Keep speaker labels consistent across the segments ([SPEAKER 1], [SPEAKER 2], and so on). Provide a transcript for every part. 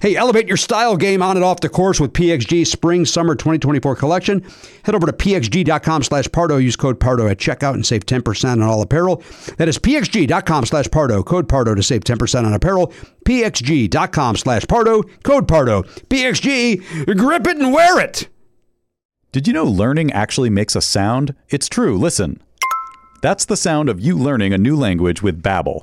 [SPEAKER 1] Hey, elevate your style game on and off the course with PXG Spring Summer 2024 collection. Head over to pxg.com slash Pardo. Use code Pardo at checkout and save 10% on all apparel. That is pxg.com slash Pardo. Code Pardo to save 10% on apparel. pxg.com slash Pardo. Code Pardo. PXG, grip it and wear it.
[SPEAKER 2] Did you know learning actually makes a sound? It's true. Listen. That's the sound of you learning a new language with Babbel.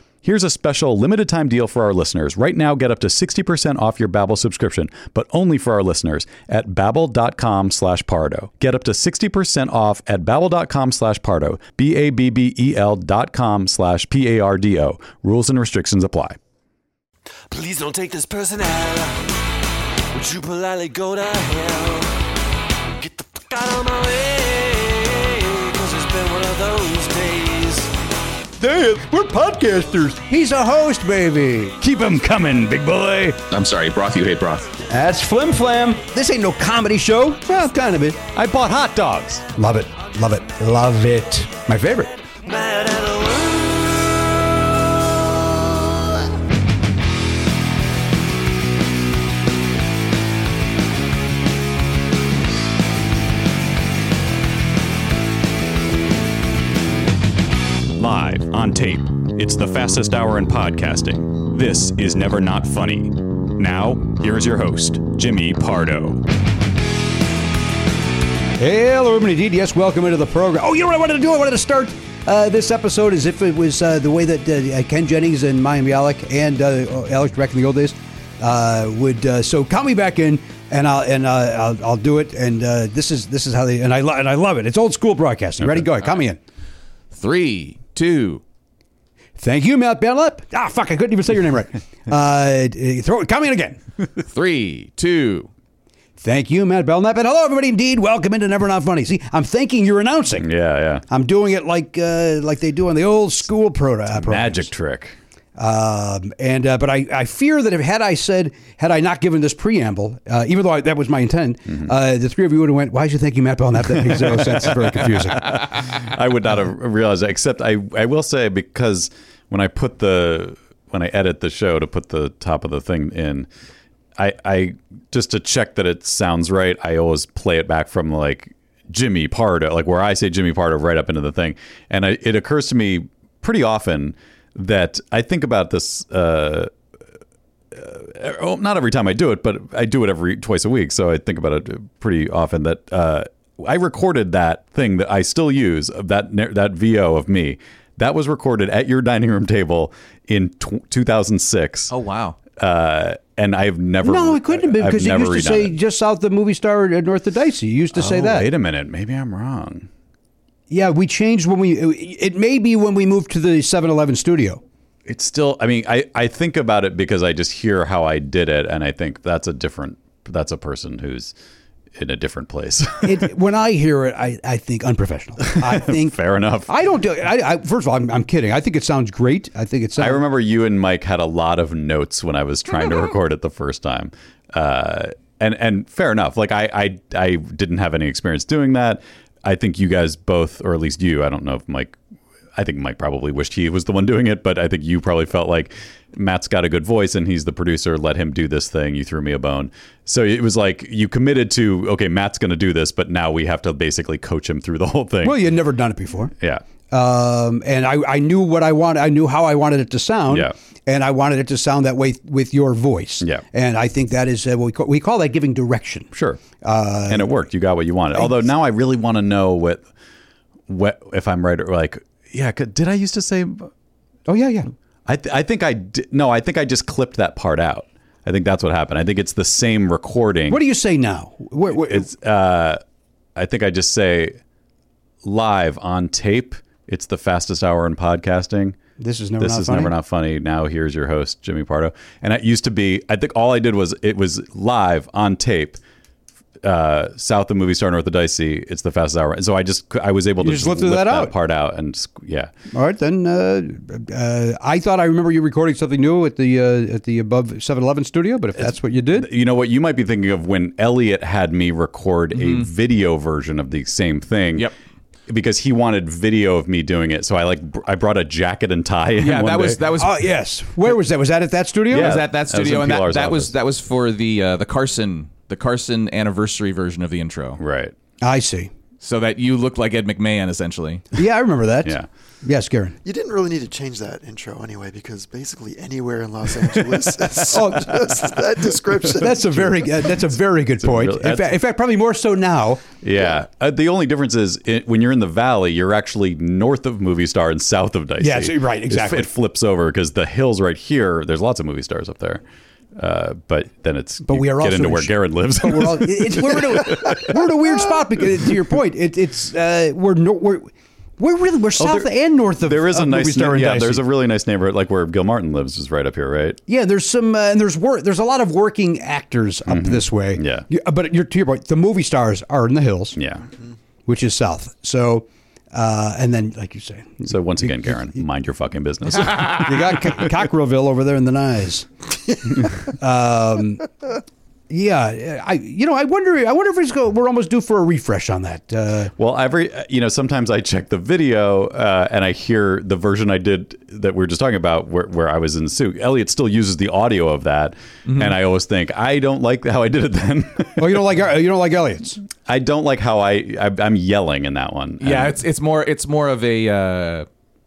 [SPEAKER 2] Here's a special limited time deal for our listeners. Right now, get up to 60% off your Babbel subscription, but only for our listeners at babbel.com slash pardo. Get up to 60% off at babbel.com slash pardo, B-A-B-B-E-L E dot com slash P-A-R-D-O. Rules and restrictions apply.
[SPEAKER 3] Please don't take this person out. Would you politely go to hell? Get the fuck out of my way. Cause it's been one of those days.
[SPEAKER 1] Dave, we're podcasters. He's a host, baby.
[SPEAKER 2] Keep them coming, big boy.
[SPEAKER 4] I'm sorry, broth you hate broth.
[SPEAKER 1] That's Flim Flam. This ain't no comedy show. Well, kind of it.
[SPEAKER 2] I bought hot dogs.
[SPEAKER 1] Love it. Love it. Love it. My favorite.
[SPEAKER 3] Mad at the world.
[SPEAKER 2] Live on tape. It's the fastest hour in podcasting. This is Never Not Funny. Now, here's your host, Jimmy Pardo.
[SPEAKER 1] Hello, everybody. Indeed, yes, welcome into the program. Oh, you know what I wanted to do? I wanted to start uh, this episode as if it was uh, the way that uh, Ken Jennings and Mayim Bialik and uh, Alex Trebek in the old days uh, would. Uh, so count me back in and I'll and uh, I'll, I'll do it. And uh, this is this is how they and I lo- and I love it. It's old school broadcasting. Ready? Go ahead. Come in.
[SPEAKER 4] Three, two.
[SPEAKER 1] Thank you, Matt Bellup. Ah, fuck! I couldn't even say your name right. Uh, d- throw it. Come in again.
[SPEAKER 4] Three, two.
[SPEAKER 1] Thank you, Matt Belknap. And hello, everybody. Indeed, welcome into Never Not Funny. See, I'm thanking you're announcing.
[SPEAKER 2] Yeah, yeah.
[SPEAKER 1] I'm doing it like uh, like they do on the old school proto. uh, programs.
[SPEAKER 2] Magic trick.
[SPEAKER 1] Um, and uh, but I, I fear that if had I said had I not given this preamble, uh, even though I, that was my intent,
[SPEAKER 2] Mm-hmm.
[SPEAKER 1] uh, the three of you would have went. Why is you thinking Matt Belknap? That makes zero sense. It's very confusing.
[SPEAKER 2] I would not have realized that, except I, I will say because when I put the when I edit the show to put the top of the thing in, I I just to check that it sounds right, I always play it back from like Jimmy Pardo, like where I say Jimmy Pardo right up into the thing. And I, it occurs to me pretty often that I think about this uh oh, not every time I do it, but I do it every twice a week, so I think about it pretty often. That uh, I recorded that thing that I still use of that nar- that VO of me. That was recorded at your dining room table in tw 2006,
[SPEAKER 4] Oh wow.
[SPEAKER 2] uh, and I've never.
[SPEAKER 1] no, it couldn't have been
[SPEAKER 2] I've
[SPEAKER 1] because you
[SPEAKER 2] never
[SPEAKER 1] used to
[SPEAKER 2] redone
[SPEAKER 1] say
[SPEAKER 2] it.
[SPEAKER 1] just south of the movie star uh, north of Dicey. You used to say
[SPEAKER 2] Oh,
[SPEAKER 1] that.
[SPEAKER 2] Wait a minute, maybe I'm wrong.
[SPEAKER 1] Yeah, we changed when we. It may be when we moved to the 7-Eleven studio.
[SPEAKER 2] It's still. I mean, I I think about it because I just hear how I did it, and I think that's a different. That's a person who's in a different place.
[SPEAKER 1] It, when I hear it, I, I think unprofessional. I think
[SPEAKER 2] Fair enough.
[SPEAKER 1] I don't do. I, I first of all, I'm, I'm kidding. I think it sounds great. I think it sounds.
[SPEAKER 2] I remember you and Mike had a lot of notes when I was trying to record it the first time. Uh, and and fair enough. Like I, I I didn't have any experience doing that. I think you guys both, or at least you, I don't know if Mike I think Mike probably wished he was the one doing it, but I think you probably felt like Matt's got a good voice and he's the producer. Let him do this thing. You threw me a bone. So it was like you committed to, okay, Matt's going to do this, but now we have to basically coach him through the whole thing.
[SPEAKER 1] Well, you'd never done it before.
[SPEAKER 2] yeah.
[SPEAKER 1] um, and I, I knew what I wanted. I knew how I wanted it to sound.
[SPEAKER 2] Yeah.
[SPEAKER 1] And I wanted it to sound that way with your voice.
[SPEAKER 2] Yeah.
[SPEAKER 1] And I think that is uh, what we call, we call that giving direction.
[SPEAKER 2] Sure. and it worked. You got what you wanted. Although now I really want to know what, what if I'm right or like, yeah, 'cause did I used to say?
[SPEAKER 1] Oh yeah, yeah.
[SPEAKER 2] I th- I think I did, no, I think I just clipped that part out. I think that's what happened. I think it's the same recording.
[SPEAKER 1] What do you say now? Where, where,
[SPEAKER 2] it's uh, I think I just say live on tape. It's the fastest hour in podcasting.
[SPEAKER 1] This is never
[SPEAKER 2] this
[SPEAKER 1] not
[SPEAKER 2] is
[SPEAKER 1] funny?
[SPEAKER 2] never not funny. Now here's your host Jimmy Pardo, and it used to be. I think all I did was it was live on tape, uh, south of movie star north of dicey. It's the fastest hour, and so I just I was able to
[SPEAKER 1] just lifted
[SPEAKER 2] whip
[SPEAKER 1] that out.
[SPEAKER 2] part out and squ- yeah.
[SPEAKER 1] all right, then. Uh, uh, I thought I remember you recording something new at the uh, at the above 7-Eleven studio, but if that's what you did,
[SPEAKER 2] You know what you might be thinking of when Elliot had me record a video version of the same thing.
[SPEAKER 4] Mm-hmm. Yep.
[SPEAKER 2] Because he wanted video of me doing it, so I like br- I brought a jacket and tie. in
[SPEAKER 4] Yeah,
[SPEAKER 2] one
[SPEAKER 4] that was
[SPEAKER 2] day.
[SPEAKER 4] that was
[SPEAKER 1] oh yes. Where was that? Was that at that studio?
[SPEAKER 2] Yeah.
[SPEAKER 4] was
[SPEAKER 2] that
[SPEAKER 4] at that
[SPEAKER 2] was
[SPEAKER 4] studio,
[SPEAKER 2] in
[SPEAKER 4] and that,
[SPEAKER 2] Pilar's
[SPEAKER 4] that
[SPEAKER 2] office.
[SPEAKER 4] was that was for the uh, the Carson the Carson anniversary version of the intro,
[SPEAKER 2] right.
[SPEAKER 1] I see.
[SPEAKER 4] so that you looked like Ed McMahon essentially.
[SPEAKER 1] Yeah, I remember that.
[SPEAKER 2] Yeah.
[SPEAKER 1] Yes, Garen.
[SPEAKER 5] You didn't really need to change that intro anyway, because basically anywhere in Los Angeles is
[SPEAKER 1] Oh.
[SPEAKER 5] just that description.
[SPEAKER 1] That's a very uh, that's a very good point.
[SPEAKER 2] really-
[SPEAKER 1] in, fact, in fact, probably more so now.
[SPEAKER 2] Yeah. Uh, the only difference is it, when you're in the valley, you're actually north of Movie Star and south of Dicey.
[SPEAKER 1] Yeah, so- right,
[SPEAKER 2] It-
[SPEAKER 1] exactly.
[SPEAKER 2] It, flips over because the hills right here, there's lots of movie stars up there. Uh, but then it's but
[SPEAKER 1] we are
[SPEAKER 2] get
[SPEAKER 1] also
[SPEAKER 2] into
[SPEAKER 1] in
[SPEAKER 2] where
[SPEAKER 1] sh-
[SPEAKER 2] Garrett lives.
[SPEAKER 1] But we're all it- it's, we're, in a, we're in a weird spot because to your point, it, it's uh, we're no, we're we're really we're south
[SPEAKER 2] Oh, there-
[SPEAKER 1] and north of
[SPEAKER 2] there is a
[SPEAKER 1] of Movie
[SPEAKER 2] nice
[SPEAKER 1] Star
[SPEAKER 2] neighbor-
[SPEAKER 1] and
[SPEAKER 2] yeah.
[SPEAKER 1] Dicey.
[SPEAKER 2] There's a really nice neighborhood like where Gil Martin lives is right up here, right?
[SPEAKER 1] yeah. There's some uh, and there's work. There's a lot of working actors up this way.
[SPEAKER 2] Mm-hmm. Yeah.
[SPEAKER 1] You- uh, but you're, to your point, the movie stars are in the hills,
[SPEAKER 2] Yeah.
[SPEAKER 1] which is south. So, uh, and then like you say,
[SPEAKER 2] So once again, Garen, mind your fucking business.
[SPEAKER 1] you got Co- Cockrellville over there in the nice. um, yeah, I you know I wonder I wonder if it's go, we're almost due for a refresh on that. Uh,
[SPEAKER 2] Well, every you know, sometimes I check the video uh, and I hear the version I did that we were just talking about, where, where I was in the suit. Elliot still uses the audio of that,
[SPEAKER 4] Mm-hmm.
[SPEAKER 2] and I always think I don't like how I did it. Then
[SPEAKER 1] oh, you don't like you don't like Elliot's.
[SPEAKER 2] I don't like how I, I I'm yelling in that one.
[SPEAKER 4] Yeah,
[SPEAKER 2] And
[SPEAKER 4] it's it's more it's more of a uh,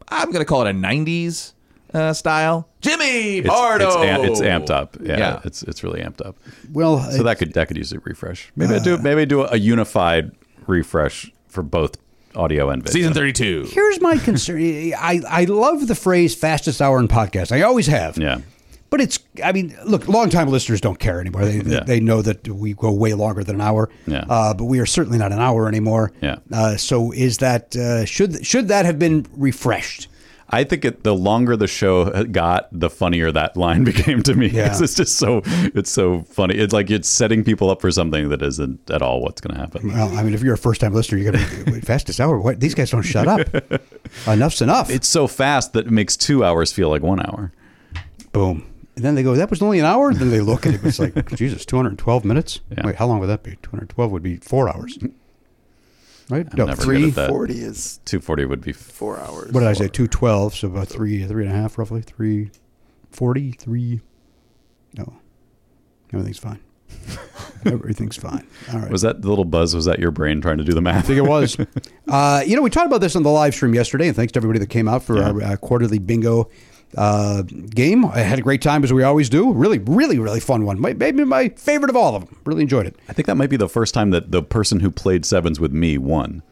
[SPEAKER 4] I'm gonna call it a '90s uh, style. Jimmy
[SPEAKER 2] it's,
[SPEAKER 4] Pardo.
[SPEAKER 2] it's, am- it's amped up. Yeah,
[SPEAKER 4] Yeah.
[SPEAKER 2] it's it's really amped up.
[SPEAKER 1] Well, uh,
[SPEAKER 2] So that could that could use a refresh. Maybe I do maybe I do a unified refresh for both audio and video.
[SPEAKER 4] Season 32.
[SPEAKER 1] here's my concern. I I love the phrase "fastest hour in podcast." I always have.
[SPEAKER 2] Yeah.
[SPEAKER 1] But it's, I mean, look, longtime listeners don't care anymore. They,
[SPEAKER 2] Yeah.
[SPEAKER 1] they know that we go way longer than an hour.
[SPEAKER 2] Yeah.
[SPEAKER 1] Uh, but we are certainly not an hour anymore.
[SPEAKER 2] Yeah.
[SPEAKER 1] Uh, so is that uh, should should that have been refreshed?
[SPEAKER 2] I think it, the longer the show got, the funnier that line became to me.
[SPEAKER 1] Yeah.
[SPEAKER 2] 'Cause It's just so it's so funny. It's like it's setting people up for something that isn't at all what's going to happen.
[SPEAKER 1] Well, I mean, if you're a first time listener, you're gonna be fastest hour. What these guys don't shut up. Enough's enough.
[SPEAKER 2] It's so fast that it makes two hours feel like one hour.
[SPEAKER 1] Boom. And then they go, that was only an hour. And then they look and it's like, Jesus, 212 minutes?
[SPEAKER 2] Yeah.
[SPEAKER 1] Wait, how long would that be? 212 would be four hours. Right?
[SPEAKER 2] Mm-hmm. I'm never
[SPEAKER 1] three.
[SPEAKER 2] good at that.
[SPEAKER 5] Forty is
[SPEAKER 2] Two forty would be. F-
[SPEAKER 5] four hours.
[SPEAKER 1] What did I say? 212. So about three, three and a half roughly. Three, 40, three. No. Everything's fine. Everything's fine. All right.
[SPEAKER 2] was that the little buzz? Was that your brain trying to do the math?
[SPEAKER 1] I think it was. uh, you know, we talked about this on the live stream yesterday, and thanks to everybody that came out for our uh, quarterly bingo uh, game. I had a great time as we always do. Really, really, really fun one. My, maybe my favorite of all of them. Really enjoyed it.
[SPEAKER 2] I think that might be the first time that the person who played sevens with me won.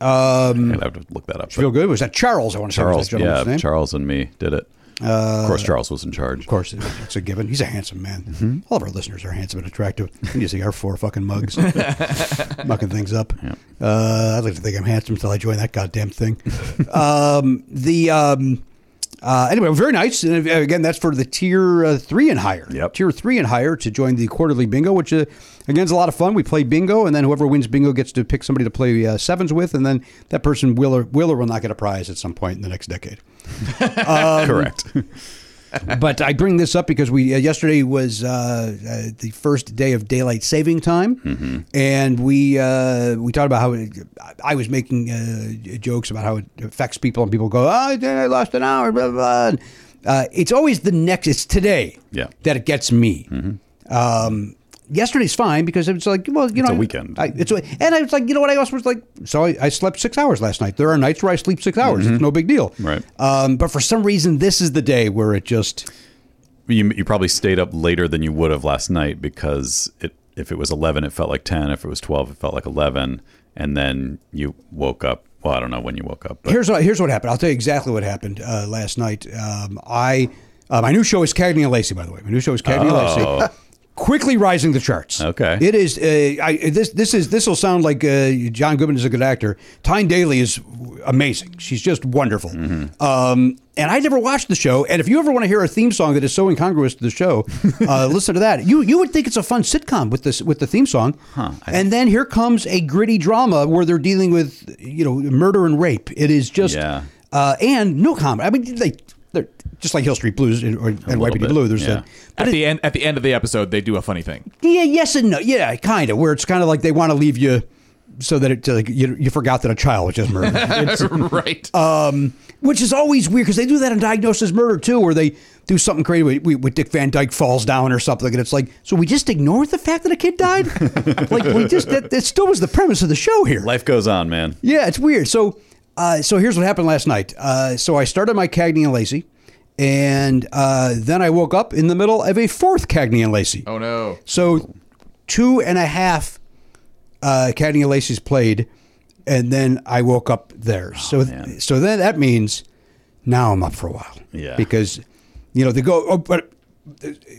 [SPEAKER 2] Um, I'd have to look that up.
[SPEAKER 1] Feel good? Was that Charles? I want to say was
[SPEAKER 2] Charles,
[SPEAKER 1] that gentleman's
[SPEAKER 2] yeah,
[SPEAKER 1] name. Uh,
[SPEAKER 2] Charles and me did it. of course, Charles was in charge.
[SPEAKER 1] Of course, it's a given. He's a handsome man. All of our listeners are handsome and attractive. We need to see our four fucking mugs mucking things up. Uh, I'd like to think I'm handsome until I join that goddamn thing. um, the um, uh, anyway, very nice. And uh, again, that's for the tier uh, three and higher.
[SPEAKER 2] Yep.
[SPEAKER 1] Tier three and higher to join the quarterly bingo, which uh, again is a lot of fun. We play bingo, and then whoever wins bingo gets to pick somebody to play uh, sevens with, and then that person will or will or will not get a prize at some point in the next decade um,
[SPEAKER 2] Correct.
[SPEAKER 1] but I bring this up because we uh, yesterday was uh, uh, the first day of daylight saving time,
[SPEAKER 2] Mm-hmm.
[SPEAKER 1] and we uh, we talked about how it, I was making uh, jokes about how it affects people, and people go, "Oh, I did- I lost an hour." Blah blah. blah." Uh, it's always the next. It's today
[SPEAKER 2] Yeah. Mm-hmm.
[SPEAKER 1] that it gets me. Um, yesterday's fine because it's like, well, you know,
[SPEAKER 2] a
[SPEAKER 1] I-
[SPEAKER 2] weekend.
[SPEAKER 1] I, it's a- and I was like, you know what? I also was like, so I, I slept six hours last night. There are nights where I sleep six hours. It's no big deal.
[SPEAKER 2] Right.
[SPEAKER 1] Um, but for some reason, this is the day where it just.
[SPEAKER 2] you, you probably stayed up later than you would have last night because it if it was 11 it felt like 10 if it was 12 it felt like 11 and then you woke up well i don't know when you woke up but
[SPEAKER 1] here's what here's what happened. I'll tell you exactly what happened uh, last night. Um, I uh, my new show is Cagney and Lacey, by the way. My new show is Cagney and Lacey. Quickly rising the charts.
[SPEAKER 2] Okay.
[SPEAKER 1] it is. Uh, I, this this is this will sound like uh, John Goodman is a good actor. Tyne Daly is amazing. She's just wonderful.
[SPEAKER 2] Mm-hmm.
[SPEAKER 1] Um, and I never watched the show. And if you ever want to hear a theme song that is so incongruous to the show, uh, listen to that. You you would think it's a fun sitcom with this with the theme song. Huh, and then here comes a gritty drama where they're dealing with you know murder and rape. It is just just-
[SPEAKER 2] Yeah.
[SPEAKER 1] uh, and no comedy. I mean, they they're just like Hill Street Blues and, or, and
[SPEAKER 2] little
[SPEAKER 1] YPD
[SPEAKER 2] bit,
[SPEAKER 1] Blue. There's
[SPEAKER 2] yeah.
[SPEAKER 1] that,
[SPEAKER 4] At the end, at the end of the episode, they do a funny thing.
[SPEAKER 1] yeah, yes and no, yeah, kind of where it's kind of like they want to leave you so that it like, you you forgot that a child was just murdered. It's-
[SPEAKER 4] right.
[SPEAKER 1] Uh, which is always weird because they do that in Diagnosis Murder too, where they do something crazy with, with Dick Van Dyke falls down or something, and it's like, so we just ignored the fact that a kid died. like we just that, that still was the premise of the show here.
[SPEAKER 2] life goes on man
[SPEAKER 1] Yeah, it's weird. So, uh, so here's what happened last night. Uh, so I started my Cagney and Lacey, and uh, then I woke up in the middle of a fourth Cagney and Lacey.
[SPEAKER 4] oh no.
[SPEAKER 1] So, two and a half uh, Cagney and Lacey's played, and then I woke up there. so,
[SPEAKER 2] Oh, man.
[SPEAKER 1] so then that means now I'm up for a while.
[SPEAKER 2] Yeah.
[SPEAKER 1] Because, you know, they go. Oh, but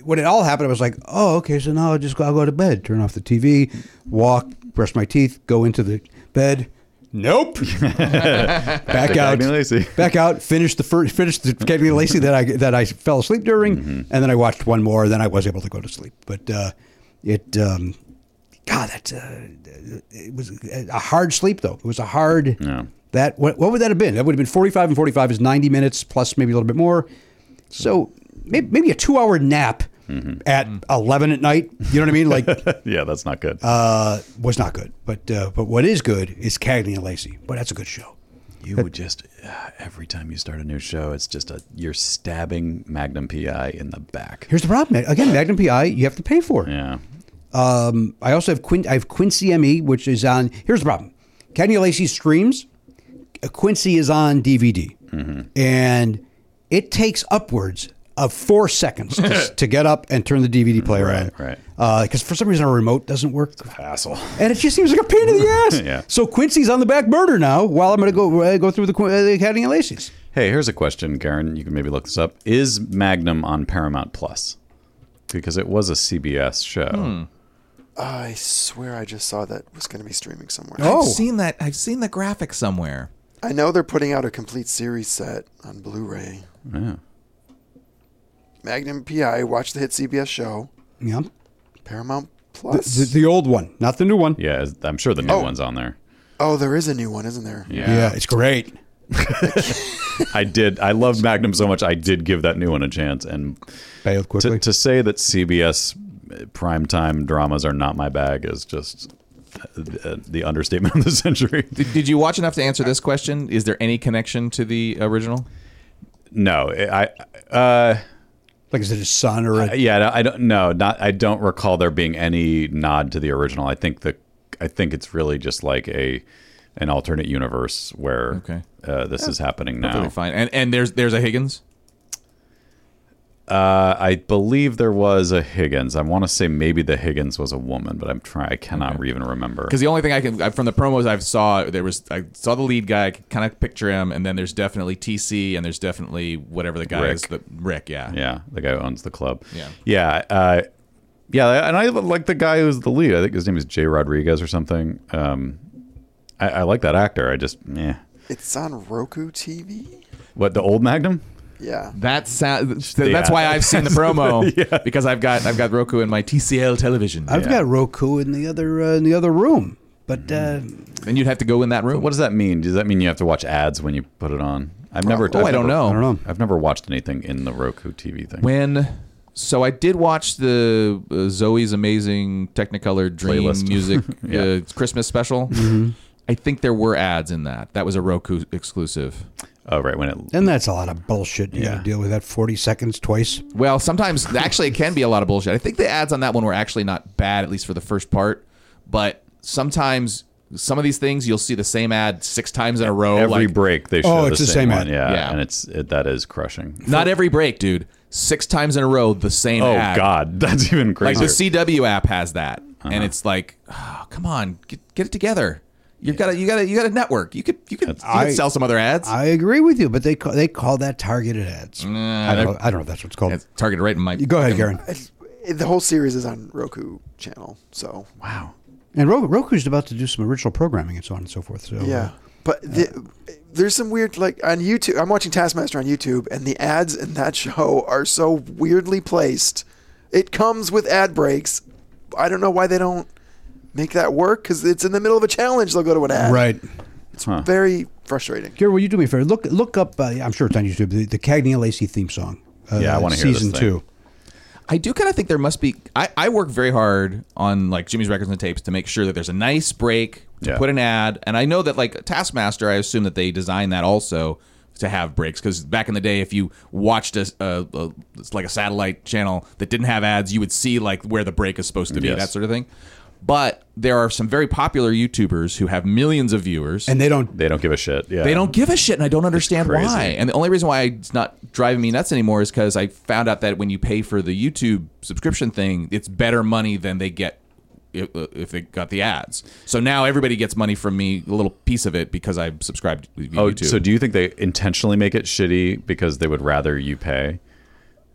[SPEAKER 1] when it all happened, I was like, oh, okay. So now I'll just go. I'll go to bed. Turn off the TV. Walk. Brush my teeth. Go into the bed. Nope. Back
[SPEAKER 2] to
[SPEAKER 1] out.
[SPEAKER 2] Cagney and Lacey.
[SPEAKER 1] Back out. Finish the first. Finish the Cagney and Lacey that I that I fell asleep during, and then I watched one more. Then I was able to go to sleep. But uh, it, um, God, that's uh, it was a hard sleep though. It was a hard.
[SPEAKER 2] Yeah.
[SPEAKER 1] That what, what would that have been? That would have been forty five and forty five is ninety minutes plus maybe a little bit more. So maybe, maybe a two hour nap at eleven at night. You know what I mean? Like
[SPEAKER 2] yeah that's not good
[SPEAKER 1] uh, was not good. But uh, but what is good is Cagney and Lacey. But that's a good show.
[SPEAKER 2] you would just ah, every time you start a new show it's just a you're stabbing magnum pi in the back
[SPEAKER 1] Here's the problem Mag- again. Magnum PI, you have to pay for it.
[SPEAKER 2] yeah
[SPEAKER 1] Um, I also have Quin- I have Quincy ME, which is on. Here's the problem: Kenny Lacey streams. uh, Quincy is on DVD,
[SPEAKER 2] Mm-hmm.
[SPEAKER 1] and it takes upwards of four seconds to, to get up and turn the DVD player on.
[SPEAKER 2] right.
[SPEAKER 1] Because for some reason our remote doesn't work,
[SPEAKER 2] asshole
[SPEAKER 1] and it just seems like a pain in the ass.
[SPEAKER 2] Yeah.
[SPEAKER 1] So Quincy's on the back burner now, while I'm going to go uh, go through the Qu- uh, Kenny Lacey's.
[SPEAKER 2] Hey, here's a question, Karen. You can maybe look this up. Is Magnum on Paramount Plus? Because it was a CBS show.
[SPEAKER 5] Ah, I swear I just saw that was going to be streaming somewhere.
[SPEAKER 1] Oh.
[SPEAKER 4] I've seen that. I've seen the graphic somewhere.
[SPEAKER 5] I know they're putting out a complete series set on Blu-ray.
[SPEAKER 2] Yeah.
[SPEAKER 5] Magnum PI, watch the hit CBS show,
[SPEAKER 1] Yeah.
[SPEAKER 5] Paramount
[SPEAKER 1] The,
[SPEAKER 5] Plus.
[SPEAKER 1] the old one, not the new one.
[SPEAKER 2] Yeah, is- I'm sure the new
[SPEAKER 5] Oh.
[SPEAKER 2] one's on there.
[SPEAKER 5] oh, there is a new one, isn't there?
[SPEAKER 2] Yeah.
[SPEAKER 1] Yeah, it's great.
[SPEAKER 2] I did. I loved Magnum so much. I did give that new one a chance. And
[SPEAKER 1] Bailed
[SPEAKER 2] to,
[SPEAKER 1] quickly.
[SPEAKER 2] to say that CBS eh, primetime dramas are not my bag is just uh, the understatement of the century.
[SPEAKER 4] Did, did you watch enough to answer this question? Is there any connection to the original?
[SPEAKER 2] No, eh, I, uh,
[SPEAKER 1] like, is it his son or a,
[SPEAKER 2] yeah, I don't no, not I don't recall there being any nod to the original. I think the I think it's really just like a an alternate universe where
[SPEAKER 4] Okay.
[SPEAKER 2] uh, this is happening now.
[SPEAKER 4] Totally fine. And and there's there's a Higgins.
[SPEAKER 2] Uh, I believe there was a Higgins. I want to say maybe the Higgins was a woman, but I'm trying. I cannot even remember.
[SPEAKER 4] Because the only thing I can I- from the promos I've saw there was I saw the lead guy, I could kind of picture him, and then there's definitely TC, and there's definitely whatever the guy
[SPEAKER 2] Rick.
[SPEAKER 4] is, the Rick, yeah,
[SPEAKER 2] Yeah, the guy who owns the club.
[SPEAKER 4] Yeah.
[SPEAKER 2] yeah, uh, yeah. And I like the guy who's the lead. I think his name is Jay Rodriguez or something. Um, I, I like that actor. I just yeah.
[SPEAKER 5] It's on Roku TV.
[SPEAKER 2] What the old Magnum?
[SPEAKER 5] Yeah.
[SPEAKER 4] That sounds.
[SPEAKER 2] Yeah.
[SPEAKER 4] That's why I've seen the promo because I've got I've got Roku in my TCL television,
[SPEAKER 1] I've
[SPEAKER 2] yeah.
[SPEAKER 1] got Roku in the other uh, in the other room, but uh,
[SPEAKER 2] Mm-hmm.
[SPEAKER 4] and you'd have to go in that room.
[SPEAKER 2] What does that mean? Does that mean you have to watch ads when you put it on? I've never.
[SPEAKER 4] Oh,
[SPEAKER 2] I've
[SPEAKER 4] I don't
[SPEAKER 2] never-
[SPEAKER 4] know.
[SPEAKER 1] I don't know.
[SPEAKER 2] I've never watched anything in the Roku TV thing.
[SPEAKER 4] when so I did watch the uh, Zoe's Amazing Technicolor Dream
[SPEAKER 2] Playlist.
[SPEAKER 4] Music
[SPEAKER 2] Yeah.
[SPEAKER 4] uh, Christmas special. I think there were ads in that. That was a Roku exclusive.
[SPEAKER 2] oh, right when it.
[SPEAKER 1] and that's a lot of bullshit. You got
[SPEAKER 2] Yeah.
[SPEAKER 1] to deal with that forty seconds twice.
[SPEAKER 4] Well, sometimes actually it can be a lot of bullshit. I think the ads on that one were actually not bad, at least for the first part. But sometimes some of these things you'll see the same ad six times in a row.
[SPEAKER 2] Every
[SPEAKER 4] like,
[SPEAKER 2] break they show
[SPEAKER 1] Oh,
[SPEAKER 2] the,
[SPEAKER 1] it's the
[SPEAKER 2] same,
[SPEAKER 1] same ad.
[SPEAKER 2] one, yeah,
[SPEAKER 4] Yeah.
[SPEAKER 2] and it's it, that is crushing.
[SPEAKER 4] not every break, dude. Six times in a row, the same.
[SPEAKER 2] Oh
[SPEAKER 4] ad.
[SPEAKER 2] God, Uh-huh. that's even
[SPEAKER 4] Like the
[SPEAKER 2] crazier.
[SPEAKER 4] CW app has that, and it's like, oh, come on, get, get it together. You gotta, you gotta, you gotta network. You could, you could, you could
[SPEAKER 1] I-
[SPEAKER 4] sell some other ads.
[SPEAKER 1] I agree with you, but they call, they call that targeted ads. I, don't know, I don't know if that's what it's called.
[SPEAKER 4] it's targeted right in my.
[SPEAKER 1] Go ahead, Garen.
[SPEAKER 5] It's- The whole series is on Roku channel. So
[SPEAKER 2] wow.
[SPEAKER 1] And Ro- Roku's about to do some original programming and so on and so forth. So uh,
[SPEAKER 5] yeah. But the, there's some weird like on YouTube. I'm watching Taskmaster on YouTube, and the ads in that show are so weirdly placed. It comes with ad breaks. I don't know why they don't make that work because it's in the middle of a challenge. They'll go to an ad.
[SPEAKER 1] right.
[SPEAKER 2] Huh.
[SPEAKER 5] Very frustrating.
[SPEAKER 1] Gary, uh, will you do me a favor? Look look up. Uh, I'm sure it's on YouTube. The, the Cagney and Lacey theme song. Uh,
[SPEAKER 2] Yeah, I wanna hear this
[SPEAKER 1] season
[SPEAKER 2] thing.
[SPEAKER 1] two.
[SPEAKER 4] I do kind of think there must be. I, I work very hard on like Jimmy's records and tapes to make sure that there's a nice break to
[SPEAKER 2] Yeah.
[SPEAKER 4] put an ad, and I know that like Taskmaster, I assume that they designed that also to have breaks because back in the day, if you watched a, a, a it's like a satellite channel that didn't have ads, you would see like where the break is supposed to be,
[SPEAKER 2] Yes.
[SPEAKER 4] that sort of thing. But there are some very popular YouTubers who have millions of viewers,
[SPEAKER 1] And they don't.
[SPEAKER 2] They don't give a shit. Yeah.
[SPEAKER 4] they don't give a shit, and I don't understand
[SPEAKER 2] crazy.
[SPEAKER 4] why. And the only reason why it's not driving me nuts anymore is because I found out that when you pay for the YouTube subscription thing, it's better money than they get if, if they got the ads. So now everybody gets money from me, a little piece of it, because I subscribed to
[SPEAKER 2] Oh,
[SPEAKER 4] YouTube.
[SPEAKER 2] so do you think they intentionally make it shitty because they would rather you pay?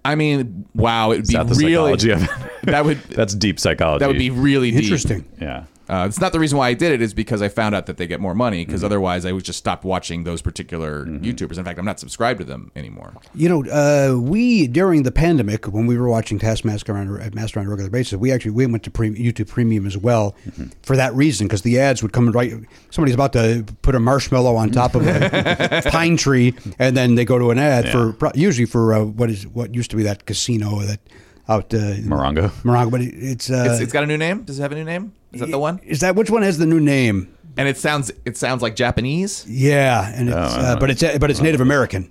[SPEAKER 4] I mean, wow, it would
[SPEAKER 2] Is
[SPEAKER 4] be
[SPEAKER 2] that the
[SPEAKER 4] really
[SPEAKER 2] psychology of it?
[SPEAKER 4] that would
[SPEAKER 2] That's deep psychology.
[SPEAKER 4] that would be really deep.
[SPEAKER 1] Interesting.
[SPEAKER 2] Yeah.
[SPEAKER 4] Uh, it's not the reason why I did it is because I found out that they get more money
[SPEAKER 2] Mm-hmm.
[SPEAKER 4] because otherwise I would just stop watching those particular YouTubers. In fact, I'm not subscribed to them anymore.
[SPEAKER 1] You know, uh, we during the pandemic when we were watching Taskmaster on uh, Master on a regular basis, we actually we went to pre- YouTube Premium as well
[SPEAKER 4] Mm-hmm.
[SPEAKER 1] for that reason because the ads would come right. Somebody's about to put a marshmallow on top of a pine tree, and then they go to an ad for pro- usually for uh, what is what used to be that casino that out uh,
[SPEAKER 2] Morongo.
[SPEAKER 1] Morongo, but it, it's, uh,
[SPEAKER 4] it's, it's got a new name. Does it have a new name? Is that the one?
[SPEAKER 1] Is that which one has the new name?
[SPEAKER 4] And it sounds it sounds like Japanese.
[SPEAKER 1] Yeah, and it's,
[SPEAKER 4] Oh,
[SPEAKER 1] uh, but it's but it's Native American.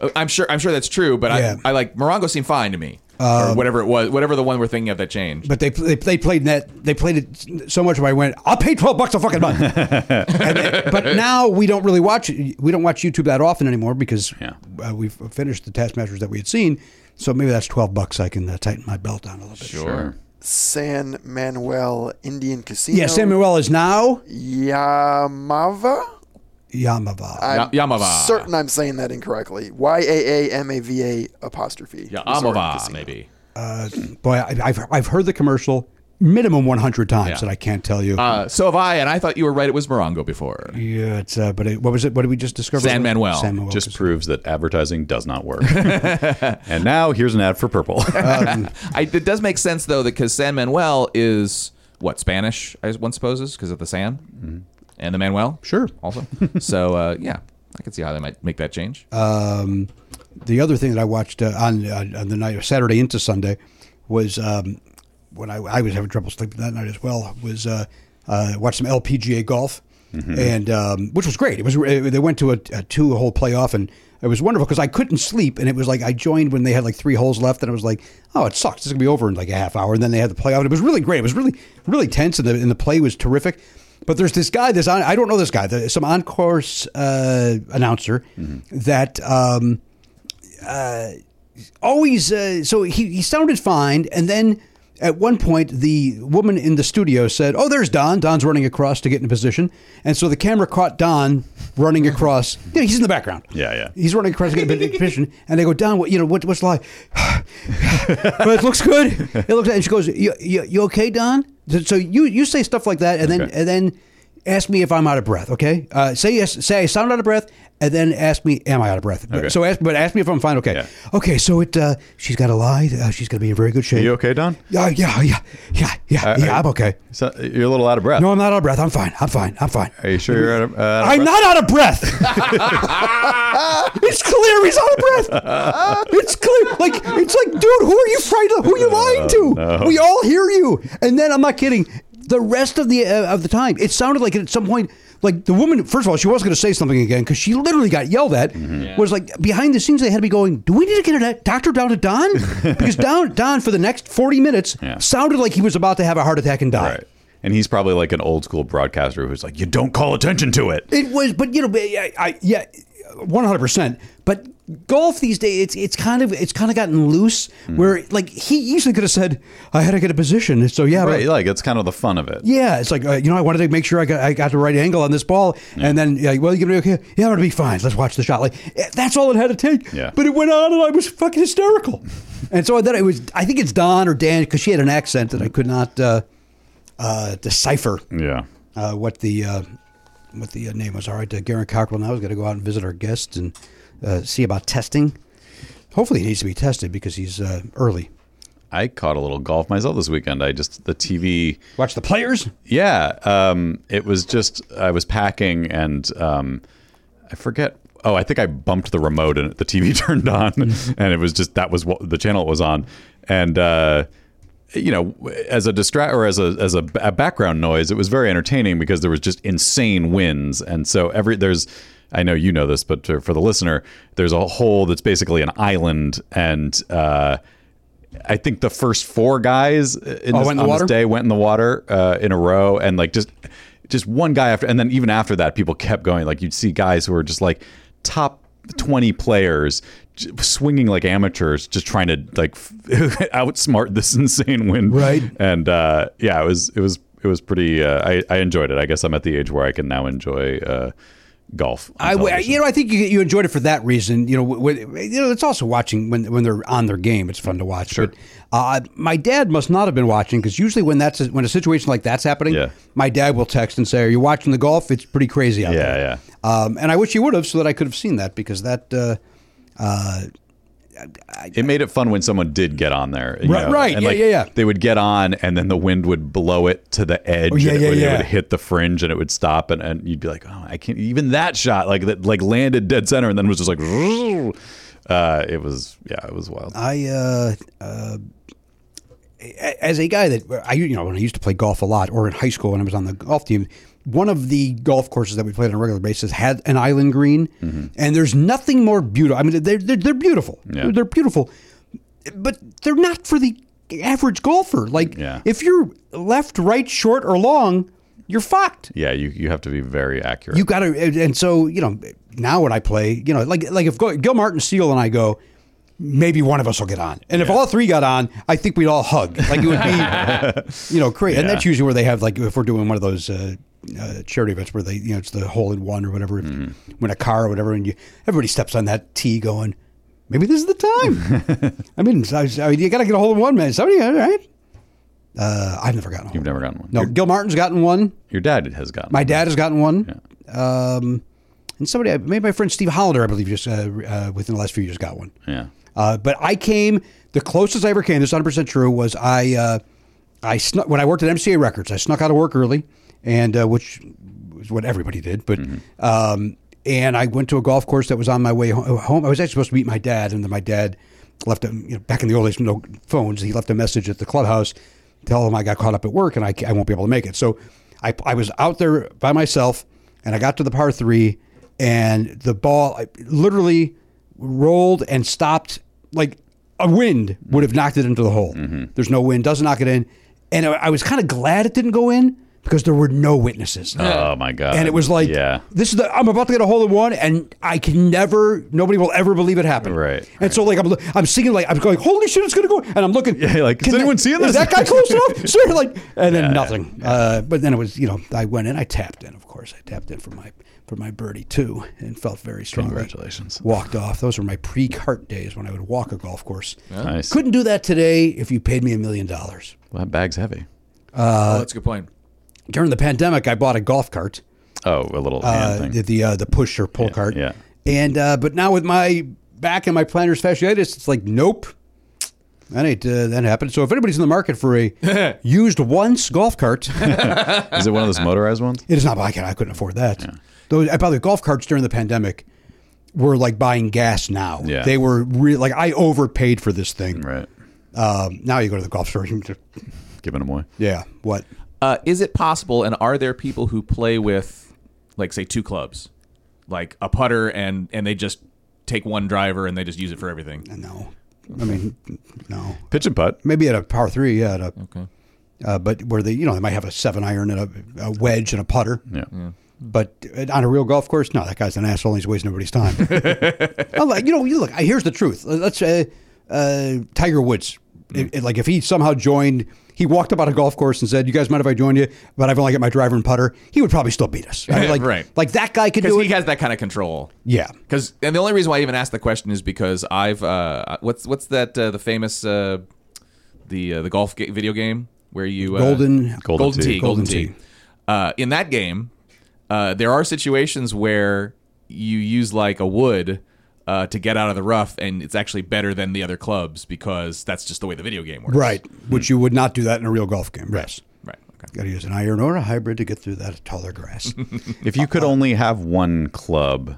[SPEAKER 4] Uh, I'm sure I'm sure that's true, but
[SPEAKER 1] Yeah. Um,
[SPEAKER 4] I, I like Morongo seemed fine to me. or whatever it was, whatever the one we're thinking of that changed.
[SPEAKER 1] But they, they they played that they played it so much. Where I went, I'll pay twelve bucks a fucking month. And then- but now we don't really watch we don't watch YouTube that often anymore because
[SPEAKER 2] Yeah.
[SPEAKER 1] uh, we've finished the taskmasters that we had seen. So maybe that's twelve bucks I can uh, tighten my belt down a little bit.
[SPEAKER 2] Sure.
[SPEAKER 5] San Manuel Indian Casino.
[SPEAKER 1] Yeah, Samuel is now
[SPEAKER 5] Yamava.
[SPEAKER 1] Yamava.
[SPEAKER 5] I'm
[SPEAKER 4] Yamava.
[SPEAKER 5] certain I'm saying that incorrectly. Y a a m a v a apostrophe.
[SPEAKER 4] Yeah,
[SPEAKER 5] Resort and
[SPEAKER 4] Amava
[SPEAKER 5] Casino.
[SPEAKER 4] maybe.
[SPEAKER 1] Boy, I, I've I've heard the commercial minimum 100 times,
[SPEAKER 4] Yeah.
[SPEAKER 1] and I can't tell you.
[SPEAKER 4] Uh, so have I, and I thought you were right. It was Morongo before.
[SPEAKER 1] yeah, it's uh, but it, what was it? What did we just discover?
[SPEAKER 4] San Manuel.
[SPEAKER 1] San Manuel.
[SPEAKER 2] Just proves that advertising does not work. and now here's an ad for purple.
[SPEAKER 1] Uh,
[SPEAKER 4] I, it does make sense though that because San Manuel is what Spanish, I one supposes, because of the San
[SPEAKER 2] Mm-hmm.
[SPEAKER 4] and the Manuel.
[SPEAKER 2] Sure.
[SPEAKER 4] Also, so uh, yeah, I can see how they might make that change.
[SPEAKER 1] um, the other thing that I watched uh, on, on on the night of Saturday into Sunday was um, when I, I was having trouble sleeping that night as well. Was uh, uh, watched some LPGA golf, and um, which was great. It was uh, they went to a, a two hole playoff, and it was wonderful because I couldn't sleep, and it was like I joined when they had like three holes left, and I was like, oh, it sucks. It's gonna be over in like a half hour, and then they had the playoff. And it was really great. It was really really tense, and the and the play was terrific. But there's this guy, this on, I don't know this guy, the, some on course uh, announcer that um, always uh, so he, he sounded fine and then at one point the woman in the studio said oh there's don don's running across to get in position and so the camera caught don running across you know, he's in the background
[SPEAKER 2] Yeah, yeah.
[SPEAKER 1] he's running across to get in position and they go don what you know what, what's the lie but it looks good it looks and she goes you, you, you okay don so you you say stuff like that and then
[SPEAKER 2] Okay.
[SPEAKER 1] and then ask me if i'm out of breath okay uh, say yes say i sound out of breath and then ask me am i out of breath
[SPEAKER 2] Okay.
[SPEAKER 1] so ask but ask me if i'm fine okay
[SPEAKER 2] Yeah.
[SPEAKER 1] Okay, so it uh, she's got a lie. Uh, she's going to be in very good shape.
[SPEAKER 2] you okay, Don?
[SPEAKER 1] Yeah, yeah, yeah, yeah, yeah,
[SPEAKER 2] Uh,
[SPEAKER 1] yeah.
[SPEAKER 2] uh,
[SPEAKER 1] I'm okay.
[SPEAKER 2] So, you're a little out of breath.
[SPEAKER 1] No, I'm not out of breath. I'm fine. I'm fine. I'm fine.
[SPEAKER 2] Are you sure you're out of, uh, out of
[SPEAKER 1] I'm
[SPEAKER 2] breath?
[SPEAKER 1] not out of breath. it's clear he's out of breath. It's clear. Like it's like, dude, who are you frightened? Who are you lying to?
[SPEAKER 2] no.
[SPEAKER 1] We all hear you. And then I'm not kidding. The rest of the uh, of the time, it sounded like at some point, like the woman. First of all, she was going to say something again because she literally got yelled at.
[SPEAKER 2] Mm-hmm.
[SPEAKER 1] Was like behind the scenes, they had to be going. Do we need to get a doctor down to Don? because Don Don for the next forty minutes
[SPEAKER 2] Yeah.
[SPEAKER 1] sounded like he was about to have a heart attack and die.
[SPEAKER 2] Right. And he's probably like an old school broadcaster who's like, you don't call attention to it.
[SPEAKER 1] It was, but you know, I, I yeah, one hundred percent. But golf these days, it's it's kind of it's kind of gotten loose.
[SPEAKER 2] Hmm.
[SPEAKER 1] Where like he easily could have said, "I had to get a position." So yeah,
[SPEAKER 2] Right.
[SPEAKER 1] but,
[SPEAKER 2] Like, it's kind of the fun of it.
[SPEAKER 1] yeah, it's like uh, you know, I wanted to make sure I got I got the right angle on this ball,
[SPEAKER 2] Hmm.
[SPEAKER 1] and then yeah, well, you're gonna be okay. Yeah, I'm gonna be fine. Let's watch the shot. Like eh, that's all it had to take.
[SPEAKER 2] Yeah.
[SPEAKER 1] But it went on, and I was fucking hysterical. and so then it was. I think it's Don or Dan because she had an accent that I could not uh, uh, decipher
[SPEAKER 2] Yeah.
[SPEAKER 1] uh, what the uh, what the uh, name was. All right, uh, Garen Cockrell now is going to go out and visit our guests and uh, see about testing. Hopefully, he needs to be tested because he's uh, early.
[SPEAKER 2] I caught a little golf myself this weekend. I just, the TV
[SPEAKER 1] Watch the players.
[SPEAKER 2] Yeah, um, it was just I was packing and um, I forget. Oh, I think I bumped the remote and the TV turned on, and it was just that was what the channel it was on, and uh, you know, as a distract or as a as a, b- a background noise, it was very entertaining because there was just insane winds, and so every there's. I know you know this, but for for the listener, there's a hole that's basically an island, and uh, I think the first four guys in
[SPEAKER 1] Oh,
[SPEAKER 2] this,
[SPEAKER 1] went in the
[SPEAKER 2] on
[SPEAKER 1] water?
[SPEAKER 2] this day went in the water uh, in a row, and like just just one guy after, and then even after that, people kept going. Like you'd see guys who were just like top twenty players j- swinging like amateurs, just trying to like f- outsmart this insane wind.
[SPEAKER 1] Right.
[SPEAKER 2] And uh, yeah, it was it was it was pretty. Uh, I I enjoyed it. I guess I'm at the age where I can now enjoy uh, golf. on
[SPEAKER 1] I, w-
[SPEAKER 2] television.
[SPEAKER 1] you know, I think you, you enjoyed it for that reason. You know, w- w- you know, it's also watching when when they're on their game. It's fun to watch. Sure. uh, my dad must not have been watching because usually when that's a, when a situation like that's happening,
[SPEAKER 2] Yeah.
[SPEAKER 1] my dad will text and say, "Are you watching the golf? It's pretty crazy out
[SPEAKER 2] Yeah,
[SPEAKER 1] there."
[SPEAKER 2] yeah.
[SPEAKER 1] Um, and I wish he would have so that I could have seen that because that. Uh,
[SPEAKER 2] it made it fun when someone did get on there. you
[SPEAKER 1] Right,
[SPEAKER 2] know,
[SPEAKER 1] right,
[SPEAKER 2] and,
[SPEAKER 1] yeah,
[SPEAKER 2] like,
[SPEAKER 1] yeah, yeah.
[SPEAKER 2] They would get on, and then the wind would blow it to the edge.
[SPEAKER 1] Oh, yeah,
[SPEAKER 2] and it
[SPEAKER 1] yeah,
[SPEAKER 2] would,
[SPEAKER 1] yeah.
[SPEAKER 2] It would hit the fringe, and it would stop, and, and you'd be like, "Oh, I can't." Even that shot, like that, like landed dead center, and then was just like, uh, it was, yeah, it was wild.
[SPEAKER 1] I uh, uh, a- as a guy that I you know when I used to play golf a lot, or in high school when I was on the golf team, one of the golf courses that we played on a regular basis had an island green,
[SPEAKER 2] Mm-hmm.
[SPEAKER 1] and there's nothing more beautiful. I mean, they're they're, they're beautiful.
[SPEAKER 2] Yeah.
[SPEAKER 1] They're, they're beautiful, but they're not for the average golfer. Like
[SPEAKER 2] Yeah.
[SPEAKER 1] if you're left, right, short, or long, you're fucked.
[SPEAKER 2] yeah, you you have to be very accurate.
[SPEAKER 1] You got to, and and so you know. Now when I play, you know, like like if Go- Gil Martin Steele and I go, maybe one of us will get on, and if all three got on, I think we'd all hug. Like it would be, you know, crazy. And that's usually where they have like if we're doing one of those uh, uh, charity events where they, you know, it's the hole in one or whatever, if you
[SPEAKER 2] Mm-hmm.
[SPEAKER 1] win a car or whatever, and you everybody steps on that tee going, maybe this is the time. I mean, I, I mean, you got to get a hole in one, man. Somebody, all right? Uh, I've never gotten one.
[SPEAKER 2] You've never gotten one.
[SPEAKER 1] No,
[SPEAKER 2] Your,
[SPEAKER 1] Gil Martin's gotten one.
[SPEAKER 2] your dad has gotten
[SPEAKER 1] My
[SPEAKER 2] one.
[SPEAKER 1] dad has gotten one. Um, and somebody, maybe my friend Steve Hollander, I believe, just uh, uh, within the last few years got one.
[SPEAKER 2] Yeah.
[SPEAKER 1] Uh, but I came the closest I ever came. This is 100 percent true. Was I? Uh, I snuck when I worked at MCA Records. I snuck out of work early, and uh, which was what everybody did. But um, and I went to a golf course that was on my way ho- home. I was actually supposed to meet my dad, and then my dad left a you know, back in the old days no phones. He left a message at the clubhouse, tell him I got caught up at work and I, ca- I won't be able to make it. So I I was out there by myself, and I got to the par three, and the ball I literally rolled and stopped like a wind would have knocked it into the hole. There's no wind, doesn't knock it in. And I, I was kind of glad it didn't go in because there were no witnesses.
[SPEAKER 2] Oh my god.
[SPEAKER 1] and it was like,
[SPEAKER 2] yeah.
[SPEAKER 1] this is the, I'm about to get a hole in one, and I can never, nobody will ever believe it happened.
[SPEAKER 2] Right,
[SPEAKER 1] And so, like, I'm, lo- I'm singing, like, I'm going, holy shit, it's going to go. And I'm looking,
[SPEAKER 2] Yeah, like, is
[SPEAKER 1] "Can
[SPEAKER 2] anyone
[SPEAKER 1] that-
[SPEAKER 2] seeing
[SPEAKER 1] Is
[SPEAKER 2] this?"
[SPEAKER 1] that guy close enough? Sure. Like, and then nothing. Uh, but then it was, you know, I went in, I tapped in, of course. I tapped in for my, for my birdie, too, and felt very strong.
[SPEAKER 2] Congratulations.
[SPEAKER 1] Walked off. Those were my pre cart days when I would walk a golf course.
[SPEAKER 2] Nice.
[SPEAKER 1] Couldn't do that today if you paid me a million dollars.
[SPEAKER 2] Well, that bag's heavy.
[SPEAKER 4] oh, that's a good point.
[SPEAKER 1] During the pandemic, I bought a golf cart,
[SPEAKER 2] Oh, a little
[SPEAKER 1] uh,
[SPEAKER 2] hand thing.
[SPEAKER 1] the the, uh, the push or pull cart.
[SPEAKER 2] yeah.
[SPEAKER 1] And uh, but now with my back and my plantar fasciitis, it's like nope, that ain't uh, that happened. So if anybody's in the market for a used once golf cart, it
[SPEAKER 2] Is it one of those motorized ones?
[SPEAKER 1] is not. I can I couldn't afford that. Those by the way, golf carts during the pandemic were like buying gas now.
[SPEAKER 2] Yeah.
[SPEAKER 1] They were real like I overpaid for this thing.
[SPEAKER 2] Right.
[SPEAKER 1] Um, now you go to the golf store.
[SPEAKER 2] Giving them away.
[SPEAKER 1] Yeah. What?
[SPEAKER 4] Uh, is it possible, and are there people who play with, like, say, two clubs, like a putter, and and they just take one driver and they just use it for everything?
[SPEAKER 1] No. I mean, no.
[SPEAKER 2] Pitch and putt.
[SPEAKER 1] Maybe at a par three, yeah. At a,
[SPEAKER 4] Okay.
[SPEAKER 1] uh, but where they, you know, they might have a seven iron and a, a wedge and a putter.
[SPEAKER 2] Yeah.
[SPEAKER 1] But on a real golf course, no, that guy's an asshole. and He's wasting everybody's time. I'm like, you know, you look. I- Here's the truth. Let's uh, uh, Tiger Woods.
[SPEAKER 4] Mm.
[SPEAKER 1] It- it- like if he somehow joined, he walked up on a golf course and said, "You guys mind if I join you?" But I've only got my driver and putter. He would probably still beat us. I mean, like,
[SPEAKER 4] Right.
[SPEAKER 1] Like that guy could
[SPEAKER 4] Because
[SPEAKER 1] do
[SPEAKER 4] he
[SPEAKER 1] it.
[SPEAKER 4] has that kind of control.
[SPEAKER 1] yeah.
[SPEAKER 4] Because and the only reason why I even asked the question is because I've uh, what's what's that uh, the famous uh, the uh, the golf ga- video game where you uh,
[SPEAKER 1] Golden-
[SPEAKER 2] Golden
[SPEAKER 4] golden
[SPEAKER 2] Tee.
[SPEAKER 4] tee golden
[SPEAKER 1] Golden
[SPEAKER 4] tee.
[SPEAKER 1] Tee.
[SPEAKER 4] Uh, in that game, uh, there are situations where you use like a wood. Uh, to get out of the rough, and it's actually better than the other clubs because that's just the way the video game works.
[SPEAKER 1] Right. Which you would not do that in a real golf game. Yes.
[SPEAKER 4] Mm. Right. Okay.
[SPEAKER 1] Got to use an iron or a hybrid to get through that taller grass.
[SPEAKER 2] If you could only have one club,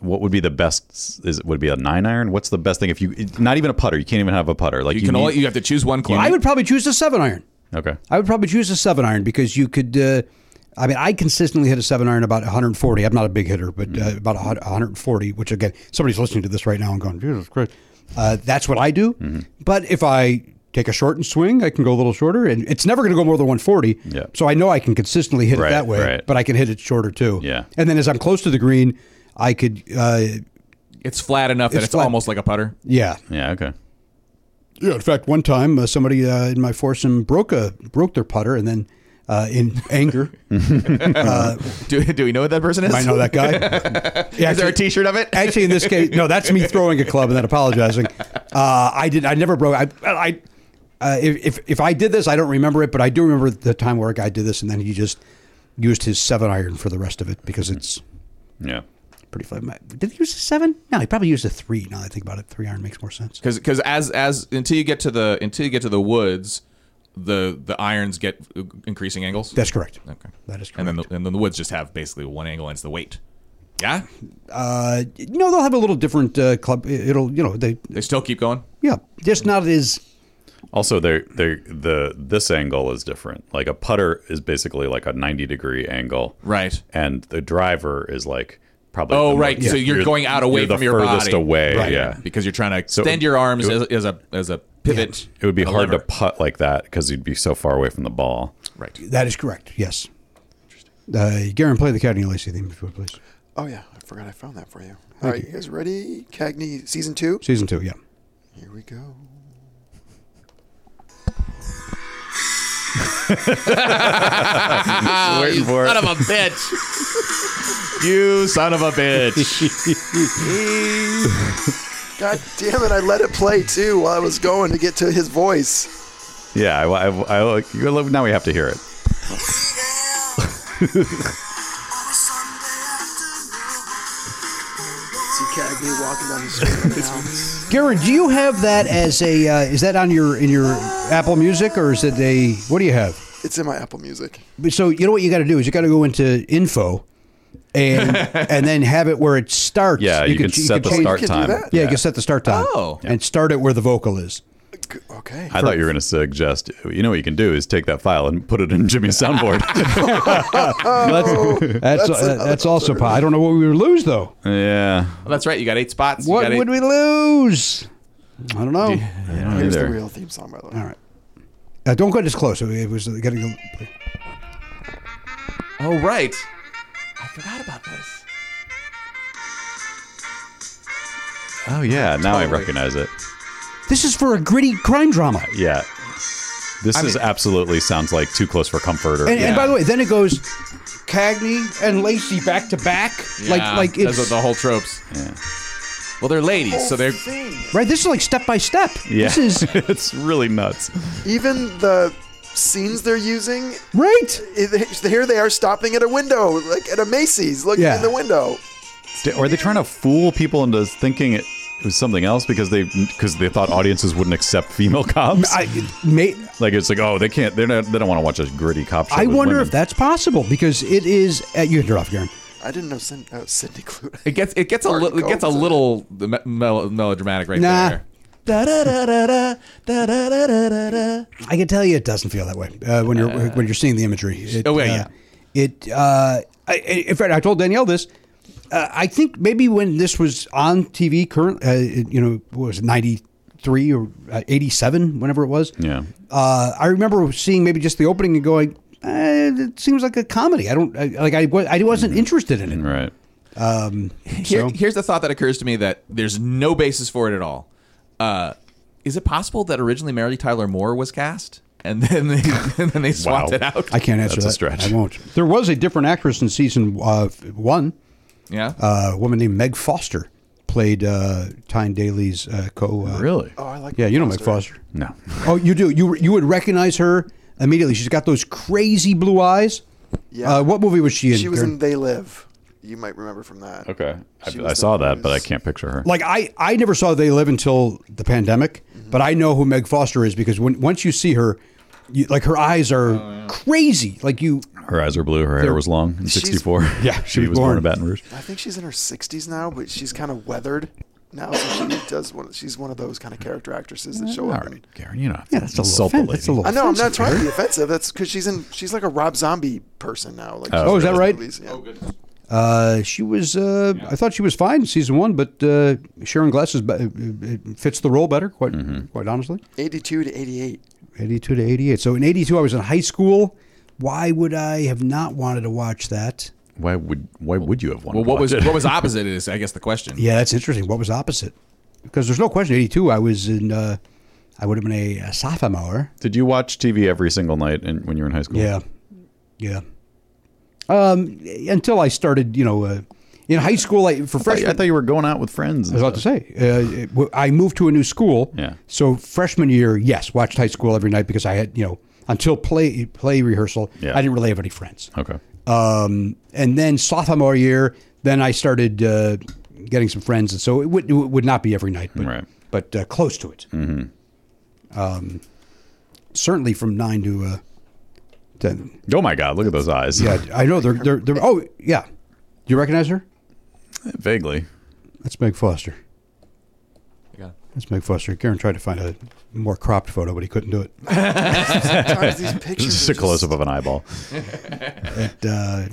[SPEAKER 2] what would be the best? Is it would it be a nine iron? What's the best thing? If you it- not even a putter, you can't even have a putter. Like
[SPEAKER 4] You, can
[SPEAKER 2] need-
[SPEAKER 4] only you have to choose one club.
[SPEAKER 1] I would probably choose the seven iron.
[SPEAKER 2] Okay.
[SPEAKER 1] I would probably choose a seven iron because you could. Uh, I mean, I consistently hit a seven iron about 140. I'm not a big hitter, but
[SPEAKER 2] Mm-hmm.
[SPEAKER 1] uh, about a hun- 140. Which again, somebody's listening to this right now and going, Jesus Christ.
[SPEAKER 2] Mm-hmm.
[SPEAKER 1] Uh, that's what I do. But if I take a shortened swing, I can go a little shorter, and it's never going to go more than 140.
[SPEAKER 2] Yeah.
[SPEAKER 1] So I know I can consistently hit
[SPEAKER 2] Right,
[SPEAKER 1] it that way,
[SPEAKER 2] right.
[SPEAKER 1] but I can hit it shorter too.
[SPEAKER 2] Yeah.
[SPEAKER 1] And then as I'm close to the green, I could. Uh,
[SPEAKER 4] it's flat enough that
[SPEAKER 1] It's
[SPEAKER 4] it's
[SPEAKER 1] flat.
[SPEAKER 4] almost like a putter.
[SPEAKER 1] yeah.
[SPEAKER 2] Yeah. Okay.
[SPEAKER 1] Yeah, in fact, one time uh, somebody uh, in my foursome broke a broke their putter, and then uh, in anger, uh,
[SPEAKER 4] Do, do we know what that person is?
[SPEAKER 1] I know that guy. Yeah,
[SPEAKER 4] Is there a
[SPEAKER 1] actually-
[SPEAKER 4] T-shirt of it?
[SPEAKER 1] Actually, in this case, no, that's me throwing a club and then apologizing. Uh, I did. I never broke. I. I uh, if, if if I did this, I don't remember it, but I do remember the time where a guy did this, and then he just used his seven iron for the rest of it because it's
[SPEAKER 2] Yeah.
[SPEAKER 1] pretty flat. Did he use a seven? No, he probably used a three. Now that I think about it, three iron makes more sense.
[SPEAKER 4] because because as as until you get to the until you get to the woods, the the irons get increasing angles.
[SPEAKER 1] That's correct.
[SPEAKER 4] okay.
[SPEAKER 1] That is correct.
[SPEAKER 4] And then the, and then the woods just have basically one angle and it's the weight. Yeah,
[SPEAKER 1] uh, you know, they'll have a little different uh, club. It'll, you know, they,
[SPEAKER 4] they still keep going.
[SPEAKER 1] yeah, just not as.
[SPEAKER 2] Also, they they the this angle is different. Like a putter is basically like a ninety degree angle,
[SPEAKER 4] Right.
[SPEAKER 2] And the driver is like probably.
[SPEAKER 4] Oh,
[SPEAKER 2] the mo-
[SPEAKER 4] right. So you're going out away
[SPEAKER 2] you're
[SPEAKER 4] from
[SPEAKER 2] the
[SPEAKER 4] your
[SPEAKER 2] furthest
[SPEAKER 4] body.
[SPEAKER 2] away.
[SPEAKER 1] Right.
[SPEAKER 2] Yeah.
[SPEAKER 4] Because you're trying to
[SPEAKER 2] So
[SPEAKER 4] extend
[SPEAKER 2] it-
[SPEAKER 4] your arms
[SPEAKER 2] it-
[SPEAKER 4] as, as a as a pivot.
[SPEAKER 2] It would be
[SPEAKER 4] a
[SPEAKER 2] hard to
[SPEAKER 4] lever.
[SPEAKER 2] putt like that because you'd be so far away from the ball.
[SPEAKER 4] Right.
[SPEAKER 1] That is correct. Yes. Uh, Garen, play the Cagney Lacey theme, if you would, please.
[SPEAKER 5] Oh yeah, I forgot I found that for you. All right, you guys ready? Cagney season two.
[SPEAKER 1] Season two, yeah.
[SPEAKER 5] Here we go.
[SPEAKER 2] waiting for it.
[SPEAKER 4] Ah, Son of a bitch. you son of a bitch.
[SPEAKER 5] God damn it! I let it play too while I was going to get to his voice.
[SPEAKER 2] Yeah, I, I, I, you love- now we have to hear it.
[SPEAKER 5] See Cagney walking down the street now.
[SPEAKER 1] Garen, do you have that as a? Uh, is that on your in your Apple Music or is it a? What do you have?
[SPEAKER 5] It's in my Apple Music.
[SPEAKER 1] But So you know what you got to do is you got to go into info, and and then have it where it starts.
[SPEAKER 2] Yeah, you, can,
[SPEAKER 1] ch-
[SPEAKER 2] set the
[SPEAKER 1] change-
[SPEAKER 2] start
[SPEAKER 5] you can do
[SPEAKER 2] time.
[SPEAKER 5] that?
[SPEAKER 1] Yeah, you can set the start time.
[SPEAKER 4] Oh.
[SPEAKER 1] and start it where the vocal is.
[SPEAKER 5] G- Okay.
[SPEAKER 2] I thought you were going to suggest, you know what you can do is take that file and put it in Jimmy's soundboard. Oh.
[SPEAKER 1] That's that's, uh, that's also. po- I don't know what we would lose though.
[SPEAKER 2] yeah.
[SPEAKER 4] Well, Oh, that's right. You got eight spots. You
[SPEAKER 1] What
[SPEAKER 4] got eight-
[SPEAKER 1] would we lose? I don't know.
[SPEAKER 2] I don't
[SPEAKER 5] Here's the
[SPEAKER 2] either.
[SPEAKER 5] real theme song, by the way.
[SPEAKER 1] All right. Uh, don't go this close. It was getting.
[SPEAKER 4] Oh right. I forgot about this.
[SPEAKER 2] Oh, yeah. Now I
[SPEAKER 4] Totally.
[SPEAKER 2] recognize it.
[SPEAKER 1] This is for a gritty crime drama.
[SPEAKER 2] Yeah. This
[SPEAKER 4] I
[SPEAKER 2] is
[SPEAKER 4] mean-
[SPEAKER 2] absolutely sounds like too close for comfort. Or,
[SPEAKER 1] And,
[SPEAKER 2] yeah.
[SPEAKER 1] and by the way, then it goes Cagney and Lacey back to back.
[SPEAKER 4] Yeah,
[SPEAKER 1] Like like
[SPEAKER 4] those
[SPEAKER 1] it's
[SPEAKER 4] are the whole tropes. Well, they're ladies, so they're
[SPEAKER 1] right. This is like step by step.
[SPEAKER 2] yeah.
[SPEAKER 1] This is
[SPEAKER 2] it's really nuts.
[SPEAKER 5] Even the scenes they're using,
[SPEAKER 1] right.
[SPEAKER 5] it- here they are stopping at a window, like at a Macy's, looking
[SPEAKER 1] Yeah.
[SPEAKER 5] in the window.
[SPEAKER 2] D- Are they trying to fool people into thinking it was something else because they because they thought audiences wouldn't accept female cops?
[SPEAKER 1] I may,
[SPEAKER 2] like it's like oh they can't they're not they don't want to watch a gritty cop show.
[SPEAKER 1] I
[SPEAKER 2] with
[SPEAKER 1] wonder
[SPEAKER 2] women.
[SPEAKER 1] if that's possible because it is. Uh, you can off, Garen.
[SPEAKER 5] I didn't know Sydney, oh, Sydney Clute.
[SPEAKER 4] it gets it gets a
[SPEAKER 5] Martin
[SPEAKER 4] little it gets a
[SPEAKER 5] Gomes.
[SPEAKER 4] little me- mel- melodramatic right
[SPEAKER 1] Nah.
[SPEAKER 4] there.
[SPEAKER 1] I can tell you, it doesn't feel that way uh, when you're when you're seeing the imagery. It,
[SPEAKER 4] oh, yeah,
[SPEAKER 1] uh,
[SPEAKER 4] yeah.
[SPEAKER 1] It. Uh, I, in fact, I told Danielle this. Uh, I think maybe when this was on TV, current, uh, it- you know, what was ninety three or uh, eighty seven, whenever it was.
[SPEAKER 2] Yeah.
[SPEAKER 1] Uh, I remember seeing maybe just the opening and going, eh, "It seems like a comedy." I don't I, like. I, wa- I wasn't interested in it.
[SPEAKER 2] right.
[SPEAKER 4] Here, here's the thought that occurs to me that there's no basis for it at all. Uh, is it possible that originally Mary Tyler Moore was cast and then they, and then they swapped
[SPEAKER 2] Wow.
[SPEAKER 4] it out?
[SPEAKER 1] I can't answer
[SPEAKER 2] That's a
[SPEAKER 1] that.
[SPEAKER 2] stretch.
[SPEAKER 1] I won't. There was a different actress in season uh, f- one.
[SPEAKER 4] yeah.
[SPEAKER 1] Uh, a woman named Meg Foster played uh, Tyne Daly's uh, co. Uh,
[SPEAKER 2] Really?
[SPEAKER 5] Oh, I like
[SPEAKER 1] Yeah, you know Meg
[SPEAKER 5] Foster.
[SPEAKER 1] Foster.
[SPEAKER 2] No.
[SPEAKER 1] Oh, you do. You you would recognize her immediately. She's got those crazy blue eyes.
[SPEAKER 5] Yeah.
[SPEAKER 1] Uh, what movie was she in?
[SPEAKER 5] She was
[SPEAKER 1] Garen?
[SPEAKER 5] in They Live. You might remember from that.
[SPEAKER 2] Okay.
[SPEAKER 5] She
[SPEAKER 2] I,
[SPEAKER 5] was
[SPEAKER 2] I
[SPEAKER 5] the-
[SPEAKER 2] saw that, but I
[SPEAKER 5] was-
[SPEAKER 2] can't picture her.
[SPEAKER 1] like I, I never saw They Live until the pandemic,
[SPEAKER 5] Mm-hmm.
[SPEAKER 1] but I know who Meg Foster is because when once you see her, you, like her eyes are crazy. Like you,
[SPEAKER 2] Her eyes are blue. Her hair was long in
[SPEAKER 5] She's-
[SPEAKER 2] '64.
[SPEAKER 1] Yeah,
[SPEAKER 2] she was born in Baton Rouge.
[SPEAKER 5] I think she's in her 60s now, but she's kind of weathered now. So she does one. She's one of those kind of character actresses that show
[SPEAKER 2] All
[SPEAKER 5] up.
[SPEAKER 2] right,
[SPEAKER 5] in-
[SPEAKER 2] Karen, you know.
[SPEAKER 1] yeah, that's a little. Offense, that's a little
[SPEAKER 5] I know. I'm not
[SPEAKER 1] offensive,
[SPEAKER 5] trying to
[SPEAKER 1] Garen.
[SPEAKER 5] be offensive. That's because she's in. She's like a Rob Zombie person now. Like,
[SPEAKER 2] Oh,
[SPEAKER 5] she's
[SPEAKER 2] is that
[SPEAKER 5] in those
[SPEAKER 1] right?
[SPEAKER 5] movies, yeah.
[SPEAKER 1] Uh, she was. Uh, I thought she was fine in season one, but uh, Sharon Glass is, be- it it fits the role better. Quite, quite honestly,
[SPEAKER 5] 82 to 88.
[SPEAKER 1] eighty-two to eighty-eight. So in eighty-two, I was in high school. Why would I have not wanted to watch that?
[SPEAKER 2] Why would Why would you have wanted?
[SPEAKER 4] well,
[SPEAKER 2] to
[SPEAKER 4] what was
[SPEAKER 2] watch it?
[SPEAKER 4] what was opposite is I guess the question.
[SPEAKER 1] Yeah, that's interesting. What was opposite? Because there's no question. Eighty-two, I was in. Uh, I would have been a, a sophomore.
[SPEAKER 2] Did you watch TV every single night in, when you were in high school?
[SPEAKER 1] Yeah, yeah. Um, until I started, you know, uh, in high school, I for
[SPEAKER 2] I, I
[SPEAKER 1] freshman.
[SPEAKER 2] thought you were going out with friends.
[SPEAKER 1] I was about to say, uh, it- w- I moved to a new school.
[SPEAKER 2] Yeah.
[SPEAKER 1] So freshman year, yes, watched high school every night because I had, you know, until play play rehearsal,
[SPEAKER 2] Yeah.
[SPEAKER 1] I didn't really have any friends.
[SPEAKER 2] Okay.
[SPEAKER 1] Um, and then sophomore year, then I started uh, getting some friends, and so it would, it would not be every night, but
[SPEAKER 2] Right.
[SPEAKER 1] but uh, close to it. Mm-hmm. Um, certainly from nine to uh, ten.
[SPEAKER 2] Oh my God! Look at those eyes.
[SPEAKER 1] Yeah, I know they're they're, they're oh yeah. Do you recognize her?
[SPEAKER 2] Vaguely.
[SPEAKER 1] That's Meg Foster.
[SPEAKER 4] Yeah.
[SPEAKER 1] That's Meg Foster. Karen tried to find a more cropped photo, but he couldn't do it.
[SPEAKER 5] Sometimes these pictures.
[SPEAKER 2] This is
[SPEAKER 5] are
[SPEAKER 2] a close up of an eyeball.
[SPEAKER 1] But, uh,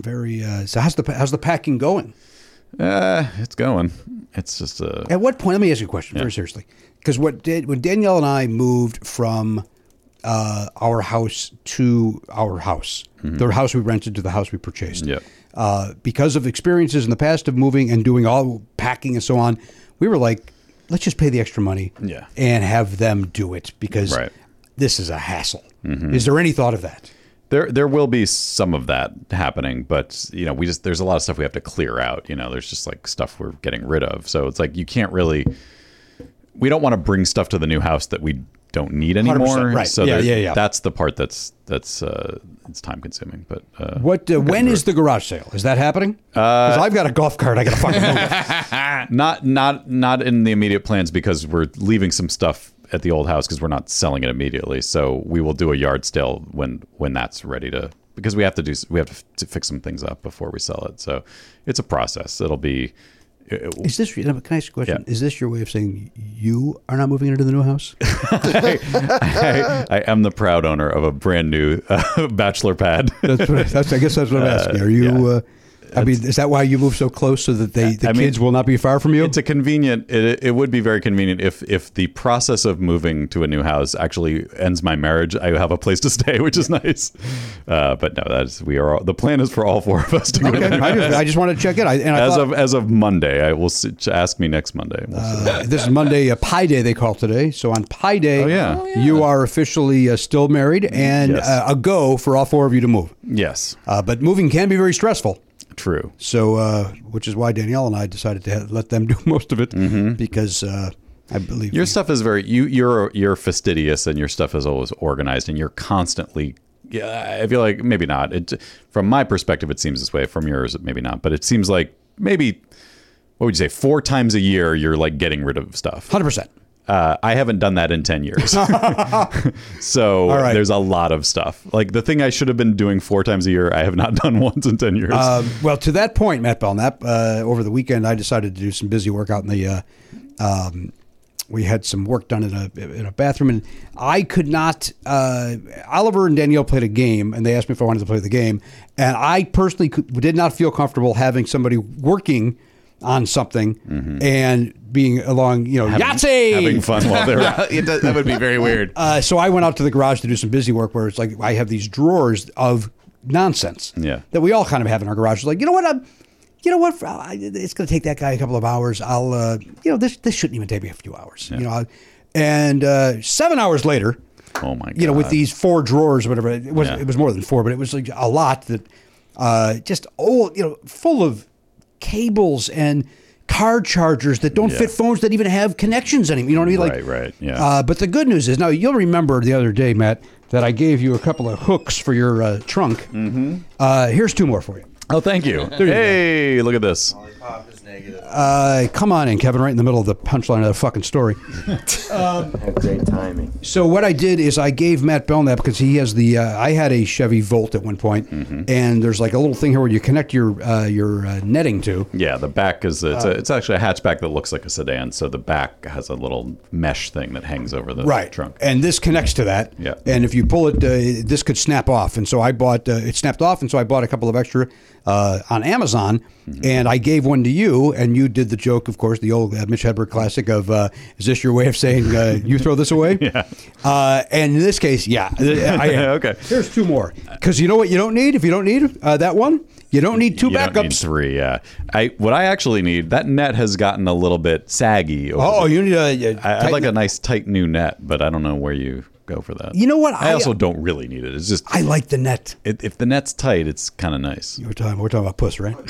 [SPEAKER 1] very. Uh, so how's the how's the packing going?
[SPEAKER 2] Uh, it's going. It's just a.
[SPEAKER 1] At what point? Let me ask you a question very seriously, because what did when Danielle and I moved from uh, our house to our house,
[SPEAKER 2] Mm-hmm.
[SPEAKER 1] the house we rented to the house we purchased.
[SPEAKER 2] Yep.
[SPEAKER 1] Uh, because of experiences in the past of moving and doing all packing and so on, we were like, let's just pay the extra money.
[SPEAKER 2] Yeah.
[SPEAKER 1] And have them do it because
[SPEAKER 2] Right. Mm-hmm.
[SPEAKER 1] th- this is a hassle. Is there any thought of that?
[SPEAKER 2] There, there will be some of that happening, but you know, we just there's a lot of stuff we have to clear out. You know, there's just like stuff we're getting rid of, so it's like you can't really. We don't want to bring stuff to the new house that we don't need anymore.
[SPEAKER 1] 100%, right.
[SPEAKER 2] So
[SPEAKER 1] Yeah,
[SPEAKER 2] there-
[SPEAKER 1] yeah, yeah.
[SPEAKER 2] That's the part that's that's uh, it's time consuming, but uh,
[SPEAKER 1] What? Uh, when is the garage sale? Is that happening? Because I've got a golf cart. I got to fucking move.
[SPEAKER 2] not not not in the immediate plans because we're leaving some stuff at the old house because we're not selling it immediately. So we will do a yard sale when when that's ready to because we have to do we have to, f- to fix some things up before we sell it. So it's a process. It'll be
[SPEAKER 1] Is this? Can I ask a question?
[SPEAKER 2] Yeah.
[SPEAKER 1] Is this your way of saying you are not moving into the new house?
[SPEAKER 2] I, I am the proud owner of a brand new uh, bachelor pad.
[SPEAKER 1] That's what, that's, I guess that's what I'm asking. Are you? Uh, I mean, is that why you move so close so that they the
[SPEAKER 2] I mean,
[SPEAKER 1] kids will not be far from you?
[SPEAKER 2] It's a convenient. It, it would be very convenient if if the process of moving to a new house actually ends my marriage. I have a place to stay, which is nice. Uh, but no, that's we are. All, the plan is for all four of us to go.
[SPEAKER 1] okay, I just, I just wanted to check it. I, and I
[SPEAKER 2] As
[SPEAKER 1] thought,
[SPEAKER 2] of as of Monday, I will see, ask me next Monday. We'll see.
[SPEAKER 1] uh, this is Monday, uh, Pi Day they call today. So on Pi Day,
[SPEAKER 2] Oh, yeah. Oh, yeah.
[SPEAKER 1] you are officially uh, still married and
[SPEAKER 2] Yes.
[SPEAKER 1] uh, a go for all four of you to move.
[SPEAKER 2] yes,
[SPEAKER 1] Uh, but moving can be very stressful.
[SPEAKER 2] true.
[SPEAKER 1] So, uh, which is why Danielle and I decided to ha- let them do most of it
[SPEAKER 2] Mm-hmm.
[SPEAKER 1] because uh, I believe
[SPEAKER 2] Your stuff is very you. You're you're fastidious, and your stuff is always organized, and you're constantly. Yeah, I feel like maybe not. It from my perspective, it seems this way. From yours, maybe not. But it seems like maybe what would you say? Four times a year, you're like getting rid of stuff.
[SPEAKER 1] hundred percent.
[SPEAKER 2] Uh, I haven't done that in ten years, so
[SPEAKER 1] All right.
[SPEAKER 2] there's a lot of stuff. Like the thing I should have been doing four times a year, I have not done once in ten years.
[SPEAKER 1] Um, well, to that point, Matt Belknap, uh, over the weekend, I decided to do some busy work out in the. Uh, um, we had some work done in a in a bathroom, and I could not. Uh, Oliver and Danielle played a game, and they asked me if I wanted to play the game, and I personally could, did not feel comfortable having somebody working on something and being along, you know, Yahtzee,
[SPEAKER 2] Mm-hmm. having fun while they're
[SPEAKER 4] it does, that would be very weird.
[SPEAKER 1] Uh, so I went out to the garage to do some busy work where it's like I have these drawers of nonsense
[SPEAKER 2] Yeah.
[SPEAKER 1] that we all kind of have in our garage. It's like, you know what? I'm, you know what? I- It's going to take that guy a couple of hours. I'll, uh, you know, this this shouldn't even take me a few hours. You know, I- and uh, seven hours later,
[SPEAKER 2] Oh my god!
[SPEAKER 1] you know, with these four drawers or whatever, it was
[SPEAKER 2] Yeah.
[SPEAKER 1] it was more than four, but it was like a lot that uh, just old, you know, full of cables and car chargers that don't
[SPEAKER 2] Yeah.
[SPEAKER 1] fit phones that even have connections anymore. You know what I mean? Like,
[SPEAKER 2] Right, right, yeah.
[SPEAKER 1] Uh, but the good news is now you'll remember the other day, Matt, that I gave you a couple of hooks for your uh, trunk. Mm-hmm. Uh, here's two more for you.
[SPEAKER 2] oh, thank you. hey, look at this.
[SPEAKER 1] Uh, come on in, Kevin, right in the middle of the punchline of the fucking story.
[SPEAKER 6] Great timing.
[SPEAKER 1] So what I did is I gave Matt Belknap because he has the uh, I had a Chevy Volt at one point,
[SPEAKER 6] Mm-hmm.
[SPEAKER 1] and there's like a little thing here where you connect your uh, your uh, netting to.
[SPEAKER 2] Yeah, the back is it's, a,
[SPEAKER 1] Uh,
[SPEAKER 2] it's actually a hatchback that looks like a sedan. So the back has a little mesh thing that hangs over the trunk.
[SPEAKER 1] and this connects to that.
[SPEAKER 2] Yeah.
[SPEAKER 1] And if you pull it, uh, this could snap off. And so I bought uh, it snapped off, and so I bought a couple of extra uh, on Amazon,
[SPEAKER 2] Mm-hmm.
[SPEAKER 1] and I gave one to you, and you did the joke, of course, the old uh, Mitch Hedberg classic of uh, "Is this your way of saying uh, you throw this away?" yeah. Uh, and in this case, yeah, I am.
[SPEAKER 2] Okay.
[SPEAKER 1] Here's two more because you know what you don't need if you don't need uh, that one. You don't need two
[SPEAKER 2] you
[SPEAKER 1] backups.
[SPEAKER 2] don't need three. Yeah, I what I actually need that net has gotten a little bit saggy. Over
[SPEAKER 1] Oh,
[SPEAKER 2] the-
[SPEAKER 1] you need a. a
[SPEAKER 2] I, I'd
[SPEAKER 1] tighten-
[SPEAKER 2] like a nice tight new net, but I don't know where you go for that.
[SPEAKER 1] You know what?
[SPEAKER 2] I,
[SPEAKER 1] I-
[SPEAKER 2] also don't really need it. It's just
[SPEAKER 1] I like the net.
[SPEAKER 2] it, if the net's tight, it's kind of nice.
[SPEAKER 1] We're talking, we're talking about puss, right?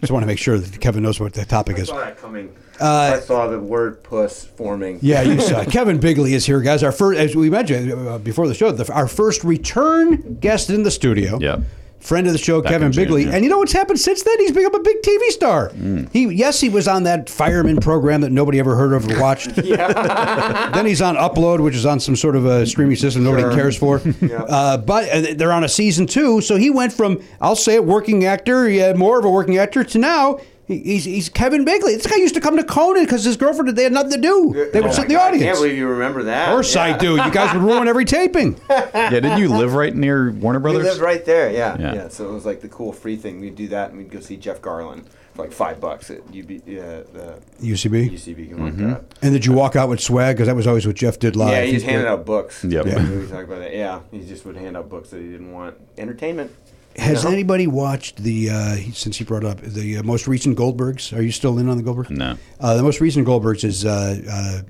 [SPEAKER 1] Just want to make sure that Kevin knows what the topic
[SPEAKER 6] I
[SPEAKER 1] is. Uh,
[SPEAKER 6] saw that coming. I saw the word puss forming.
[SPEAKER 1] Yeah, you saw. it. Kevin Bigley is here, guys. Our first, as we mentioned uh, before the show, the, our first return guest in the studio.
[SPEAKER 2] Yeah.
[SPEAKER 1] Friend of the show, Kevin
[SPEAKER 2] in June,
[SPEAKER 1] Bigley.
[SPEAKER 2] yeah.
[SPEAKER 1] And you know what's happened since then? He's become a big TV star.
[SPEAKER 6] Hmm.
[SPEAKER 1] He yes, he was on that fireman program that nobody ever heard of or watched. then he's on Upload, which is on some sort of a streaming system nobody cares for. Uh, but uh, they're on a season two, so he went from I'll say it, working actor, yeah, more of a working actor, to now. he- He's, he's Kevin Bigley. This guy used to come to Conan because his girlfriend they had nothing to do. They would
[SPEAKER 6] Oh
[SPEAKER 1] sit
[SPEAKER 6] my
[SPEAKER 1] in the
[SPEAKER 6] God, I
[SPEAKER 1] audience.
[SPEAKER 6] can't believe you remember that.
[SPEAKER 1] Of course
[SPEAKER 6] yeah.
[SPEAKER 1] I do. You guys would ruin every taping.
[SPEAKER 2] yeah, didn't you live right near Warner
[SPEAKER 6] We
[SPEAKER 2] Brothers?
[SPEAKER 6] lived right there, yeah.
[SPEAKER 2] Yeah.
[SPEAKER 6] yeah. so it was like the cool free thing. We'd do that, and we'd go see Jeff Garland for like five bucks at UB, uh, the
[SPEAKER 1] UCB.
[SPEAKER 6] UCB.
[SPEAKER 2] Mm-hmm.
[SPEAKER 6] mm
[SPEAKER 1] And did you walk out with swag? Because that was always what Jeff did live.
[SPEAKER 6] Yeah, he just handed out books.
[SPEAKER 2] Yep.
[SPEAKER 6] Yeah, we talked about that. Yeah, he just would hand out books that he didn't want. Entertainment.
[SPEAKER 1] Has
[SPEAKER 6] Yeah.
[SPEAKER 1] anybody watched the uh, since he brought up the uh, most recent Goldbergs? Are you still in on the Goldbergs?
[SPEAKER 2] No.
[SPEAKER 1] Uh, the most recent Goldbergs is uh, uh,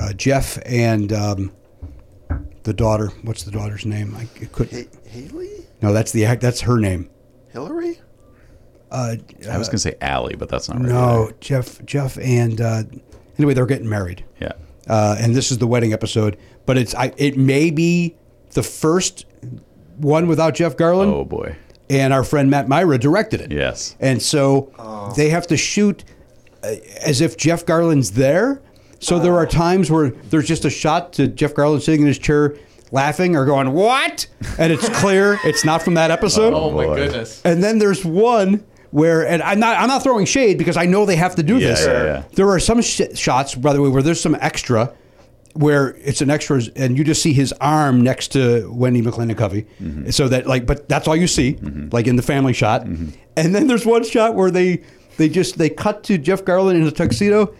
[SPEAKER 1] uh, Jeff and um, the daughter. What's the daughter's name? I it could.
[SPEAKER 5] Ha- Haley?
[SPEAKER 1] No, that's the act. That's her name.
[SPEAKER 5] Hillary?
[SPEAKER 1] Uh,
[SPEAKER 2] I was going to say Allie, but that's not right.
[SPEAKER 1] no, Jeff. Jeff and uh, anyway, they're getting married.
[SPEAKER 2] Yeah.
[SPEAKER 1] Uh, and this is the wedding episode, but it's I, it may be the first one without Jeff Garland.
[SPEAKER 2] Oh boy.
[SPEAKER 1] and our friend Matt Myra directed it.
[SPEAKER 2] Yes.
[SPEAKER 1] And so they have to shoot uh, as if Jeff Garland's there. So there are times where there's just a shot to Jeff Garland sitting in his chair laughing or going, What? And it's clear it's not from that episode.
[SPEAKER 4] Oh my
[SPEAKER 2] Boy.
[SPEAKER 4] goodness.
[SPEAKER 1] And then there's one where, and I'm not, I'm not throwing shade because I know they have to do
[SPEAKER 2] Yeah,
[SPEAKER 1] this.
[SPEAKER 2] yeah, yeah.
[SPEAKER 1] There are some sh- shots, by the way, where there's some extra, where it's an extra, and you just see his arm next to Wendy McClendon Covey,
[SPEAKER 2] Mm-hmm.
[SPEAKER 1] so that like, but that's all you see, like in the family shot. And then there's one shot where they they just they cut to Jeff Garland in a tuxedo,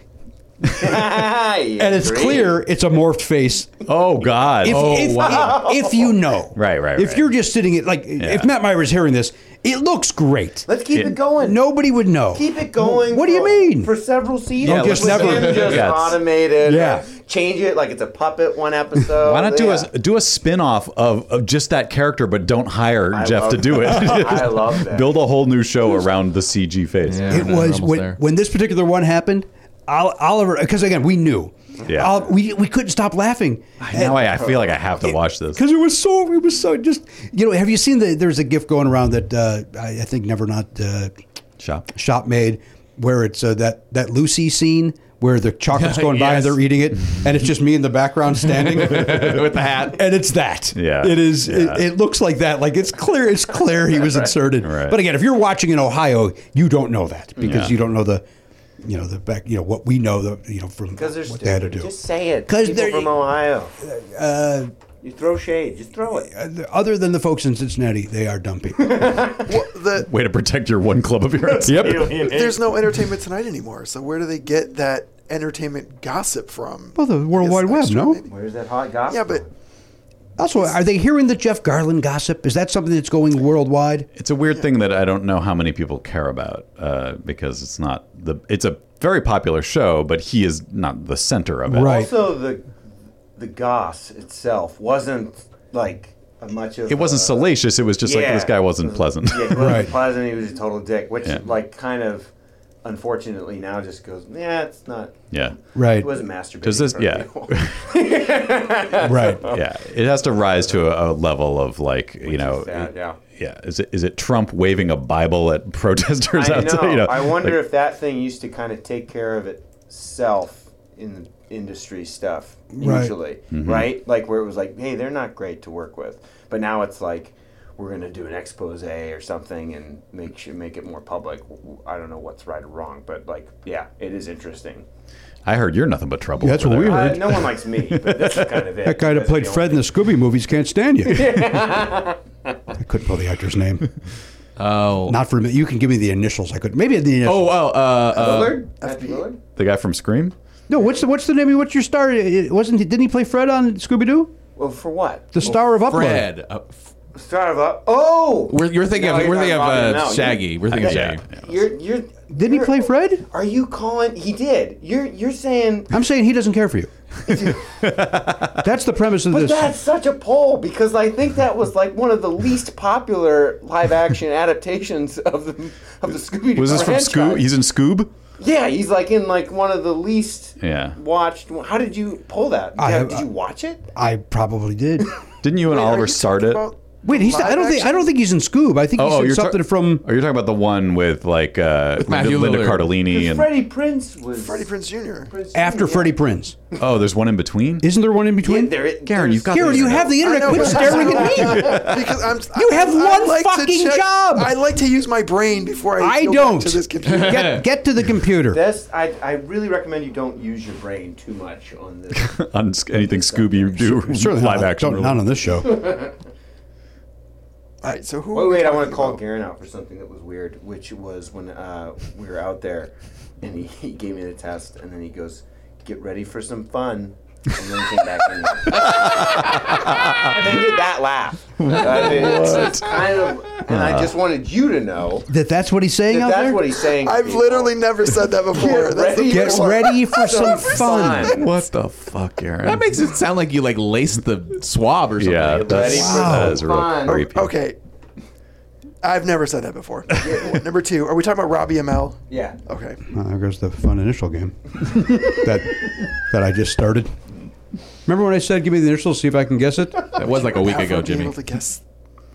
[SPEAKER 1] and it's clear it's a morphed face
[SPEAKER 2] Oh God.
[SPEAKER 1] if,
[SPEAKER 2] oh
[SPEAKER 1] if,
[SPEAKER 2] wow.
[SPEAKER 1] if you know.
[SPEAKER 2] Right, right,
[SPEAKER 1] If
[SPEAKER 2] right.
[SPEAKER 1] you're just sitting it like if Matt Myra's hearing this, it looks great.
[SPEAKER 7] Let's keep
[SPEAKER 2] Yeah.
[SPEAKER 7] it going.
[SPEAKER 1] Nobody would know.
[SPEAKER 7] Keep it going.
[SPEAKER 1] What do you
[SPEAKER 7] for-
[SPEAKER 1] mean?
[SPEAKER 7] For several seasons.
[SPEAKER 2] Yeah,
[SPEAKER 1] just
[SPEAKER 7] With
[SPEAKER 1] never-
[SPEAKER 7] them Just
[SPEAKER 2] Yes.
[SPEAKER 7] automated.
[SPEAKER 1] Yeah.
[SPEAKER 6] uh,
[SPEAKER 7] Change it like it's a puppet one episode.
[SPEAKER 2] Why not do
[SPEAKER 7] Oh, yeah.
[SPEAKER 2] a do a spin off of, of just that character, but don't hire Jeff
[SPEAKER 7] love
[SPEAKER 2] to do it.
[SPEAKER 7] that. I love that.
[SPEAKER 2] Build a whole new show around the CG face.
[SPEAKER 4] Yeah.
[SPEAKER 1] it
[SPEAKER 4] we're
[SPEAKER 1] was
[SPEAKER 4] almost
[SPEAKER 1] when,
[SPEAKER 4] there.
[SPEAKER 1] when this particular one happened. Ol- Oliver, because again, we knew.
[SPEAKER 2] Yeah.
[SPEAKER 1] Ol- we we couldn't stop laughing.
[SPEAKER 2] Now I, I feel like I have to watch this.
[SPEAKER 1] because it was so it was so just you know have you seen the there's a gift going around that uh, I, I think never not uh,
[SPEAKER 2] Shop.
[SPEAKER 1] shop made where it's uh, that that Lucy scene where the chocolate's going by and
[SPEAKER 4] Yes.
[SPEAKER 1] they're eating it and it's just me in the background standing with the hat and it's that
[SPEAKER 2] Yeah.
[SPEAKER 1] it is
[SPEAKER 2] Yeah.
[SPEAKER 1] It, it looks like that like it's clear it's clear he was inserted
[SPEAKER 2] Right.
[SPEAKER 1] but again if you're watching in Ohio you don't know that because
[SPEAKER 2] Yeah.
[SPEAKER 1] you don't know the you know the back you know what we know the you know from
[SPEAKER 7] Because they're
[SPEAKER 1] what they had to
[SPEAKER 7] stupid.
[SPEAKER 1] do
[SPEAKER 7] Just say it.
[SPEAKER 1] 'Cause uh,
[SPEAKER 7] People
[SPEAKER 1] they're-
[SPEAKER 7] from Ohio. you throw shade. Just throw
[SPEAKER 1] uh,
[SPEAKER 7] it.
[SPEAKER 1] other than the folks in Cincinnati they are dumb people
[SPEAKER 5] Well, the,
[SPEAKER 2] Way to protect your one club appearance.
[SPEAKER 5] there's no entertainment tonight anymore. So where do they get that entertainment gossip from?
[SPEAKER 1] Well, the World
[SPEAKER 5] Is
[SPEAKER 1] Wide Web,
[SPEAKER 5] extra,
[SPEAKER 1] no?
[SPEAKER 5] maybe?
[SPEAKER 7] Where's that hot gossip?
[SPEAKER 5] Yeah, but
[SPEAKER 1] also are they hearing the Jeff Garland gossip is that something that's going worldwide
[SPEAKER 2] It's a weird thing that I don't know how many people care about uh, because it's not the. It's a very popular show, but he is not the center of it.
[SPEAKER 1] Right.
[SPEAKER 7] Also, the the goss itself wasn't like a much of.
[SPEAKER 2] It wasn't
[SPEAKER 7] a-
[SPEAKER 2] salacious. It was just like
[SPEAKER 7] Uh, Yeah.
[SPEAKER 2] this guy wasn't pleasant.
[SPEAKER 7] Yeah, he wasn't
[SPEAKER 1] Right.
[SPEAKER 7] pleasant. He was a total dick, which
[SPEAKER 2] Yeah.
[SPEAKER 7] like kind of unfortunately now just goes. Yeah, it's not.
[SPEAKER 2] yeah.
[SPEAKER 1] right
[SPEAKER 7] It wasn't masturbating.
[SPEAKER 2] Does this-
[SPEAKER 7] for
[SPEAKER 2] yeah.
[SPEAKER 7] people.
[SPEAKER 1] right
[SPEAKER 7] Oh.
[SPEAKER 2] Yeah. It has to rise to a, a level of like you know.
[SPEAKER 7] is sad, yeah.
[SPEAKER 2] Yeah. Is it is it Trump waving a Bible at protesters
[SPEAKER 7] I
[SPEAKER 2] outside?
[SPEAKER 7] know.
[SPEAKER 2] You know,
[SPEAKER 7] I wonder
[SPEAKER 2] like-
[SPEAKER 7] if that thing used to kind of take care of itself in the industry stuff
[SPEAKER 1] Right.
[SPEAKER 7] usually,
[SPEAKER 2] Mm-hmm.
[SPEAKER 7] right? Like where it was like, hey, they're not great to work with, but now it's like we're gonna do an expose or something and make sure make it more public. I don't know what's right or wrong, but like, yeah, it is interesting.
[SPEAKER 2] I heard you're nothing but trouble.
[SPEAKER 1] Yeah, that's
[SPEAKER 2] over
[SPEAKER 1] what we
[SPEAKER 2] there.
[SPEAKER 1] heard.
[SPEAKER 7] Uh, no one likes me, but that's kind of it.
[SPEAKER 1] That guy that
[SPEAKER 7] That's the
[SPEAKER 1] played
[SPEAKER 7] only
[SPEAKER 1] Fred in the
[SPEAKER 7] thing.
[SPEAKER 1] Scooby movies can't stand you. I couldn't pull the actor's name.
[SPEAKER 4] Oh.
[SPEAKER 1] Not for me. You can give me the initials. I could maybe the initials.
[SPEAKER 4] Oh, oh, uh, uh,
[SPEAKER 7] Willard? Matthew Willard?
[SPEAKER 2] The guy from Scream.
[SPEAKER 7] Oh.
[SPEAKER 1] no! What's the what's the name? of What's your star? It wasn't he? Didn't he play Fred on Scooby Doo?
[SPEAKER 7] Well, for what?
[SPEAKER 1] The star of Upload.
[SPEAKER 4] Fred. Uh, f-
[SPEAKER 7] Star of a oh.
[SPEAKER 4] we're, you're thinking
[SPEAKER 7] No,
[SPEAKER 4] of,
[SPEAKER 7] you're
[SPEAKER 4] we're
[SPEAKER 7] not
[SPEAKER 4] thinking of
[SPEAKER 7] Robin, no,
[SPEAKER 4] uh,
[SPEAKER 7] you-
[SPEAKER 4] Shaggy. We're thinking of
[SPEAKER 2] Yeah.
[SPEAKER 4] Shaggy.
[SPEAKER 7] You're you're.
[SPEAKER 1] Didn't he
[SPEAKER 7] you're-
[SPEAKER 1] play Fred?
[SPEAKER 7] Are you calling? He did. You're you're saying.
[SPEAKER 1] I'm saying he doesn't care for you. That's the premise of
[SPEAKER 7] But
[SPEAKER 1] this.
[SPEAKER 7] that's such a poll because I think that was like one of the least popular live action adaptations of the of the Scooby Doo.
[SPEAKER 2] Was this from Scoob? He's in Scoob.
[SPEAKER 7] Yeah, he's like in like one of the least
[SPEAKER 2] Yeah. uh,
[SPEAKER 7] watched. How did you pull that? Did,
[SPEAKER 1] I have-
[SPEAKER 7] did you watch it?
[SPEAKER 1] I probably did.
[SPEAKER 2] Didn't you and
[SPEAKER 5] Are
[SPEAKER 2] Oliver
[SPEAKER 5] you
[SPEAKER 2] start
[SPEAKER 5] talking
[SPEAKER 2] it?
[SPEAKER 5] about
[SPEAKER 1] Wait, he's. I don't think. I don't think he's in Scoob. I think
[SPEAKER 7] Oh,
[SPEAKER 1] he's in
[SPEAKER 2] you're tar-
[SPEAKER 1] something from.
[SPEAKER 2] Oh, you're talking about the one with like uh,
[SPEAKER 4] Matthew
[SPEAKER 2] Linda, Linda
[SPEAKER 4] Lillard.
[SPEAKER 2] Cardellini and
[SPEAKER 7] Freddie Prince was
[SPEAKER 5] Freddie Prince Jr.
[SPEAKER 7] Prinze Jr.,
[SPEAKER 1] After
[SPEAKER 7] yeah.
[SPEAKER 1] Freddie Prince.
[SPEAKER 2] oh, there's one in between.
[SPEAKER 1] Isn't there one in
[SPEAKER 7] Yeah,
[SPEAKER 1] between?
[SPEAKER 7] there, it-
[SPEAKER 2] Garen,
[SPEAKER 7] there's-
[SPEAKER 2] you've got
[SPEAKER 1] Garrett,
[SPEAKER 2] this.
[SPEAKER 1] you have the internet.
[SPEAKER 5] I know,
[SPEAKER 1] Quit
[SPEAKER 5] but-
[SPEAKER 1] staring at me.
[SPEAKER 5] because I'm.
[SPEAKER 1] You have
[SPEAKER 5] I, I
[SPEAKER 1] one
[SPEAKER 5] like to
[SPEAKER 1] fucking
[SPEAKER 5] check-
[SPEAKER 1] job.
[SPEAKER 5] I like to use my brain before I.
[SPEAKER 1] I
[SPEAKER 5] go back
[SPEAKER 1] don't.
[SPEAKER 5] To this computer.
[SPEAKER 1] Get, get to the computer.
[SPEAKER 7] That's I, I really recommend you don't use your brain too much on this.
[SPEAKER 2] on sc- anything Scooby Doo
[SPEAKER 1] Certainly
[SPEAKER 2] live
[SPEAKER 1] not,
[SPEAKER 2] action.
[SPEAKER 1] don't- Not
[SPEAKER 2] related.
[SPEAKER 1] on this show.
[SPEAKER 5] All right, so who?
[SPEAKER 7] Wait,
[SPEAKER 5] are we
[SPEAKER 7] wait, I want
[SPEAKER 5] talking
[SPEAKER 7] to call
[SPEAKER 5] about?
[SPEAKER 7] Garen out for something that was weird, which was when uh, we were out there and he, he gave me the test and then he goes, Get ready for some fun. and then came back in. they did that laugh. I mean, it's, it's kind of, and I just wanted you to know
[SPEAKER 1] That that's what he's saying
[SPEAKER 7] that
[SPEAKER 1] out
[SPEAKER 7] that's
[SPEAKER 1] there.
[SPEAKER 7] what he's saying. to
[SPEAKER 5] I've
[SPEAKER 7] people.
[SPEAKER 5] literally never said that before. That's the
[SPEAKER 7] ready.
[SPEAKER 5] funny
[SPEAKER 1] Get
[SPEAKER 5] part.
[SPEAKER 1] ready for some
[SPEAKER 7] Some
[SPEAKER 1] fun.
[SPEAKER 7] fun.
[SPEAKER 2] What the fuck, Aaron?
[SPEAKER 4] That makes it sound like you like laced the swab or something.
[SPEAKER 2] yeah, that's,
[SPEAKER 7] for
[SPEAKER 2] that
[SPEAKER 7] some
[SPEAKER 2] is real
[SPEAKER 7] fun.
[SPEAKER 2] creepy.
[SPEAKER 5] Okay. I've never said that before. Number two, are we talking about Robbie ML?
[SPEAKER 7] Yeah.
[SPEAKER 5] Okay.
[SPEAKER 1] Well, Oh, there goes the fun initial game that that I just started. Remember when I said, "Give me the initials, see if I can guess it"?
[SPEAKER 4] That was like a week
[SPEAKER 5] How
[SPEAKER 4] ago,
[SPEAKER 5] from being
[SPEAKER 4] Jimmy.
[SPEAKER 5] Able to guess.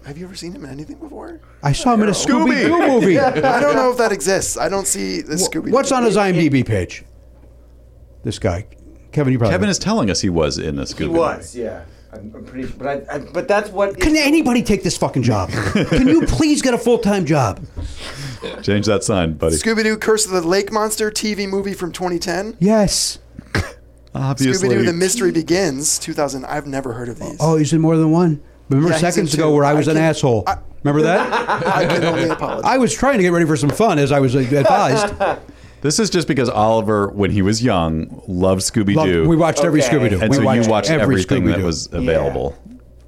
[SPEAKER 5] Have you ever seen him in anything before?
[SPEAKER 1] I saw him in a Scooby Doo movie.
[SPEAKER 5] I don't know if that exists. I don't see the Scooby.
[SPEAKER 1] What's on his IMDb page? This guy, Kevin. You probably
[SPEAKER 2] Kevin is telling us he was in this.
[SPEAKER 7] He was, yeah. I'm, I'm pretty, but I, I, but that's what.
[SPEAKER 1] Can anybody take this fucking job? Can you please get a full time job?
[SPEAKER 2] Change that sign, buddy.
[SPEAKER 5] Scooby Doo Curse of the Lake Monster TV movie from 2010?
[SPEAKER 1] Yes.
[SPEAKER 2] Obviously,
[SPEAKER 5] Scooby Doo The Mystery Begins 2000. I've never heard of these.
[SPEAKER 1] Oh, he's in more than one. Remember
[SPEAKER 5] Yeah, he's in
[SPEAKER 1] seconds
[SPEAKER 5] two.
[SPEAKER 1] ago where I
[SPEAKER 5] I
[SPEAKER 1] was an
[SPEAKER 5] can-
[SPEAKER 1] asshole.
[SPEAKER 5] I-
[SPEAKER 1] Remember that?
[SPEAKER 5] I can only apologize.
[SPEAKER 1] I was trying to get ready for some fun as I was advised.
[SPEAKER 2] This is just because Oliver, when he was young, loved Scooby
[SPEAKER 1] Love-
[SPEAKER 2] Doo.
[SPEAKER 1] we watched every
[SPEAKER 7] Okay.
[SPEAKER 1] Scooby Doo.
[SPEAKER 2] and
[SPEAKER 1] we
[SPEAKER 2] so
[SPEAKER 1] watched
[SPEAKER 2] you watched
[SPEAKER 1] every
[SPEAKER 2] everything that
[SPEAKER 1] Scooby-Doo.
[SPEAKER 2] was available.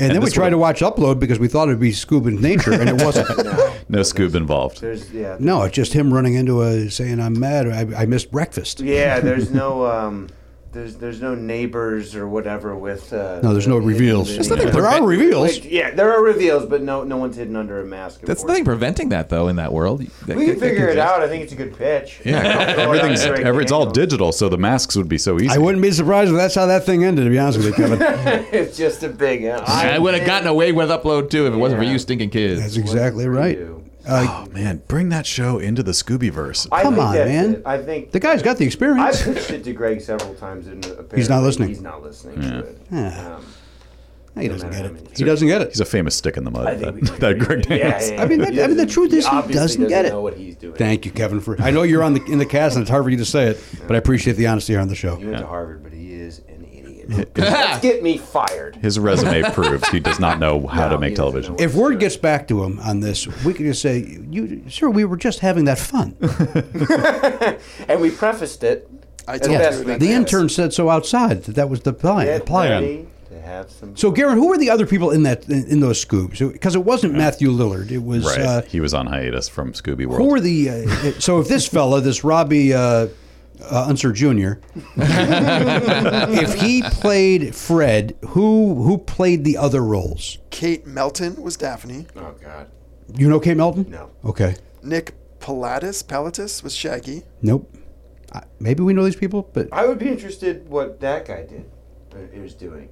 [SPEAKER 1] And, then we
[SPEAKER 2] this
[SPEAKER 1] tried to
[SPEAKER 2] would've-
[SPEAKER 1] watch Upload because we thought it'd be Scoob in nature, and it wasn't.
[SPEAKER 2] No Scoob involved.
[SPEAKER 7] There's, yeah.
[SPEAKER 1] no, it's just him running into a saying, "I'm mad. I, I missed breakfast."
[SPEAKER 7] Yeah, there's no um, there's there's no neighbors or whatever with. Uh,
[SPEAKER 1] No, there's no reveals.
[SPEAKER 7] There's nothing
[SPEAKER 1] There are reveals.
[SPEAKER 7] Like, yeah, there are reveals, but no no one's hidden under a mask.
[SPEAKER 4] That's nothing preventing that though in that world. That-
[SPEAKER 7] We
[SPEAKER 4] that-
[SPEAKER 7] can
[SPEAKER 4] that
[SPEAKER 7] figure it
[SPEAKER 4] exist.
[SPEAKER 7] out. I think it's a good pitch.
[SPEAKER 2] Yeah, everything's every, it's all digital, so the masks would be so easy.
[SPEAKER 1] I wouldn't be surprised if that's how that thing ended. To be honest with you, Kevin,
[SPEAKER 7] it's just a big. Uh,
[SPEAKER 4] I would have gotten away with upload too if it wasn't for
[SPEAKER 7] Yeah.
[SPEAKER 4] you stinking kids.
[SPEAKER 1] that's exactly right.
[SPEAKER 2] oh man, bring that show into the Scooby verse.
[SPEAKER 7] I
[SPEAKER 1] Come
[SPEAKER 7] think
[SPEAKER 1] on,
[SPEAKER 7] that's
[SPEAKER 1] man.
[SPEAKER 7] it. I think
[SPEAKER 1] The guy's got the
[SPEAKER 7] I
[SPEAKER 1] experience.
[SPEAKER 7] pitched it to Greg several times, and apparently
[SPEAKER 1] He's not listening.
[SPEAKER 7] He's not listening to it.
[SPEAKER 1] Yeah.
[SPEAKER 7] Um,
[SPEAKER 1] he doesn't get
[SPEAKER 7] I
[SPEAKER 1] it.
[SPEAKER 7] mean,
[SPEAKER 1] He doesn't get it.
[SPEAKER 2] He's a famous stick in the mud.
[SPEAKER 7] I think
[SPEAKER 2] That,
[SPEAKER 7] we can
[SPEAKER 2] that
[SPEAKER 7] agree.
[SPEAKER 2] Greg Daniels.
[SPEAKER 7] Yeah, yeah,
[SPEAKER 1] I mean,
[SPEAKER 7] yeah.
[SPEAKER 1] that-
[SPEAKER 7] He
[SPEAKER 1] I mean, the
[SPEAKER 7] doesn't-
[SPEAKER 1] truth is he
[SPEAKER 7] obviously
[SPEAKER 1] doesn't get it.
[SPEAKER 7] Know what he's doing.
[SPEAKER 1] Thank you, Kevin. For I know you're on the in the cast, and it's hard for you to say it, but I appreciate the honesty here on the show.
[SPEAKER 7] He went to Harvard, but he is an idiot. Let's get me fired.
[SPEAKER 2] His resume proves he does not know how to
[SPEAKER 7] No, he
[SPEAKER 2] make
[SPEAKER 7] doesn't
[SPEAKER 2] television.
[SPEAKER 7] know
[SPEAKER 1] If word gets back to him on this, we could just say, "You, sir, we were just having that fun."
[SPEAKER 7] And we prefaced it.
[SPEAKER 5] I
[SPEAKER 7] as
[SPEAKER 5] told
[SPEAKER 7] best
[SPEAKER 5] you
[SPEAKER 7] we
[SPEAKER 5] that-
[SPEAKER 1] The
[SPEAKER 7] could.
[SPEAKER 1] intern said so outside that that was the plan.
[SPEAKER 7] Get
[SPEAKER 1] the plan.
[SPEAKER 7] ready to have some.
[SPEAKER 1] So, Garen, who were the other people in that in, in those scoops? Because it wasn't Matthew Lillard. It was
[SPEAKER 2] Right,
[SPEAKER 1] uh,
[SPEAKER 2] he was on hiatus from Scooby World.
[SPEAKER 1] who were the uh, so if this fella, this Robbie uh, uh, Unser Jr. if he played Fred, who who played the other roles?
[SPEAKER 5] Kate Melton was Daphne.
[SPEAKER 7] oh God,
[SPEAKER 1] You know Kate Melton?
[SPEAKER 7] No.
[SPEAKER 1] Okay.
[SPEAKER 5] Nick Pilatus, Pilatus was Shaggy.
[SPEAKER 1] Nope. I, maybe we know these people, but
[SPEAKER 7] I would be interested what that guy did. uh, He was doing.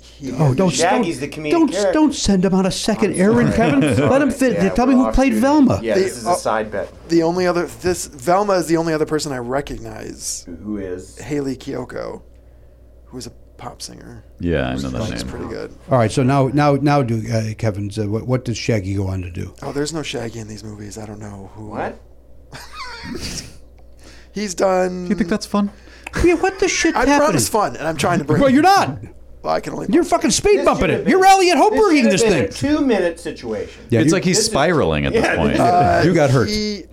[SPEAKER 5] He
[SPEAKER 1] oh, don't
[SPEAKER 7] Shaggy's
[SPEAKER 1] don't
[SPEAKER 7] the comedic
[SPEAKER 1] don't,
[SPEAKER 7] character.
[SPEAKER 1] don't send him on a second errand, Kevin. Let him fit.
[SPEAKER 7] Yeah,
[SPEAKER 1] Tell me
[SPEAKER 7] we're
[SPEAKER 1] who
[SPEAKER 7] off
[SPEAKER 1] played
[SPEAKER 7] duty.
[SPEAKER 1] Velma.
[SPEAKER 7] Yeah,
[SPEAKER 5] The-
[SPEAKER 7] this is
[SPEAKER 5] oh.
[SPEAKER 7] a side bet.
[SPEAKER 5] The only other this Velma is the only other person I recognize.
[SPEAKER 7] Who is?
[SPEAKER 5] Haley Kiyoko, who was a pop singer.
[SPEAKER 2] yeah, I know that
[SPEAKER 5] She's
[SPEAKER 2] name.
[SPEAKER 5] pretty good.
[SPEAKER 1] All right, so now now now do uh, Kevin's uh, what, what does Shaggy go on to do?
[SPEAKER 5] Oh, there's no Shaggy in these movies. I don't know who.
[SPEAKER 7] What?
[SPEAKER 5] He's done.
[SPEAKER 2] Do you think that's fun?
[SPEAKER 1] Yeah, what the shit
[SPEAKER 5] I
[SPEAKER 1] happened?
[SPEAKER 5] promise fun, and I'm trying to bring.
[SPEAKER 1] Well, you're not.
[SPEAKER 5] Well, I can only.
[SPEAKER 1] You're fucking speed
[SPEAKER 7] This
[SPEAKER 1] bumping
[SPEAKER 7] should have
[SPEAKER 1] it.
[SPEAKER 7] been-
[SPEAKER 1] You're Elliot Hopper eating this
[SPEAKER 7] should have
[SPEAKER 1] thing.
[SPEAKER 7] been A two-minute situation.
[SPEAKER 1] Yeah,
[SPEAKER 2] it's
[SPEAKER 1] you-
[SPEAKER 2] like he's
[SPEAKER 7] this is-
[SPEAKER 2] spiraling at
[SPEAKER 7] yeah,
[SPEAKER 2] this point.
[SPEAKER 7] this is-
[SPEAKER 5] Uh,
[SPEAKER 1] You got hurt.
[SPEAKER 5] He,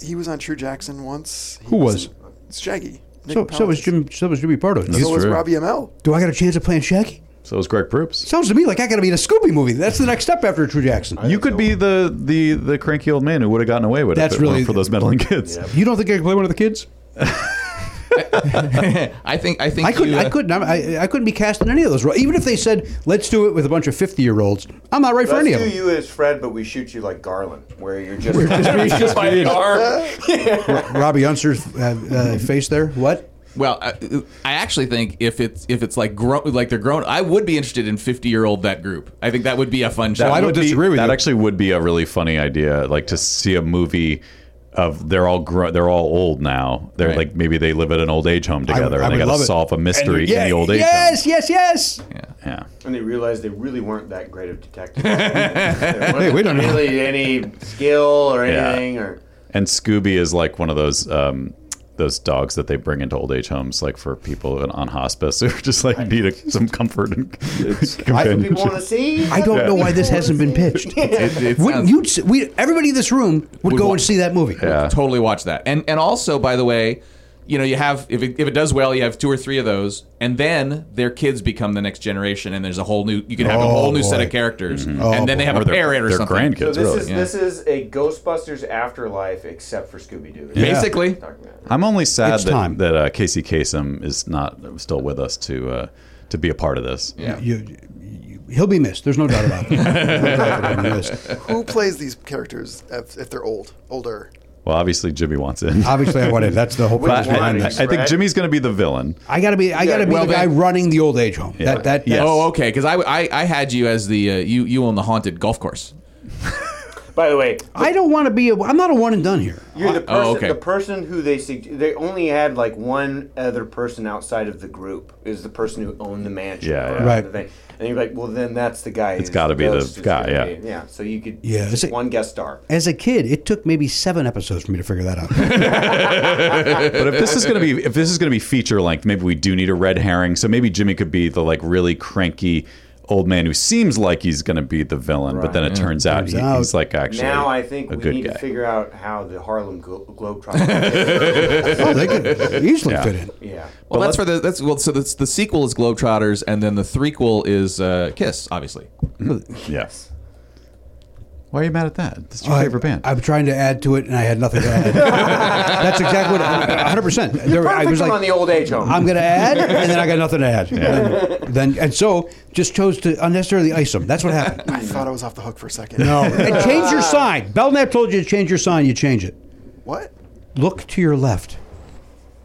[SPEAKER 5] he was on True Jackson once. He
[SPEAKER 1] Who was?
[SPEAKER 5] It's Shaggy.
[SPEAKER 1] So,
[SPEAKER 5] Nick
[SPEAKER 1] so was
[SPEAKER 5] Pilatus.
[SPEAKER 1] Jim. So was Jimmy Pardo.
[SPEAKER 5] So was
[SPEAKER 2] True.
[SPEAKER 5] Robbie ML.
[SPEAKER 1] Do I got a chance of playing Shaggy?
[SPEAKER 2] so is Greg Proops.
[SPEAKER 1] Sounds to me like I got to be in a Scooby movie. That's the next step after True Jackson.
[SPEAKER 2] You could be the the the cranky old man who would have gotten away with
[SPEAKER 1] That's
[SPEAKER 2] it if it weren't
[SPEAKER 1] really-
[SPEAKER 2] for those meddling kids.
[SPEAKER 1] You don't think I could play one of the kids?
[SPEAKER 4] I think I think
[SPEAKER 1] I couldn't.
[SPEAKER 4] you,
[SPEAKER 1] I
[SPEAKER 4] uh,
[SPEAKER 1] couldn't. I'm- I, I couldn't be cast in any of those roles. Even if they said, "Let's do it with a bunch of fifty-year-olds," I'm not right for
[SPEAKER 7] Let's
[SPEAKER 1] any of
[SPEAKER 7] do
[SPEAKER 1] them.
[SPEAKER 7] you as Fred, but we shoot you like Garland, where you're just,
[SPEAKER 1] just-
[SPEAKER 7] just by the arm.
[SPEAKER 1] Robbie Unser's uh, uh, face there. What?
[SPEAKER 4] Well, I, I actually think if it's if it's like grown like they're grown, I would be interested in fifty year old that group. I think that would be a fun show.
[SPEAKER 1] I don't
[SPEAKER 2] would be-
[SPEAKER 1] disagree with
[SPEAKER 2] that
[SPEAKER 1] you.
[SPEAKER 2] actually would be a really funny idea, like to see a movie of they're all grow, they're all old now. They're
[SPEAKER 4] Right.
[SPEAKER 2] like maybe they live at an old age home together
[SPEAKER 1] I
[SPEAKER 2] and
[SPEAKER 1] would
[SPEAKER 2] they got
[SPEAKER 1] love
[SPEAKER 2] to
[SPEAKER 1] it.
[SPEAKER 2] solve a mystery in the old age
[SPEAKER 1] yes, yes, yes.
[SPEAKER 2] home. Yeah.
[SPEAKER 7] And they realized they really weren't that great of detectives. hey,
[SPEAKER 1] we don't know.
[SPEAKER 7] really any skill or
[SPEAKER 2] Yeah.
[SPEAKER 7] anything or.
[SPEAKER 2] And Scooby is like one of those um, those dogs that they bring into old age homes, like for people in, on hospice who just like need a, some comfort and companionship.
[SPEAKER 7] People want to see.
[SPEAKER 1] I don't know why this hasn't been pitched. Wouldn't
[SPEAKER 4] sounds-
[SPEAKER 1] you? We everybody in this room would
[SPEAKER 4] Would
[SPEAKER 1] go
[SPEAKER 4] wa-
[SPEAKER 1] and see that movie.
[SPEAKER 2] Yeah.
[SPEAKER 4] Totally watch that. And and also, by the way, you know, you have if it, if it does well, you have two or three of those, and then their kids become the next generation, and there's a whole new you can have a
[SPEAKER 1] Oh,
[SPEAKER 4] whole new set
[SPEAKER 1] boy.
[SPEAKER 4] of characters, and then they have
[SPEAKER 2] Oh, Or
[SPEAKER 4] a
[SPEAKER 2] their-
[SPEAKER 4] parent or
[SPEAKER 2] their
[SPEAKER 4] something.
[SPEAKER 2] grandkids.
[SPEAKER 8] So
[SPEAKER 2] It's
[SPEAKER 8] this
[SPEAKER 2] really-
[SPEAKER 8] is
[SPEAKER 4] yeah.
[SPEAKER 8] this is a Ghostbusters afterlife except for Scooby Doo.
[SPEAKER 1] Yeah.
[SPEAKER 4] Basically,
[SPEAKER 2] I'm only sad
[SPEAKER 1] It's time.
[SPEAKER 2] that, that uh, Casey Kasem is not still with us to uh, to be a part of this.
[SPEAKER 4] yeah.
[SPEAKER 1] You, you, he'll be missed. There's no doubt about that. No doubt he'll be missed.
[SPEAKER 5] Who plays these characters if, if they're old, older?
[SPEAKER 2] Well, obviously Jimmy wants in.
[SPEAKER 1] Obviously, I want it. That's the whole
[SPEAKER 2] But
[SPEAKER 1] purpose behind
[SPEAKER 2] I,
[SPEAKER 1] this.
[SPEAKER 2] I think Jimmy's going to be the villain.
[SPEAKER 1] I gotta be. I gotta be
[SPEAKER 4] well,
[SPEAKER 1] the guy
[SPEAKER 4] then-
[SPEAKER 1] running the old age home. That that.
[SPEAKER 2] Yes.
[SPEAKER 1] that-
[SPEAKER 4] Oh, okay. Because I, I I had you as the uh, you you own the haunted golf course.
[SPEAKER 8] By the way,
[SPEAKER 1] I don't want to be. A, I'm not a one and done here.
[SPEAKER 8] you're the person.
[SPEAKER 4] Oh, okay.
[SPEAKER 8] The person who they sug- they only had like one other person outside of the group is the person who owned the mansion.
[SPEAKER 2] Yeah,
[SPEAKER 8] or
[SPEAKER 2] yeah.
[SPEAKER 1] Right.
[SPEAKER 8] the thing. And you're like, well, then that's the guy. It's
[SPEAKER 2] gotta be the guy, yeah.
[SPEAKER 8] yeah. So you could.
[SPEAKER 1] Yeah,
[SPEAKER 8] just
[SPEAKER 1] it's a-
[SPEAKER 8] one guest star.
[SPEAKER 1] As a kid, it took maybe seven episodes for me to figure that out.
[SPEAKER 2] But if this is going to be if this is going to be feature length, maybe we do need a red herring. So maybe Jimmy could be the like really cranky old man who seems like he's going to be the villain, but then it turns out, he-
[SPEAKER 1] out-
[SPEAKER 2] he's like actually
[SPEAKER 8] Now I think
[SPEAKER 2] a
[SPEAKER 8] we
[SPEAKER 2] good
[SPEAKER 8] need
[SPEAKER 2] guy.
[SPEAKER 8] to figure out how the Harlem Glo- Globetrotters.
[SPEAKER 1] oh, they could easily fit in.
[SPEAKER 8] yeah.
[SPEAKER 4] Well, that's for the that's well. So that's the sequel is Globetrotters, and then the threequel is uh, Kiss, obviously.
[SPEAKER 2] yes. Why are you mad at that? It's your
[SPEAKER 1] I-
[SPEAKER 2] favorite band.
[SPEAKER 1] I'm trying to add to it, and I had nothing to add. That's exactly what. 100. percent I
[SPEAKER 8] Perfect
[SPEAKER 1] was
[SPEAKER 8] one on
[SPEAKER 1] like,
[SPEAKER 8] the old age home.
[SPEAKER 1] I'm going to add, and then I got nothing to add. And then and so just chose to unnecessarily ice them. That's what happened.
[SPEAKER 5] I thought I was off the hook for a second.
[SPEAKER 1] No, and change your sign. Belknap told you to change your sign. You change it.
[SPEAKER 5] What?
[SPEAKER 1] Look to your left.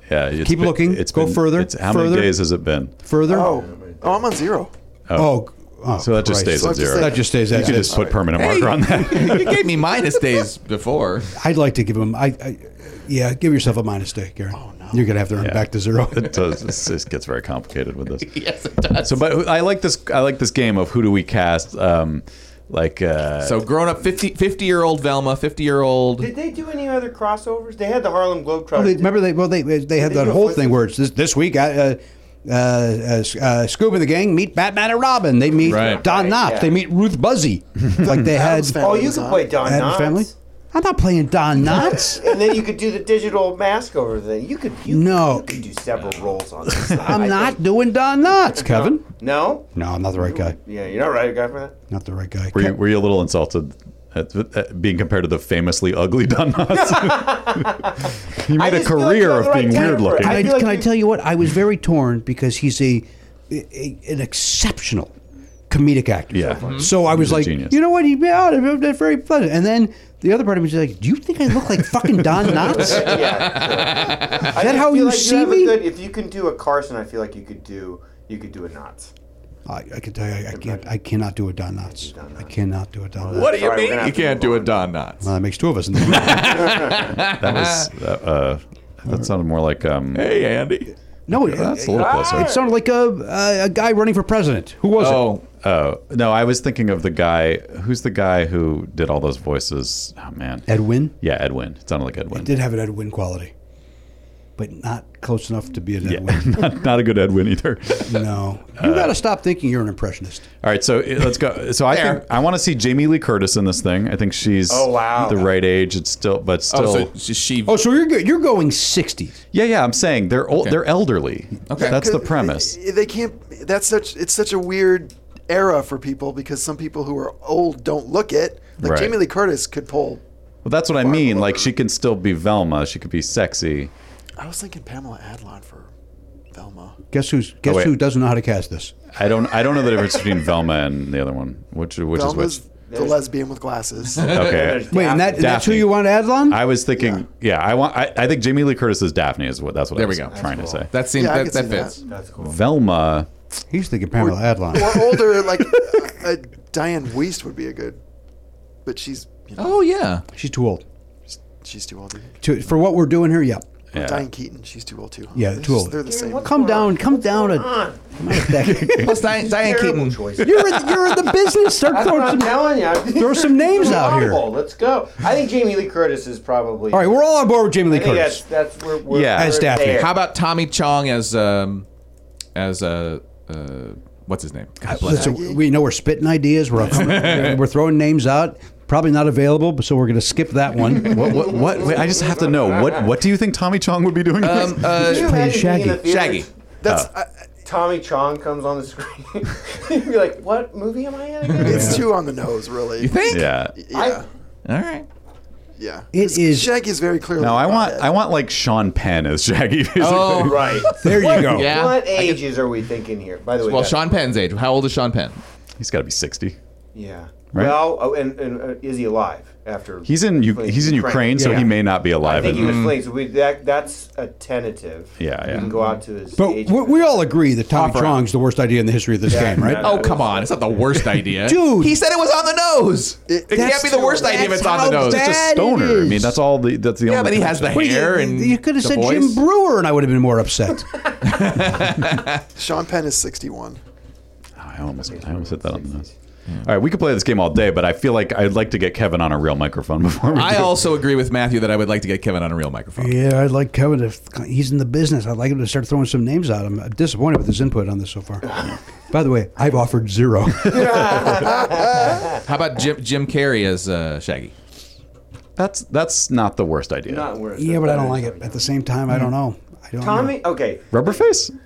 [SPEAKER 2] yeah, it's
[SPEAKER 1] keep looking. Go
[SPEAKER 2] been-
[SPEAKER 1] further,
[SPEAKER 2] It's, how
[SPEAKER 1] further.
[SPEAKER 2] many days has it been?
[SPEAKER 1] Further.
[SPEAKER 5] Oh, oh, I'm on zero.
[SPEAKER 1] oh, oh,
[SPEAKER 2] So that just stays
[SPEAKER 1] Christ.
[SPEAKER 5] So I
[SPEAKER 2] at
[SPEAKER 5] have to
[SPEAKER 2] zero.
[SPEAKER 5] say-
[SPEAKER 1] That just stays.
[SPEAKER 2] you
[SPEAKER 1] That,
[SPEAKER 2] could just put permanent marker on that.
[SPEAKER 4] you gave me minus days before.
[SPEAKER 1] I'd like to give him. I, I, yeah, give yourself a minus day, Gary. Oh no, you're gonna have to run
[SPEAKER 2] Yeah.
[SPEAKER 1] back to zero.
[SPEAKER 2] it does. This, this gets very complicated with this.
[SPEAKER 4] yes, it does.
[SPEAKER 2] So, but I like this. I like this game of who do we cast? Um, like, uh,
[SPEAKER 4] So grown up 50, 50 year old Velma, 50 year old.
[SPEAKER 8] Did they do any other crossovers? They had the Harlem Globetrotters.
[SPEAKER 1] Well, they, remember they well they they had
[SPEAKER 8] They
[SPEAKER 1] that
[SPEAKER 8] do a
[SPEAKER 1] whole
[SPEAKER 8] flip-
[SPEAKER 1] thing where it's this, this week. Uh, uh, uh, uh, Scoob and the gang meet Batman and Robin. They meet
[SPEAKER 4] Right.
[SPEAKER 1] Don
[SPEAKER 8] Right,
[SPEAKER 1] Knotts.
[SPEAKER 8] yeah.
[SPEAKER 1] They meet Ruth Buzzy. like they had
[SPEAKER 5] Adam's
[SPEAKER 8] oh,
[SPEAKER 5] Family
[SPEAKER 8] you
[SPEAKER 5] was
[SPEAKER 8] could
[SPEAKER 5] on.
[SPEAKER 8] play Don
[SPEAKER 1] Adam's
[SPEAKER 8] Knotts.
[SPEAKER 1] family. I'm not playing Don Knotts.
[SPEAKER 8] And then you could do the digital mask over there. You could. You,
[SPEAKER 1] No.
[SPEAKER 8] You could do several roles on this. thing, I
[SPEAKER 1] I'm not
[SPEAKER 8] think.
[SPEAKER 1] doing Don Knotts, Kevin.
[SPEAKER 8] No.
[SPEAKER 1] No, I'm not the right guy.
[SPEAKER 8] Yeah, you're not right, guy for that.
[SPEAKER 1] Not the right guy.
[SPEAKER 2] were you,
[SPEAKER 1] Kev-
[SPEAKER 2] were you a little insulted at, at being compared to the famously ugly Don Knotts? you made a
[SPEAKER 8] just feel like
[SPEAKER 2] career
[SPEAKER 8] you're the
[SPEAKER 2] of
[SPEAKER 8] right
[SPEAKER 2] being weird
[SPEAKER 8] guy for it.
[SPEAKER 2] looking.
[SPEAKER 1] Can I,
[SPEAKER 8] I feel like
[SPEAKER 1] can I
[SPEAKER 8] you-
[SPEAKER 1] tell you what? I was very torn because he's a, a an exceptional comedic actor. Mm-hmm.
[SPEAKER 2] Yeah. Mhm.
[SPEAKER 1] So I was
[SPEAKER 2] a
[SPEAKER 1] like,
[SPEAKER 2] genius.
[SPEAKER 1] you know what? oh, He yeah, that's very pleasant. And then the other part of me was like, do you think I look like fucking Don Knotts?
[SPEAKER 8] Yeah. Is
[SPEAKER 1] that how you see me?
[SPEAKER 8] Good, if you can do a Carson, I feel like you could do you could do a Knotts.
[SPEAKER 1] I, I can tell you, I, I can't. I cannot do a Don Knotts. I cannot do a Don Knotts.
[SPEAKER 4] what do you
[SPEAKER 8] All right, we're gonna
[SPEAKER 4] mean you
[SPEAKER 8] have to
[SPEAKER 4] can't
[SPEAKER 8] move
[SPEAKER 4] do a
[SPEAKER 8] on.
[SPEAKER 4] Don Knotts?
[SPEAKER 1] Well, that makes two of us. In the
[SPEAKER 2] That was uh, uh, that sounded more like um,
[SPEAKER 4] Hey, Andy.
[SPEAKER 1] no, it,
[SPEAKER 2] that's a little closer.
[SPEAKER 1] it sounded like a, a a guy running for president. Who was it?
[SPEAKER 4] Oh,
[SPEAKER 2] Oh no, I was thinking of the guy. Who's the guy who did all those voices? Oh man,
[SPEAKER 1] Edwin
[SPEAKER 2] Yeah, Edwin. It sounded like Edwin.
[SPEAKER 1] did have an Edwin quality, but not close enough to be an
[SPEAKER 2] Yeah,
[SPEAKER 1] Edwin.
[SPEAKER 2] not, not a good Edwin either.
[SPEAKER 1] No, you got to stop thinking you're an impressionist.
[SPEAKER 2] All right, so uh, let's go. So I
[SPEAKER 4] There.
[SPEAKER 2] think I want to see Jamie Lee Curtis in this thing. I think she's
[SPEAKER 8] Oh, wow.
[SPEAKER 2] the right age. It's still, but still,
[SPEAKER 4] oh, so she, she
[SPEAKER 1] Oh, so you're go- you're going 60s.
[SPEAKER 2] yeah, yeah. I'm saying they're old, they're elderly.
[SPEAKER 4] Okay.
[SPEAKER 2] that's the
[SPEAKER 5] 'Cause
[SPEAKER 2] premise.
[SPEAKER 5] They, they can't. That's such. It's such a weird era for people because some people who are old don't look it. Like
[SPEAKER 2] Right.
[SPEAKER 5] Jamie Lee Curtis could pull.
[SPEAKER 2] Well, that's what I mean. Like she can still be Velma. She could be sexy.
[SPEAKER 5] I was thinking Pamela Adlon for Velma.
[SPEAKER 1] Guess who's guess
[SPEAKER 2] wait.
[SPEAKER 1] who doesn't know how to cast this?
[SPEAKER 2] I don't, I don't know the difference between Velma and the other one. Which, which is
[SPEAKER 5] Velma's
[SPEAKER 2] which?
[SPEAKER 5] the lesbian with glasses.
[SPEAKER 2] Okay.
[SPEAKER 1] Wait, and that, and that's who
[SPEAKER 2] Daphne.
[SPEAKER 1] you want to add on?
[SPEAKER 2] I was thinking, yeah, I want. I, I think Jamie Lee Curtis is Daphne. Is what that's what I
[SPEAKER 4] There
[SPEAKER 2] was
[SPEAKER 4] we go.
[SPEAKER 2] trying to say.
[SPEAKER 4] that seems
[SPEAKER 5] Yeah,
[SPEAKER 4] that,
[SPEAKER 5] I could
[SPEAKER 4] that
[SPEAKER 5] see
[SPEAKER 4] fits.
[SPEAKER 8] That's cool.
[SPEAKER 2] Velma.
[SPEAKER 1] He's thinking Pamela Adlon.
[SPEAKER 5] or older, like uh, Diane Weist would be a good, but she's you know
[SPEAKER 4] Oh yeah.
[SPEAKER 1] She's too old.
[SPEAKER 5] she's too old.
[SPEAKER 1] To, for what we're doing here, yeah.
[SPEAKER 2] Yeah.
[SPEAKER 5] Diane Keaton, she's too old too. huh?
[SPEAKER 1] Yeah,
[SPEAKER 5] They're
[SPEAKER 1] too
[SPEAKER 5] just-
[SPEAKER 1] old.
[SPEAKER 5] They're the same.
[SPEAKER 1] Come down, come down a,
[SPEAKER 8] Ah,
[SPEAKER 4] Plus Diane, Diane
[SPEAKER 8] terrible
[SPEAKER 4] Keaton.
[SPEAKER 8] choice.
[SPEAKER 1] you're in, you're in the business. Start
[SPEAKER 8] That's what
[SPEAKER 1] throwing
[SPEAKER 8] I'm
[SPEAKER 1] some.
[SPEAKER 8] telling you.
[SPEAKER 1] throw some names out here.
[SPEAKER 8] Let's go. I think Jamie Lee Curtis is probably.
[SPEAKER 1] All right, we're all on board with Jamie Lee
[SPEAKER 8] I think that's
[SPEAKER 1] Curtis.
[SPEAKER 8] that's where we're.
[SPEAKER 2] Yeah.
[SPEAKER 8] we're
[SPEAKER 2] As
[SPEAKER 1] Daphne.
[SPEAKER 8] there.
[SPEAKER 4] How about Tommy Chong as um as uh, uh what's his name? God bless.
[SPEAKER 1] Listen, we know we're spitting ideas. We're we're throwing names out. Probably not available, but so we're going to skip that one.
[SPEAKER 2] What? What? what wait, I just have to know. What? What do you think Tommy Chong would be doing? next?
[SPEAKER 4] Um, uh,
[SPEAKER 1] Just play Shaggy.
[SPEAKER 4] Shaggy.
[SPEAKER 5] That's I,
[SPEAKER 7] Tommy Chong comes on the screen. You'd be like, what movie am I in again?
[SPEAKER 5] it's too on the nose, really.
[SPEAKER 4] You think?
[SPEAKER 2] yeah.
[SPEAKER 5] Yeah,
[SPEAKER 4] All right.
[SPEAKER 5] yeah.
[SPEAKER 1] It is-
[SPEAKER 5] Shaggy is very clearly.
[SPEAKER 2] No, I
[SPEAKER 5] not
[SPEAKER 2] want.
[SPEAKER 5] it.
[SPEAKER 2] I want like Sean Penn as Shaggy. basically.
[SPEAKER 4] Oh,
[SPEAKER 7] Right.
[SPEAKER 1] There you go.
[SPEAKER 4] yeah.
[SPEAKER 7] What ages are we thinking here? By the way,
[SPEAKER 4] Well,
[SPEAKER 7] that-
[SPEAKER 4] Sean Penn's age. How old is Sean Penn?
[SPEAKER 2] He's got to be sixty.
[SPEAKER 7] Yeah.
[SPEAKER 2] Right?
[SPEAKER 7] Well, oh, and, and uh, is he alive after?
[SPEAKER 2] He's in. U-
[SPEAKER 7] fleeing
[SPEAKER 2] he's in Ukraine, so
[SPEAKER 1] Yeah.
[SPEAKER 2] he may not be
[SPEAKER 7] I
[SPEAKER 2] alive.
[SPEAKER 7] think he
[SPEAKER 2] in-
[SPEAKER 7] was fleeing. So we, that, that's a tentative.
[SPEAKER 2] Yeah,
[SPEAKER 7] We
[SPEAKER 2] yeah.
[SPEAKER 7] can go out to his.
[SPEAKER 1] But
[SPEAKER 7] age
[SPEAKER 1] we, we all agree that Tommy
[SPEAKER 4] Offer up.
[SPEAKER 1] Chong's the worst idea in the history of this game, right?
[SPEAKER 7] exactly.
[SPEAKER 4] Oh, come on. It's not the worst idea.
[SPEAKER 1] Dude.
[SPEAKER 4] He said it was on the nose. It,
[SPEAKER 5] that's
[SPEAKER 4] can't be the worst idea if
[SPEAKER 1] that's
[SPEAKER 4] it's on the
[SPEAKER 1] how
[SPEAKER 4] nose.
[SPEAKER 2] It's
[SPEAKER 1] bad-
[SPEAKER 2] just
[SPEAKER 1] That it
[SPEAKER 2] stoner. I mean,
[SPEAKER 1] is.
[SPEAKER 2] that's all. The that's the
[SPEAKER 4] yeah,
[SPEAKER 2] only.
[SPEAKER 4] but he has the
[SPEAKER 2] connection.
[SPEAKER 1] Wait,
[SPEAKER 4] hair
[SPEAKER 1] you,
[SPEAKER 4] and
[SPEAKER 1] you could have
[SPEAKER 4] the
[SPEAKER 1] said
[SPEAKER 4] voice.
[SPEAKER 1] Jim Brewer, and I would have been more upset.
[SPEAKER 5] Sean Penn is 61.
[SPEAKER 2] I almost. I almost hit that on the nose. All right, we could play this game all day, but I feel like I'd like to get Kevin on a real microphone before we.
[SPEAKER 4] I
[SPEAKER 2] do.
[SPEAKER 4] also agree with Matthew that I would like to get Kevin on a real microphone.
[SPEAKER 1] yeah, I'd like Kevin to. He's in the business. I'd like him to start throwing some names out. I'm disappointed with his input on this so far. By the way, I've offered zero.
[SPEAKER 4] How about Jim Jim Carrey as uh, Shaggy?
[SPEAKER 2] That's that's not the worst idea.
[SPEAKER 7] Not worth
[SPEAKER 1] yeah, but I don't
[SPEAKER 7] That
[SPEAKER 1] like
[SPEAKER 7] is
[SPEAKER 1] it. At the same time, I don't know. I don't
[SPEAKER 7] Tommy. Okay.
[SPEAKER 2] Rubber face.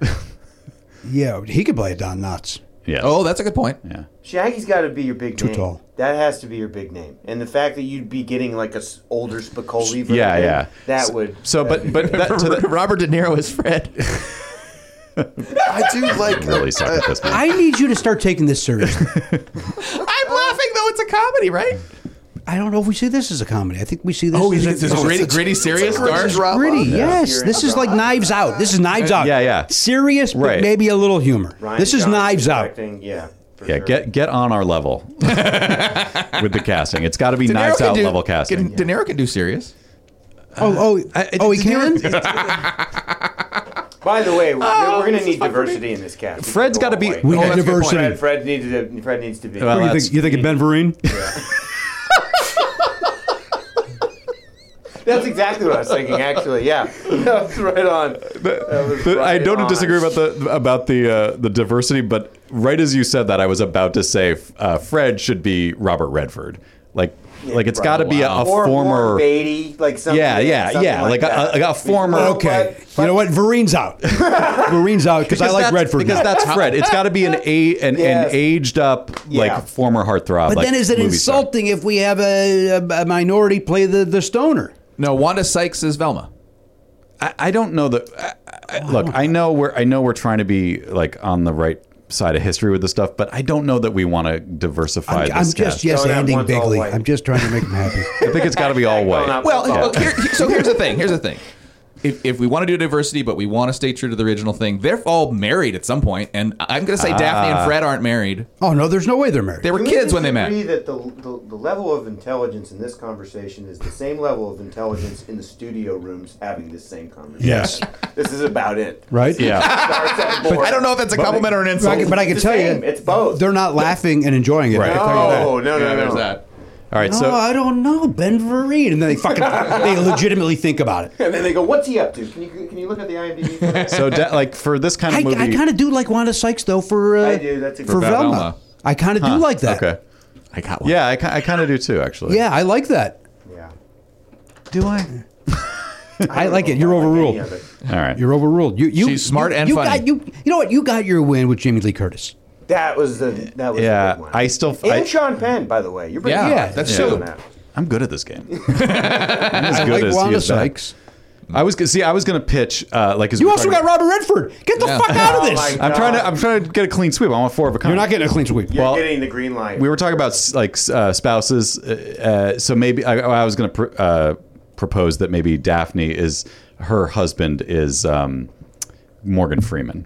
[SPEAKER 1] Know. Yeah, he could play it Don Knotts.
[SPEAKER 2] yes.
[SPEAKER 4] Oh, that's a good point.
[SPEAKER 2] Yeah.
[SPEAKER 7] Shaggy's got to be your big
[SPEAKER 1] Too
[SPEAKER 7] name.
[SPEAKER 1] tall.
[SPEAKER 7] That has to be your big name, and the fact that you'd be getting like a s- older Spicoli version.
[SPEAKER 2] Yeah, yeah.
[SPEAKER 7] That
[SPEAKER 2] So-
[SPEAKER 7] would.
[SPEAKER 2] So,
[SPEAKER 7] that'd
[SPEAKER 2] but but that, to the,
[SPEAKER 4] Robert De Niro as Fred.
[SPEAKER 5] I do like. Uh,
[SPEAKER 2] really suck at this. Man.
[SPEAKER 1] I need you to start taking this seriously.
[SPEAKER 4] I'm laughing though. It's a comedy, right?
[SPEAKER 1] I don't know if we see this as a comedy. I think we see Oh, this. as a-
[SPEAKER 4] this gritty, gritty, serious, dark.
[SPEAKER 5] Gritty drama.
[SPEAKER 1] gritty. Yes,
[SPEAKER 7] You're
[SPEAKER 1] this
[SPEAKER 7] in
[SPEAKER 1] is like Knives Out. This is Knives Out.
[SPEAKER 2] yeah, yeah.
[SPEAKER 1] Serious, but
[SPEAKER 2] Right.
[SPEAKER 1] maybe a little humor.
[SPEAKER 7] Ryan
[SPEAKER 1] this is
[SPEAKER 7] Johnson
[SPEAKER 1] Knives Out.
[SPEAKER 7] directing, Yeah. for
[SPEAKER 2] Yeah,
[SPEAKER 7] sure.
[SPEAKER 2] get get on our level with the casting. It's got to be knives out level casting.
[SPEAKER 4] Can, De Niro can do serious.
[SPEAKER 1] Oh, oh, oh, he can.
[SPEAKER 7] By the way, we're, we're going to need diversity in this cast.
[SPEAKER 2] Fred's
[SPEAKER 7] Go
[SPEAKER 2] gotta be-
[SPEAKER 7] white.
[SPEAKER 1] We
[SPEAKER 4] Oh,
[SPEAKER 1] need
[SPEAKER 4] that's a good point.
[SPEAKER 1] diversity.
[SPEAKER 7] Fred, Fred needs to. Fred needs to be.
[SPEAKER 2] Well, that's-
[SPEAKER 1] you think of Ben Vereen?
[SPEAKER 7] That's exactly what I was thinking. Actually, yeah, that was right on. That was
[SPEAKER 2] The- I
[SPEAKER 7] right
[SPEAKER 2] don't
[SPEAKER 7] on.
[SPEAKER 2] disagree about the about the uh, the diversity, but right as you said that, I was about to say uh, Fred should be Robert Redford. Like, like it's got to be a, a
[SPEAKER 7] or,
[SPEAKER 2] former.
[SPEAKER 7] or Beatty, like something.
[SPEAKER 2] yeah, yeah,
[SPEAKER 7] something
[SPEAKER 2] yeah. Like,
[SPEAKER 7] that.
[SPEAKER 2] a, a, a former.
[SPEAKER 1] Okay, you know what? Vereen's out. Vereen's out because I like
[SPEAKER 2] that's-
[SPEAKER 1] Redford.
[SPEAKER 2] because
[SPEAKER 1] now.
[SPEAKER 2] that's Fred. It's got to be an a an,
[SPEAKER 7] Yes.
[SPEAKER 2] an aged up
[SPEAKER 7] Yeah.
[SPEAKER 2] like former heartthrob.
[SPEAKER 1] but
[SPEAKER 2] like,
[SPEAKER 1] then is it
[SPEAKER 2] movie star.
[SPEAKER 1] insulting if we have a, a, a minority play the, the stoner?
[SPEAKER 4] No, Wanda Sykes as Velma.
[SPEAKER 2] I, I don't know that. I, I, look, I know we're I know we're trying to be like on the right side of history with this stuff, but I don't know that we want to diversify
[SPEAKER 1] I'm,
[SPEAKER 2] this
[SPEAKER 1] I'm
[SPEAKER 2] cast.
[SPEAKER 1] just yes,
[SPEAKER 7] Don't have
[SPEAKER 1] ending
[SPEAKER 7] one's all
[SPEAKER 1] bigly.
[SPEAKER 7] white.
[SPEAKER 1] I'm just trying to make him happy.
[SPEAKER 2] I think it's got to be all
[SPEAKER 7] Going
[SPEAKER 2] white.
[SPEAKER 7] up.
[SPEAKER 4] Well,
[SPEAKER 7] Yeah.
[SPEAKER 4] look, here, so here's the thing. Here's the thing. If, if we want to do diversity, but we want to stay true to the original thing, they're all married at some point, and I'm going to say Daphne and Fred aren't married.
[SPEAKER 1] oh no, there's no way they're married.
[SPEAKER 4] They were
[SPEAKER 7] Can we
[SPEAKER 4] kids when they met.
[SPEAKER 7] disagree that the, the the level of intelligence in this conversation is the same level of intelligence in the studio rooms having this same conversation.
[SPEAKER 1] Yes.
[SPEAKER 7] this is about it.
[SPEAKER 1] right?
[SPEAKER 2] Yeah,
[SPEAKER 4] I don't know if that's a compliment or an
[SPEAKER 1] But I
[SPEAKER 4] insult.
[SPEAKER 1] can, but I can
[SPEAKER 7] It's
[SPEAKER 1] tell
[SPEAKER 7] the same.
[SPEAKER 1] you,
[SPEAKER 7] It's both.
[SPEAKER 1] They're not laughing and enjoying it. I
[SPEAKER 2] Right.
[SPEAKER 1] can tell you that.
[SPEAKER 7] no, no, no,
[SPEAKER 4] Yeah,
[SPEAKER 7] no,
[SPEAKER 4] there's that.
[SPEAKER 2] all right.
[SPEAKER 1] oh,
[SPEAKER 2] So
[SPEAKER 1] I don't know, Ben Vereen, and then they fucking they legitimately think about it.
[SPEAKER 7] And then they go, "What's he up to? Can you can you look at the IMDb?" for that?"
[SPEAKER 2] so da- like for this kind
[SPEAKER 1] I,
[SPEAKER 2] of movie,
[SPEAKER 1] I kind of do like Wanda Sykes though for uh,
[SPEAKER 7] I do. That's a
[SPEAKER 1] for
[SPEAKER 7] good-
[SPEAKER 1] Velma.
[SPEAKER 4] Velma.
[SPEAKER 1] I kind of do like that.
[SPEAKER 2] Okay.
[SPEAKER 4] I got one.
[SPEAKER 2] Yeah, I, ki- I kind of do too, actually.
[SPEAKER 1] Yeah, I like that.
[SPEAKER 7] yeah.
[SPEAKER 2] Do I?
[SPEAKER 1] I, like it.
[SPEAKER 7] don't
[SPEAKER 1] You're
[SPEAKER 7] like any
[SPEAKER 1] overruled.
[SPEAKER 7] of it.
[SPEAKER 2] All right.
[SPEAKER 1] You're overruled. You, you
[SPEAKER 4] She's smart
[SPEAKER 1] you,
[SPEAKER 4] and
[SPEAKER 1] you
[SPEAKER 4] funny.
[SPEAKER 1] Got, you, you know what? You got your win with Jamie Lee Curtis.
[SPEAKER 7] That was the that was
[SPEAKER 2] Yeah,
[SPEAKER 7] the big one.
[SPEAKER 2] I still-
[SPEAKER 7] and
[SPEAKER 2] I-
[SPEAKER 7] Sean Penn, by the way. You're pretty
[SPEAKER 4] Yeah,
[SPEAKER 7] good.
[SPEAKER 1] Yeah,
[SPEAKER 4] that's
[SPEAKER 7] You're
[SPEAKER 4] true.
[SPEAKER 7] doing that.
[SPEAKER 2] I'm good at this game. I'm as
[SPEAKER 1] I
[SPEAKER 2] good
[SPEAKER 1] like
[SPEAKER 2] as he
[SPEAKER 1] Wanda
[SPEAKER 2] is bad.
[SPEAKER 1] Sykes.
[SPEAKER 2] I was gonna- see. I was gonna pitch uh, like. as
[SPEAKER 1] You
[SPEAKER 2] we
[SPEAKER 1] also
[SPEAKER 2] talked
[SPEAKER 1] got
[SPEAKER 2] about-
[SPEAKER 1] Robert Redford. Get the
[SPEAKER 4] Yeah.
[SPEAKER 1] fuck out of
[SPEAKER 7] Oh,
[SPEAKER 1] this.
[SPEAKER 7] my-
[SPEAKER 2] I'm trying to. I'm trying to get a clean sweep. I want four of a kind.
[SPEAKER 1] You're not getting a clean sweep.
[SPEAKER 7] You're
[SPEAKER 2] Well,
[SPEAKER 7] getting the green light.
[SPEAKER 2] we were talking about s- like s- uh, spouses, uh, uh, so maybe I, I was going to pr- uh, propose that maybe Daphne is her husband is um, Morgan Freeman.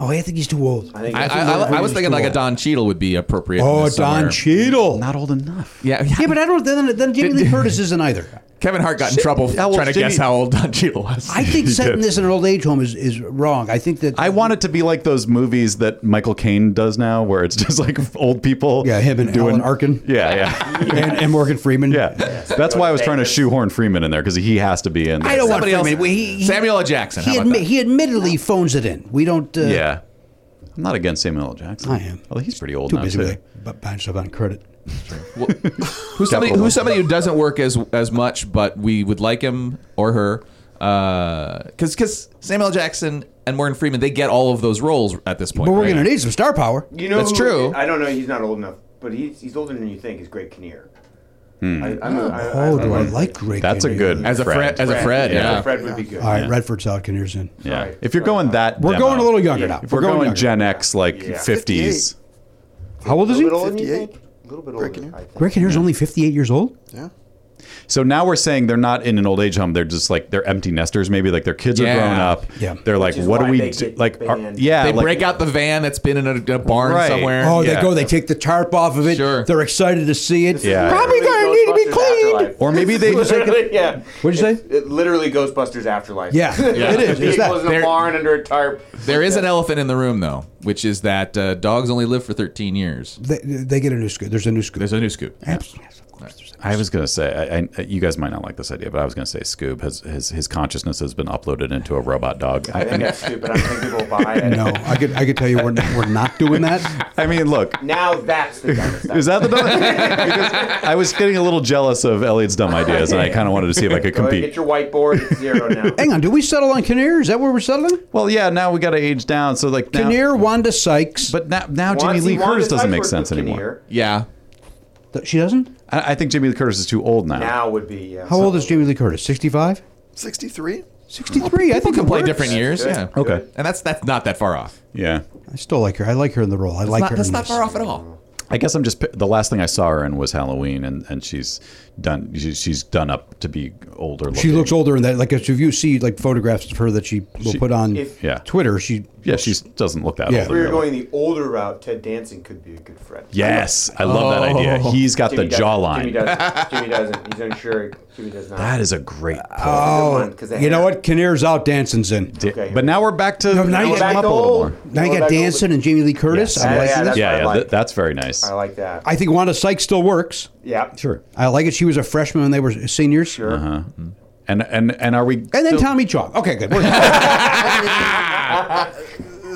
[SPEAKER 1] Oh, I think he's too old.
[SPEAKER 7] I, think
[SPEAKER 4] I,
[SPEAKER 7] that's-
[SPEAKER 4] I, I, I was thinking like a Don Cheadle would be appropriate. in
[SPEAKER 1] Oh,
[SPEAKER 4] this
[SPEAKER 1] Don
[SPEAKER 4] somewhere.
[SPEAKER 1] Cheadle.
[SPEAKER 2] Not old enough.
[SPEAKER 4] Yeah,
[SPEAKER 1] Yeah, but I don't. Then, then Jamie Lee Curtis isn't either.
[SPEAKER 4] Kevin Hart got in trouble
[SPEAKER 2] how old
[SPEAKER 4] trying to
[SPEAKER 2] Jimmy-
[SPEAKER 4] guess how old Don Cheadle was.
[SPEAKER 1] I think setting this in an old age home is, is wrong. I think that
[SPEAKER 2] I want it to be like those movies that Michael Caine does now, where it's just like old people.
[SPEAKER 1] Yeah, him and
[SPEAKER 2] doing
[SPEAKER 1] Alan Arkin
[SPEAKER 2] Yeah, yeah,
[SPEAKER 1] and, and Morgan Freeman.
[SPEAKER 2] yeah. That's why I was trying to shoehorn Freeman in there because he has to be in. There.
[SPEAKER 1] I don't want
[SPEAKER 4] Somebody else-
[SPEAKER 1] Freeman. Well, he- he-
[SPEAKER 4] Samuel L. Jackson.
[SPEAKER 1] He,
[SPEAKER 4] how about
[SPEAKER 1] admi-
[SPEAKER 4] that?
[SPEAKER 1] he admittedly phones it in. We don't. Uh,
[SPEAKER 2] Yeah. I'm not against Samuel L. Jackson.
[SPEAKER 1] I am.
[SPEAKER 2] Although he's pretty old
[SPEAKER 1] Too
[SPEAKER 2] now
[SPEAKER 1] busy
[SPEAKER 2] too.
[SPEAKER 1] with bu- buying stuff on credit.
[SPEAKER 4] Well, who's somebody
[SPEAKER 2] Capital.
[SPEAKER 4] who's somebody who doesn't work as as much, but we would like him or her. Because because Samuel L. Jackson and Morgan Freeman, they get all of those roles at this point.
[SPEAKER 1] But we're
[SPEAKER 4] right?
[SPEAKER 1] going to need some star power.
[SPEAKER 7] You know,
[SPEAKER 4] That's
[SPEAKER 7] who-
[SPEAKER 4] true.
[SPEAKER 7] I don't know. He's not old enough, but he's he's older than you think. Is Greg Kinnear.
[SPEAKER 4] Hmm.
[SPEAKER 7] I, I'm a, I, I,
[SPEAKER 1] Oh, do I
[SPEAKER 7] love-
[SPEAKER 1] like Greg?
[SPEAKER 2] That's a
[SPEAKER 1] Kinnear.
[SPEAKER 2] good
[SPEAKER 4] as a Fred, as a Fred, yeah.
[SPEAKER 7] Fred would be good.
[SPEAKER 1] All right, Redford's out. Kinnear's in.
[SPEAKER 2] Yeah.
[SPEAKER 7] Sorry.
[SPEAKER 2] If you're going that,
[SPEAKER 1] We're
[SPEAKER 2] demo,
[SPEAKER 1] going a little younger now.
[SPEAKER 2] If we're, going,
[SPEAKER 1] younger.
[SPEAKER 2] Gen X, like
[SPEAKER 7] Yeah.
[SPEAKER 2] 50s,
[SPEAKER 1] How old
[SPEAKER 7] A
[SPEAKER 1] is he?
[SPEAKER 7] little bit older than you
[SPEAKER 5] 58?
[SPEAKER 7] think. A little bit
[SPEAKER 5] Greg
[SPEAKER 7] older.
[SPEAKER 5] Kinnear?
[SPEAKER 7] I think.
[SPEAKER 1] Greg Kinnear's only 58 years old.
[SPEAKER 5] Yeah.
[SPEAKER 2] so now we're saying they're not in an old age home. They're just like they're empty nesters. Maybe like their kids
[SPEAKER 4] Yeah.
[SPEAKER 2] are grown up.
[SPEAKER 1] Yeah.
[SPEAKER 2] They're like,
[SPEAKER 7] is
[SPEAKER 2] what do
[SPEAKER 7] why
[SPEAKER 2] we
[SPEAKER 7] they
[SPEAKER 2] do?
[SPEAKER 7] get
[SPEAKER 2] like? Are,
[SPEAKER 7] banned.
[SPEAKER 2] yeah,
[SPEAKER 4] They
[SPEAKER 2] like,
[SPEAKER 4] break out the van that's been in a, a barn
[SPEAKER 2] Right.
[SPEAKER 4] somewhere.
[SPEAKER 1] Oh,
[SPEAKER 2] Yeah.
[SPEAKER 1] they go. They take the tarp off of it.
[SPEAKER 4] Sure.
[SPEAKER 1] They're excited to see it.
[SPEAKER 2] Yeah.
[SPEAKER 1] Probably going to need to be
[SPEAKER 7] Ghostbusters
[SPEAKER 1] cleaned.
[SPEAKER 7] Afterlife.
[SPEAKER 2] Or maybe they just
[SPEAKER 7] Literally, yeah.
[SPEAKER 1] What'd you
[SPEAKER 7] It's-
[SPEAKER 1] say?
[SPEAKER 7] It literally Ghostbusters Afterlife.
[SPEAKER 1] Yeah, it is. It's
[SPEAKER 7] People
[SPEAKER 1] that.
[SPEAKER 7] in a
[SPEAKER 4] There-
[SPEAKER 7] barn under a tarp.
[SPEAKER 4] There is an elephant in the room though, which is that uh, dogs only live for 13 years.
[SPEAKER 1] They, they get a new scoop. There's a new scoop.
[SPEAKER 4] There's a new scoop.
[SPEAKER 1] Abs- yes, of course. There's
[SPEAKER 2] I was gonna say, I, I, you guys might not like this idea, but I was gonna say, Scoob has his his consciousness has been uploaded into a robot dog.
[SPEAKER 7] I think
[SPEAKER 2] I,
[SPEAKER 7] that's stupid. I don't think people will buy
[SPEAKER 1] a-
[SPEAKER 7] it.
[SPEAKER 1] no, I could I could tell you we're not, we're not doing that.
[SPEAKER 2] I mean, look,
[SPEAKER 7] Now that's the dumbest
[SPEAKER 2] Is that the dumb? because I was getting a little jealous of Elliot's dumb ideas, and I kind of wanted to see if I could
[SPEAKER 7] Go ahead, get
[SPEAKER 2] compete.
[SPEAKER 7] your whiteboard. It's zero now.
[SPEAKER 1] Hang on, do we settle on Kinnear? Is that where we're settling?
[SPEAKER 2] Well, yeah, now we got to age down. So like now,
[SPEAKER 1] Kinnear, Wanda Sykes.
[SPEAKER 2] but now now
[SPEAKER 7] Once
[SPEAKER 2] Jimmy
[SPEAKER 7] he
[SPEAKER 2] Lee
[SPEAKER 7] wanted
[SPEAKER 2] Curtis
[SPEAKER 7] to
[SPEAKER 2] doesn't
[SPEAKER 7] touch
[SPEAKER 2] make
[SPEAKER 7] work
[SPEAKER 2] sense
[SPEAKER 7] with
[SPEAKER 2] anymore.
[SPEAKER 7] Kinnear,
[SPEAKER 4] Yeah.
[SPEAKER 1] Th- she doesn't.
[SPEAKER 2] I, I think Jimmy Lee Curtis is too old now.
[SPEAKER 7] Now would be. Yeah,
[SPEAKER 1] How old is Jamie Lee Curtis? 65?
[SPEAKER 5] 63?
[SPEAKER 1] 63. I
[SPEAKER 4] People
[SPEAKER 1] think
[SPEAKER 4] can
[SPEAKER 1] it
[SPEAKER 4] play
[SPEAKER 1] works.
[SPEAKER 4] different years. Yeah.
[SPEAKER 2] Okay.
[SPEAKER 4] And that's that's not that far off.
[SPEAKER 2] Yeah,
[SPEAKER 1] I still like her. I like her in the role. I like
[SPEAKER 4] Not-
[SPEAKER 1] her.
[SPEAKER 4] that's
[SPEAKER 1] in
[SPEAKER 4] not
[SPEAKER 1] this.
[SPEAKER 4] far off at all.
[SPEAKER 2] I guess I'm just pi- the last thing I saw her in was Halloween, and, and she's done she, she's done up to be older. Looking.
[SPEAKER 1] She looks older in that. Like if you see like photographs of her that she will
[SPEAKER 2] She-
[SPEAKER 1] put on
[SPEAKER 7] If-
[SPEAKER 2] Yeah.
[SPEAKER 1] Twitter, she
[SPEAKER 2] Yeah, she doesn't look that
[SPEAKER 1] Yeah.
[SPEAKER 2] old.
[SPEAKER 7] If we were
[SPEAKER 2] really.
[SPEAKER 7] going the older route, Ted Danson could be a good friend.
[SPEAKER 2] Yes, I love that
[SPEAKER 4] Oh.
[SPEAKER 2] idea. He's got the
[SPEAKER 7] doesn't. Jimmy
[SPEAKER 2] jawline.
[SPEAKER 7] doesn't. Jimmy doesn't. He's unsure. Jimmy does not.
[SPEAKER 2] That is a great. pull.
[SPEAKER 7] Oh,
[SPEAKER 1] You know what? Kinnear's out. Danson's in.
[SPEAKER 7] okay.
[SPEAKER 2] but now we're back to
[SPEAKER 1] now you
[SPEAKER 2] now we're
[SPEAKER 1] got-
[SPEAKER 2] up a little more.
[SPEAKER 1] now you got Danson and Jamie Lee Curtis.
[SPEAKER 2] Yes.
[SPEAKER 1] I'm
[SPEAKER 7] Yeah,
[SPEAKER 1] liking this.
[SPEAKER 7] yeah, that's-
[SPEAKER 2] Yeah,
[SPEAKER 7] I
[SPEAKER 2] yeah
[SPEAKER 7] like.
[SPEAKER 2] th- that's very nice.
[SPEAKER 7] I like that.
[SPEAKER 1] I think Wanda Sykes still works.
[SPEAKER 7] yeah.
[SPEAKER 2] Sure.
[SPEAKER 1] I like it. She was a freshman when they were seniors. Sure.
[SPEAKER 2] Uh-huh. And and and are we?
[SPEAKER 1] And then
[SPEAKER 2] still-
[SPEAKER 1] Tommy Chalk. Okay, good. We're-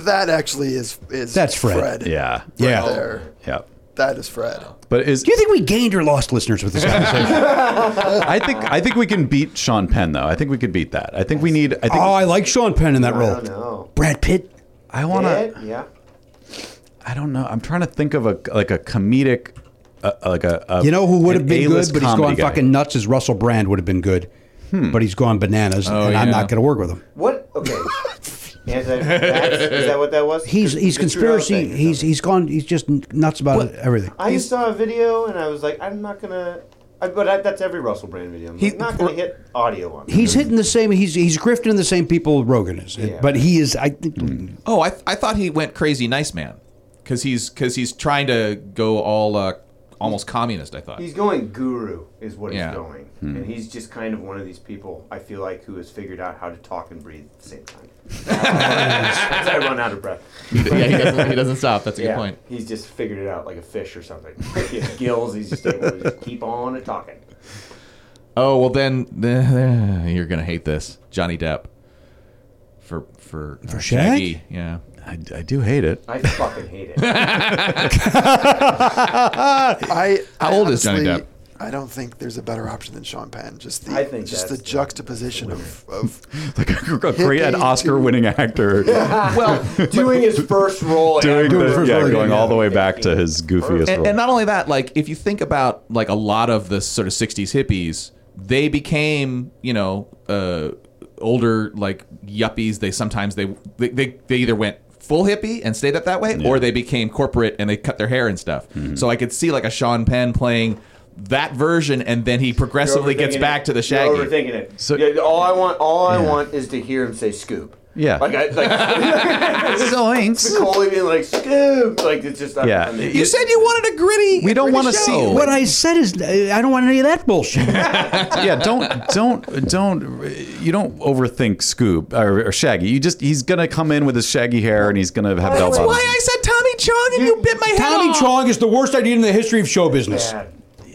[SPEAKER 5] That actually is is
[SPEAKER 1] That's Fred.
[SPEAKER 2] Yeah.
[SPEAKER 1] yeah.
[SPEAKER 5] There.
[SPEAKER 2] Yeah.
[SPEAKER 5] That is Fred.
[SPEAKER 2] But is
[SPEAKER 1] Do you think we gained or lost listeners with this conversation?
[SPEAKER 2] I think I think we can beat Sean Penn though. I think we could beat that. I think we need. I think
[SPEAKER 1] oh, I like Sean Penn in that
[SPEAKER 7] I
[SPEAKER 1] role.
[SPEAKER 7] don't know.
[SPEAKER 1] Brad Pitt.
[SPEAKER 2] I want
[SPEAKER 7] Ted?
[SPEAKER 2] to.
[SPEAKER 7] Yeah.
[SPEAKER 2] I don't know. I'm trying to think of a like a comedic, uh, like a, a
[SPEAKER 1] You know who would
[SPEAKER 2] an
[SPEAKER 1] have been good,
[SPEAKER 2] A-list
[SPEAKER 1] but he's
[SPEAKER 2] comedy
[SPEAKER 1] gone
[SPEAKER 2] guy.
[SPEAKER 1] fucking nuts. Is Russell Brand would have been good, but he's gone bananas, and I'm
[SPEAKER 4] yeah.
[SPEAKER 1] not going to work with him.
[SPEAKER 7] What? Okay. Anthony, that's, is that what that was?
[SPEAKER 1] He's
[SPEAKER 7] The-
[SPEAKER 1] he's
[SPEAKER 7] the Trudeau
[SPEAKER 1] conspiracy.
[SPEAKER 7] thing or
[SPEAKER 1] He's
[SPEAKER 7] something.
[SPEAKER 1] he's gone. He's just n- nuts about everything.
[SPEAKER 7] I just saw a video and I was like, I'm not gonna. I, but I, that's every Russell Brand video. I'm like,
[SPEAKER 4] He-
[SPEAKER 7] not gonna hit audio on.
[SPEAKER 1] He's hitting the same. He's he's grifting the same people Rogan is, but he is. I think
[SPEAKER 4] Oh, I, I thought he went crazy nice man cuz he's cuz he's trying to go all uh, almost communist, I thought.
[SPEAKER 7] He's going guru, is what
[SPEAKER 4] Yeah. Hmm.
[SPEAKER 7] he's going, and he's just kind of one of these people I feel like who has figured out how to talk and breathe at the same time. As I run out of breath.
[SPEAKER 4] yeah, he doesn't, he doesn't stop. That's a
[SPEAKER 7] yeah, he's just figured it out like a fish or something. He has gills. He's just able to just keep on a talking.
[SPEAKER 4] Oh, well then uh, you're going to hate this. Johnny Depp for for for
[SPEAKER 1] Shaggy?
[SPEAKER 4] Yeah.
[SPEAKER 2] I, I do hate it.
[SPEAKER 7] I fucking hate it.
[SPEAKER 5] I
[SPEAKER 4] How
[SPEAKER 5] I
[SPEAKER 4] old is Johnny
[SPEAKER 5] honestly-
[SPEAKER 4] Depp?
[SPEAKER 5] I don't think there's a better option than Sean Penn. Just the
[SPEAKER 7] I think
[SPEAKER 5] just the
[SPEAKER 7] that's the-
[SPEAKER 5] juxtaposition of, of
[SPEAKER 2] Like a, a great an
[SPEAKER 5] Hippie
[SPEAKER 2] Oscar-winning actor
[SPEAKER 7] well, doing his first role.
[SPEAKER 2] doing
[SPEAKER 7] ever.
[SPEAKER 2] the,
[SPEAKER 1] first
[SPEAKER 2] yeah,
[SPEAKER 1] role,
[SPEAKER 2] going
[SPEAKER 1] yeah.
[SPEAKER 2] all the way back to his goofiest
[SPEAKER 4] And,
[SPEAKER 2] role.
[SPEAKER 4] and not only that, like if you think about like a lot of the sort of '60s hippies, they became you know uh, older like yuppies. They sometimes they they, they, they either went full hippie and stayed up that way, or they became corporate and they cut their hair and stuff.
[SPEAKER 2] Mm-hmm.
[SPEAKER 4] So I could see like a Sean Penn playing that version, and then he progressively
[SPEAKER 7] You're
[SPEAKER 4] gets
[SPEAKER 7] overthinking
[SPEAKER 4] back
[SPEAKER 7] it.
[SPEAKER 4] to the shaggy.
[SPEAKER 7] You're overthinking it.
[SPEAKER 2] So-
[SPEAKER 7] yeah, all I want, all I want is to hear him say "scoop."
[SPEAKER 2] Yeah.
[SPEAKER 7] Like, I, like Coley being like "scoop," like it's just. I'm-
[SPEAKER 2] Yeah.
[SPEAKER 7] I'm-
[SPEAKER 2] You
[SPEAKER 4] You said you wanted a gritty.
[SPEAKER 2] We don't
[SPEAKER 4] gritty
[SPEAKER 2] wanna see
[SPEAKER 4] show.
[SPEAKER 2] what
[SPEAKER 1] what I said is I don't want any of that bullshit.
[SPEAKER 2] yeah, don't don't don't you don't overthink Scoob or, or Shaggy. You just he's gonna come in with his shaggy hair and he's gonna have bell
[SPEAKER 4] That's
[SPEAKER 2] bottoms.
[SPEAKER 4] why I said Tommy Chong, and you, bit my head
[SPEAKER 1] Tommy
[SPEAKER 4] off.
[SPEAKER 1] Chong is the worst idea in the history of show business.
[SPEAKER 7] Bad.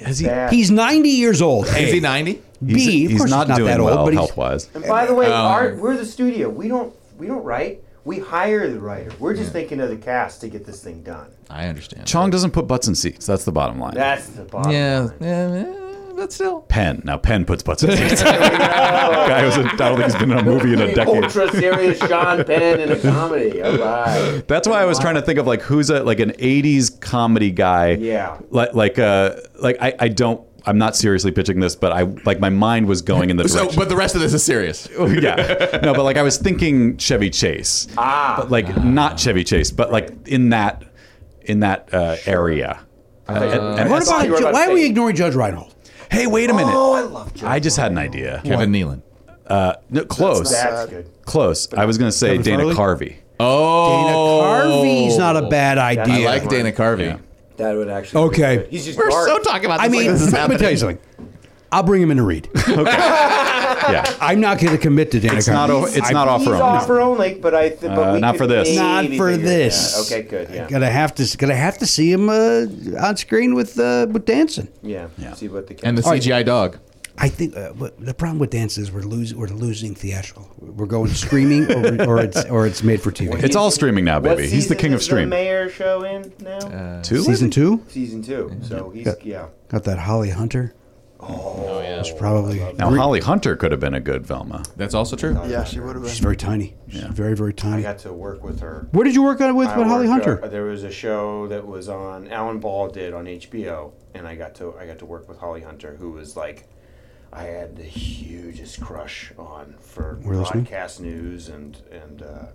[SPEAKER 2] Has he-
[SPEAKER 7] Bad.
[SPEAKER 1] He's 90 years old.
[SPEAKER 4] Is
[SPEAKER 1] A.
[SPEAKER 4] he ninety?
[SPEAKER 1] B.
[SPEAKER 2] he's,
[SPEAKER 1] of
[SPEAKER 2] he's
[SPEAKER 1] course
[SPEAKER 2] not,
[SPEAKER 1] he's not
[SPEAKER 2] doing
[SPEAKER 1] that old,
[SPEAKER 2] well
[SPEAKER 1] but he's-
[SPEAKER 2] health wise.
[SPEAKER 7] By the way, our, we're the studio. We don't we don't write. We hire the writer. We're just thinking of the cast to get this thing done.
[SPEAKER 4] I understand.
[SPEAKER 2] Chong doesn't put butts in seats. That's the bottom line.
[SPEAKER 7] That's the bottom
[SPEAKER 4] yeah,
[SPEAKER 7] line.
[SPEAKER 4] yeah, yeah, but still.
[SPEAKER 2] Penn. Now Penn puts butts in seats. Guy was in, I don't think he's been in a movie in a decade.
[SPEAKER 7] Ultra serious Sean Penn in a comedy. All right.
[SPEAKER 2] That's why I was trying to think of like who's a like an '80s comedy guy.
[SPEAKER 7] Yeah.
[SPEAKER 2] Like like uh like I I don't I'm not seriously pitching this, but I like my mind was going in the
[SPEAKER 4] So,
[SPEAKER 2] direction.
[SPEAKER 4] but the rest of this is serious.
[SPEAKER 2] yeah. No, but like I was thinking Chevy Chase. Ah. But like not Chevy Chase, but like in that in that uh, area. And- and
[SPEAKER 1] What
[SPEAKER 2] that's-
[SPEAKER 1] about,
[SPEAKER 7] you're
[SPEAKER 1] Ju-
[SPEAKER 7] about
[SPEAKER 1] why
[SPEAKER 7] to
[SPEAKER 1] are we
[SPEAKER 7] say-
[SPEAKER 1] ignoring Judge Reinhold?
[SPEAKER 2] Hey, wait a minute.
[SPEAKER 7] Oh, I love Joe.
[SPEAKER 2] I just had an idea.
[SPEAKER 4] Kevin Nealon.
[SPEAKER 2] No, close.
[SPEAKER 7] That's good.
[SPEAKER 2] Close. I was going to say
[SPEAKER 1] Kevin
[SPEAKER 2] Dana
[SPEAKER 1] Farley?
[SPEAKER 2] Carvey.
[SPEAKER 4] Oh,
[SPEAKER 1] Dana Carvey's not a bad
[SPEAKER 4] I
[SPEAKER 1] idea.
[SPEAKER 4] like Dana Carvey.
[SPEAKER 7] That would actually. be
[SPEAKER 1] Okay.
[SPEAKER 7] good. He's just
[SPEAKER 4] We're
[SPEAKER 7] dark.
[SPEAKER 4] so talking about. This
[SPEAKER 1] I mean,
[SPEAKER 4] like this
[SPEAKER 1] let
[SPEAKER 4] is
[SPEAKER 1] me
[SPEAKER 4] happening.
[SPEAKER 1] tell you something. I'll bring him in to read.
[SPEAKER 2] Yeah.
[SPEAKER 1] I'm not going to commit to Dana
[SPEAKER 2] It's not
[SPEAKER 1] Carvey.
[SPEAKER 2] o- it's
[SPEAKER 1] I-
[SPEAKER 2] not
[SPEAKER 7] He's
[SPEAKER 2] offer only.
[SPEAKER 7] offer only, but I. Th- but
[SPEAKER 2] Uh,
[SPEAKER 7] we
[SPEAKER 2] not
[SPEAKER 7] could
[SPEAKER 2] for this.
[SPEAKER 1] Not
[SPEAKER 7] maybe
[SPEAKER 1] for
[SPEAKER 7] figure it
[SPEAKER 1] this.
[SPEAKER 7] out. Okay, good. Yeah.
[SPEAKER 1] Gonna have to gonna have to see him uh, on screen with uh, with Danson.
[SPEAKER 7] Yeah. See what the
[SPEAKER 4] And the
[SPEAKER 1] right.
[SPEAKER 4] CGI dog.
[SPEAKER 1] I think uh, what, the problem with Danson is we're losing we're losing theatrical. We're going streaming or, or it's or it's made for TV.
[SPEAKER 2] It's all streaming now,
[SPEAKER 7] What
[SPEAKER 2] baby. He's the
[SPEAKER 7] season
[SPEAKER 2] king of
[SPEAKER 7] is
[SPEAKER 2] stream. Uh,
[SPEAKER 7] The mayor show in now.
[SPEAKER 2] Two?
[SPEAKER 1] Season two
[SPEAKER 7] season two. So he's yeah.
[SPEAKER 1] got that Holly Hunter. Oh, it's probably
[SPEAKER 2] Now Holly Hunter could have been a good Velma.
[SPEAKER 4] That's also true.
[SPEAKER 5] Yeah, she would have been.
[SPEAKER 1] she's very tiny. She's very very
[SPEAKER 7] I
[SPEAKER 1] tiny.
[SPEAKER 7] got to work with her.
[SPEAKER 1] Where did you work on with,
[SPEAKER 7] I
[SPEAKER 1] with Holly
[SPEAKER 7] worked,
[SPEAKER 1] Hunter?
[SPEAKER 7] uh, there was a show that was on Alan Ball did on HBO, and I got to I got to work with Holly Hunter, who was like, I had the hugest crush on for
[SPEAKER 1] We're listening.
[SPEAKER 7] broadcast news and and uh,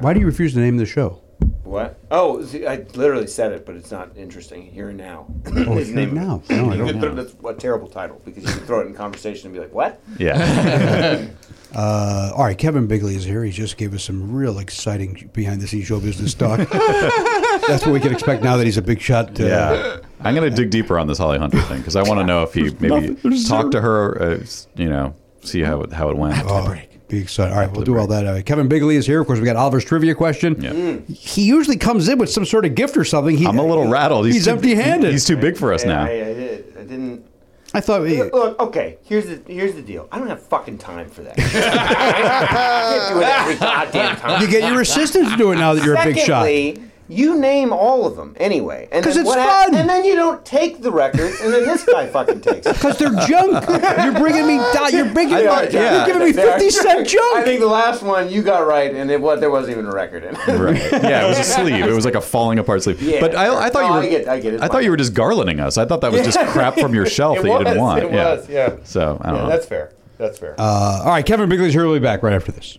[SPEAKER 1] Why do you refuse to name the show?
[SPEAKER 7] what? Oh, see, I literally said it, but it's not interesting. Here and now.
[SPEAKER 1] Oh,
[SPEAKER 7] His
[SPEAKER 1] Here
[SPEAKER 7] name-
[SPEAKER 1] and Now. No, I
[SPEAKER 7] You
[SPEAKER 1] don't
[SPEAKER 7] could throw- That's a terrible title because you could throw it in conversation and be like, "What?"
[SPEAKER 2] Yeah.
[SPEAKER 1] Uh, all right, Kevin Bigley is here. He just gave us some real exciting behind the scenes show business talk. That's what we can expect now that he's a big shot. Uh,
[SPEAKER 2] yeah. I'm going to dig deeper on this Holly Hunter thing because I want to know if he maybe talked to her, uh, s- you know, see how it, how it went.
[SPEAKER 1] Oh, be excited. All right, we'll do all that. Uh, Kevin Bigley is here. Of course, we got Oliver's trivia question.
[SPEAKER 2] Yeah.
[SPEAKER 1] He usually comes in with some sort of gift or something. He,
[SPEAKER 2] I'm a little rattled.
[SPEAKER 1] He's,
[SPEAKER 2] too-
[SPEAKER 1] empty-handed.
[SPEAKER 2] He's too big for us
[SPEAKER 7] And
[SPEAKER 2] now.
[SPEAKER 7] I, I, did, I didn't.
[SPEAKER 1] I thought.
[SPEAKER 7] Look, look, okay. Here's the here's the deal. I don't have fucking time for that. I can't do it every goddamn time.
[SPEAKER 1] you get your assistant to do it now that you're a big shot.
[SPEAKER 7] Secondly, you name all of them anyway, and
[SPEAKER 1] 'Cause
[SPEAKER 7] then
[SPEAKER 1] it's
[SPEAKER 7] what
[SPEAKER 1] fun.
[SPEAKER 7] and then you don't take the records, and then this guy fucking takes. It.
[SPEAKER 1] Because they're junk. You're bringing me. di- You're bringing.
[SPEAKER 7] They are
[SPEAKER 1] me-
[SPEAKER 7] junk.
[SPEAKER 1] You're giving me
[SPEAKER 7] They are
[SPEAKER 1] fifty cent
[SPEAKER 7] I
[SPEAKER 1] junk.
[SPEAKER 7] think the last one you got right, and it was there wasn't even a record in. it.
[SPEAKER 2] Right. Yeah, it was a sleeve. It was like a falling apart sleeve.
[SPEAKER 7] Yeah,
[SPEAKER 2] but I, I thought
[SPEAKER 7] no,
[SPEAKER 2] you were.
[SPEAKER 7] I get- I get it.
[SPEAKER 2] thought you were just garlanding us. I thought that was just crap from your shelf
[SPEAKER 7] It
[SPEAKER 2] that you didn't
[SPEAKER 7] was,
[SPEAKER 2] want.
[SPEAKER 7] it
[SPEAKER 2] yeah.
[SPEAKER 7] was, yeah.
[SPEAKER 2] So I don't know.
[SPEAKER 7] That's fair. That's fair.
[SPEAKER 1] Uh, all right, Kevin Bigley's here. We'll be back right after this.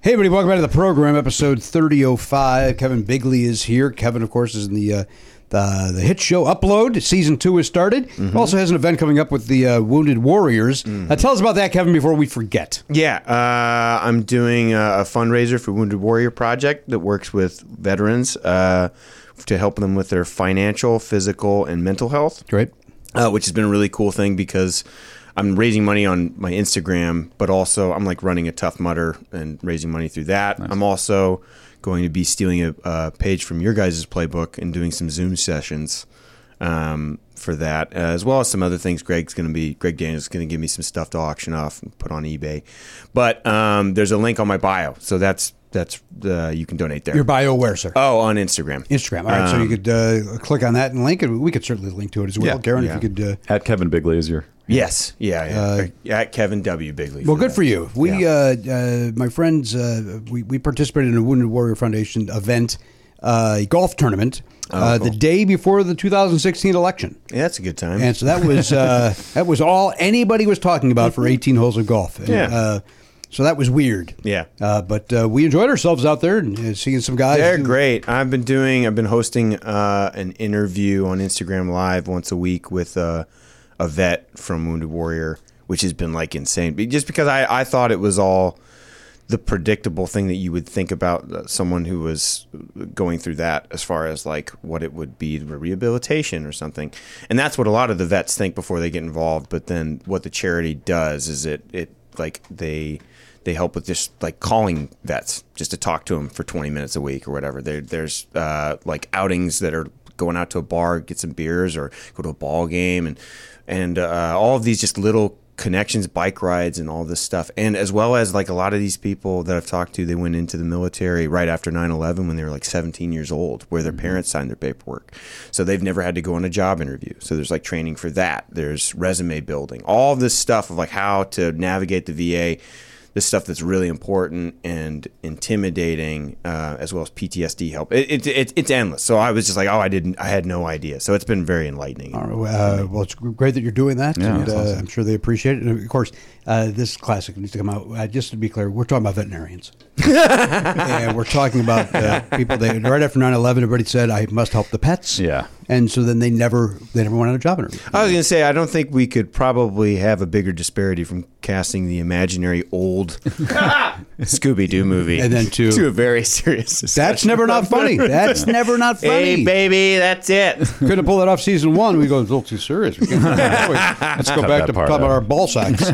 [SPEAKER 1] Hey, everybody, welcome back to the program, episode 3005. Kevin Bigley is here. Kevin, of course, is in the. Uh, the, the hit show upload season two has started.
[SPEAKER 7] Mm-hmm.
[SPEAKER 1] Also has an event coming up with the uh, Wounded Warriors.
[SPEAKER 7] Mm.
[SPEAKER 1] Uh, tell us about that, Kevin, before we forget.
[SPEAKER 7] Yeah, uh, I'm doing a, a fundraiser for Wounded Warrior Project that works with veterans uh, to help them with their financial, physical, and mental health.
[SPEAKER 1] Great.
[SPEAKER 7] uh, which has been a really cool thing because I'm raising money on my Instagram, but also I'm like running a Tough Mudder and raising money through that. I'm also going to be stealing a, a page from your guys' playbook and doing some Zoom sessions um, for that, uh, as well as some other things. Greg's going to be Greg Daniels is going to give me some stuff to auction off and put on eBay. But um, there's a link on my bio, so that's that's uh, you can donate there.
[SPEAKER 1] Your bio where, sir?
[SPEAKER 7] oh, on Instagram.
[SPEAKER 1] Instagram. All right, so you could uh, click on that and link it. We could certainly link to it as well,
[SPEAKER 7] um, Yeah,
[SPEAKER 1] Karen.
[SPEAKER 7] yeah.
[SPEAKER 1] If you could. Uh,
[SPEAKER 2] At Kevin Bigley is your.
[SPEAKER 7] Yes, yeah, yeah. yeah Kevin W. Bigley.
[SPEAKER 1] well,
[SPEAKER 7] for
[SPEAKER 1] good
[SPEAKER 7] that.
[SPEAKER 1] for you. We,
[SPEAKER 7] Yeah.
[SPEAKER 1] uh, uh, my friends, uh, we, we participated in a Wounded Warrior Foundation event, uh, golf tournament,
[SPEAKER 7] Oh,
[SPEAKER 1] uh, the day before the 2016 election.
[SPEAKER 7] Yeah, that's a good time.
[SPEAKER 1] And so that was uh, that was all anybody was talking about for 18 holes of golf. And,
[SPEAKER 7] Yeah.
[SPEAKER 1] Uh, so that was weird.
[SPEAKER 7] Yeah.
[SPEAKER 1] Uh, but uh, we enjoyed ourselves out there and uh, seeing some guys.
[SPEAKER 7] They're
[SPEAKER 1] do-
[SPEAKER 7] great. I've been doing. I've been hosting uh, an interview on Instagram Live once a week with uh, a vet from Wounded Warrior, which has been like insane. Be- Just because I, I thought it was all the predictable thing that you would think about uh, someone who was going through that, as far as like what it would be for rehabilitation or something. And that's what a lot of the vets think before they get involved. But then what the charity does is it it like they they help with just like calling vets just to talk to them for 20 minutes a week or whatever. There, there's uh, like outings that are going out to a bar, get some beers, or go to a ball game, and and uh, all of these just little connections, bike rides, and all this stuff. And as well as like a lot of these people that I've talked to, they went into the military right after 9/11 when they were like 17 years old, where their parents signed their paperwork, so they've never had to go on a job interview. So there's like training for that. There's resume building, all this stuff of like how to navigate the VA this stuff that's really important and intimidating, uh, as well as PTSD help. It, it, it, it's endless. So I was just like, oh, I didn't, I had no idea. So it's been very enlightening.
[SPEAKER 1] All right, Uh, well, it's great that you're doing that, and uh, I'm sure they appreciate it. And of course, uh, this classic needs to come out. Uh, just to be clear, we're talking about veterinarians, and we're talking about uh, people that right after 9/11, everybody said, "I must help the pets."
[SPEAKER 2] Yeah.
[SPEAKER 1] and so then they never they never went on a job interview.
[SPEAKER 7] I was going to say, I don't think we could probably have a bigger disparity from casting the imaginary old Scooby Doo movie
[SPEAKER 1] And then to-
[SPEAKER 7] to a very serious.
[SPEAKER 1] That's never not funny. That's never not funny.
[SPEAKER 7] Hey, baby, that's it.
[SPEAKER 1] Couldn't pull that off season one. We go, it's a little too serious. We can't- Let's go back
[SPEAKER 2] that
[SPEAKER 1] to
[SPEAKER 2] part
[SPEAKER 1] talk about
[SPEAKER 2] out.
[SPEAKER 1] our ball sacks.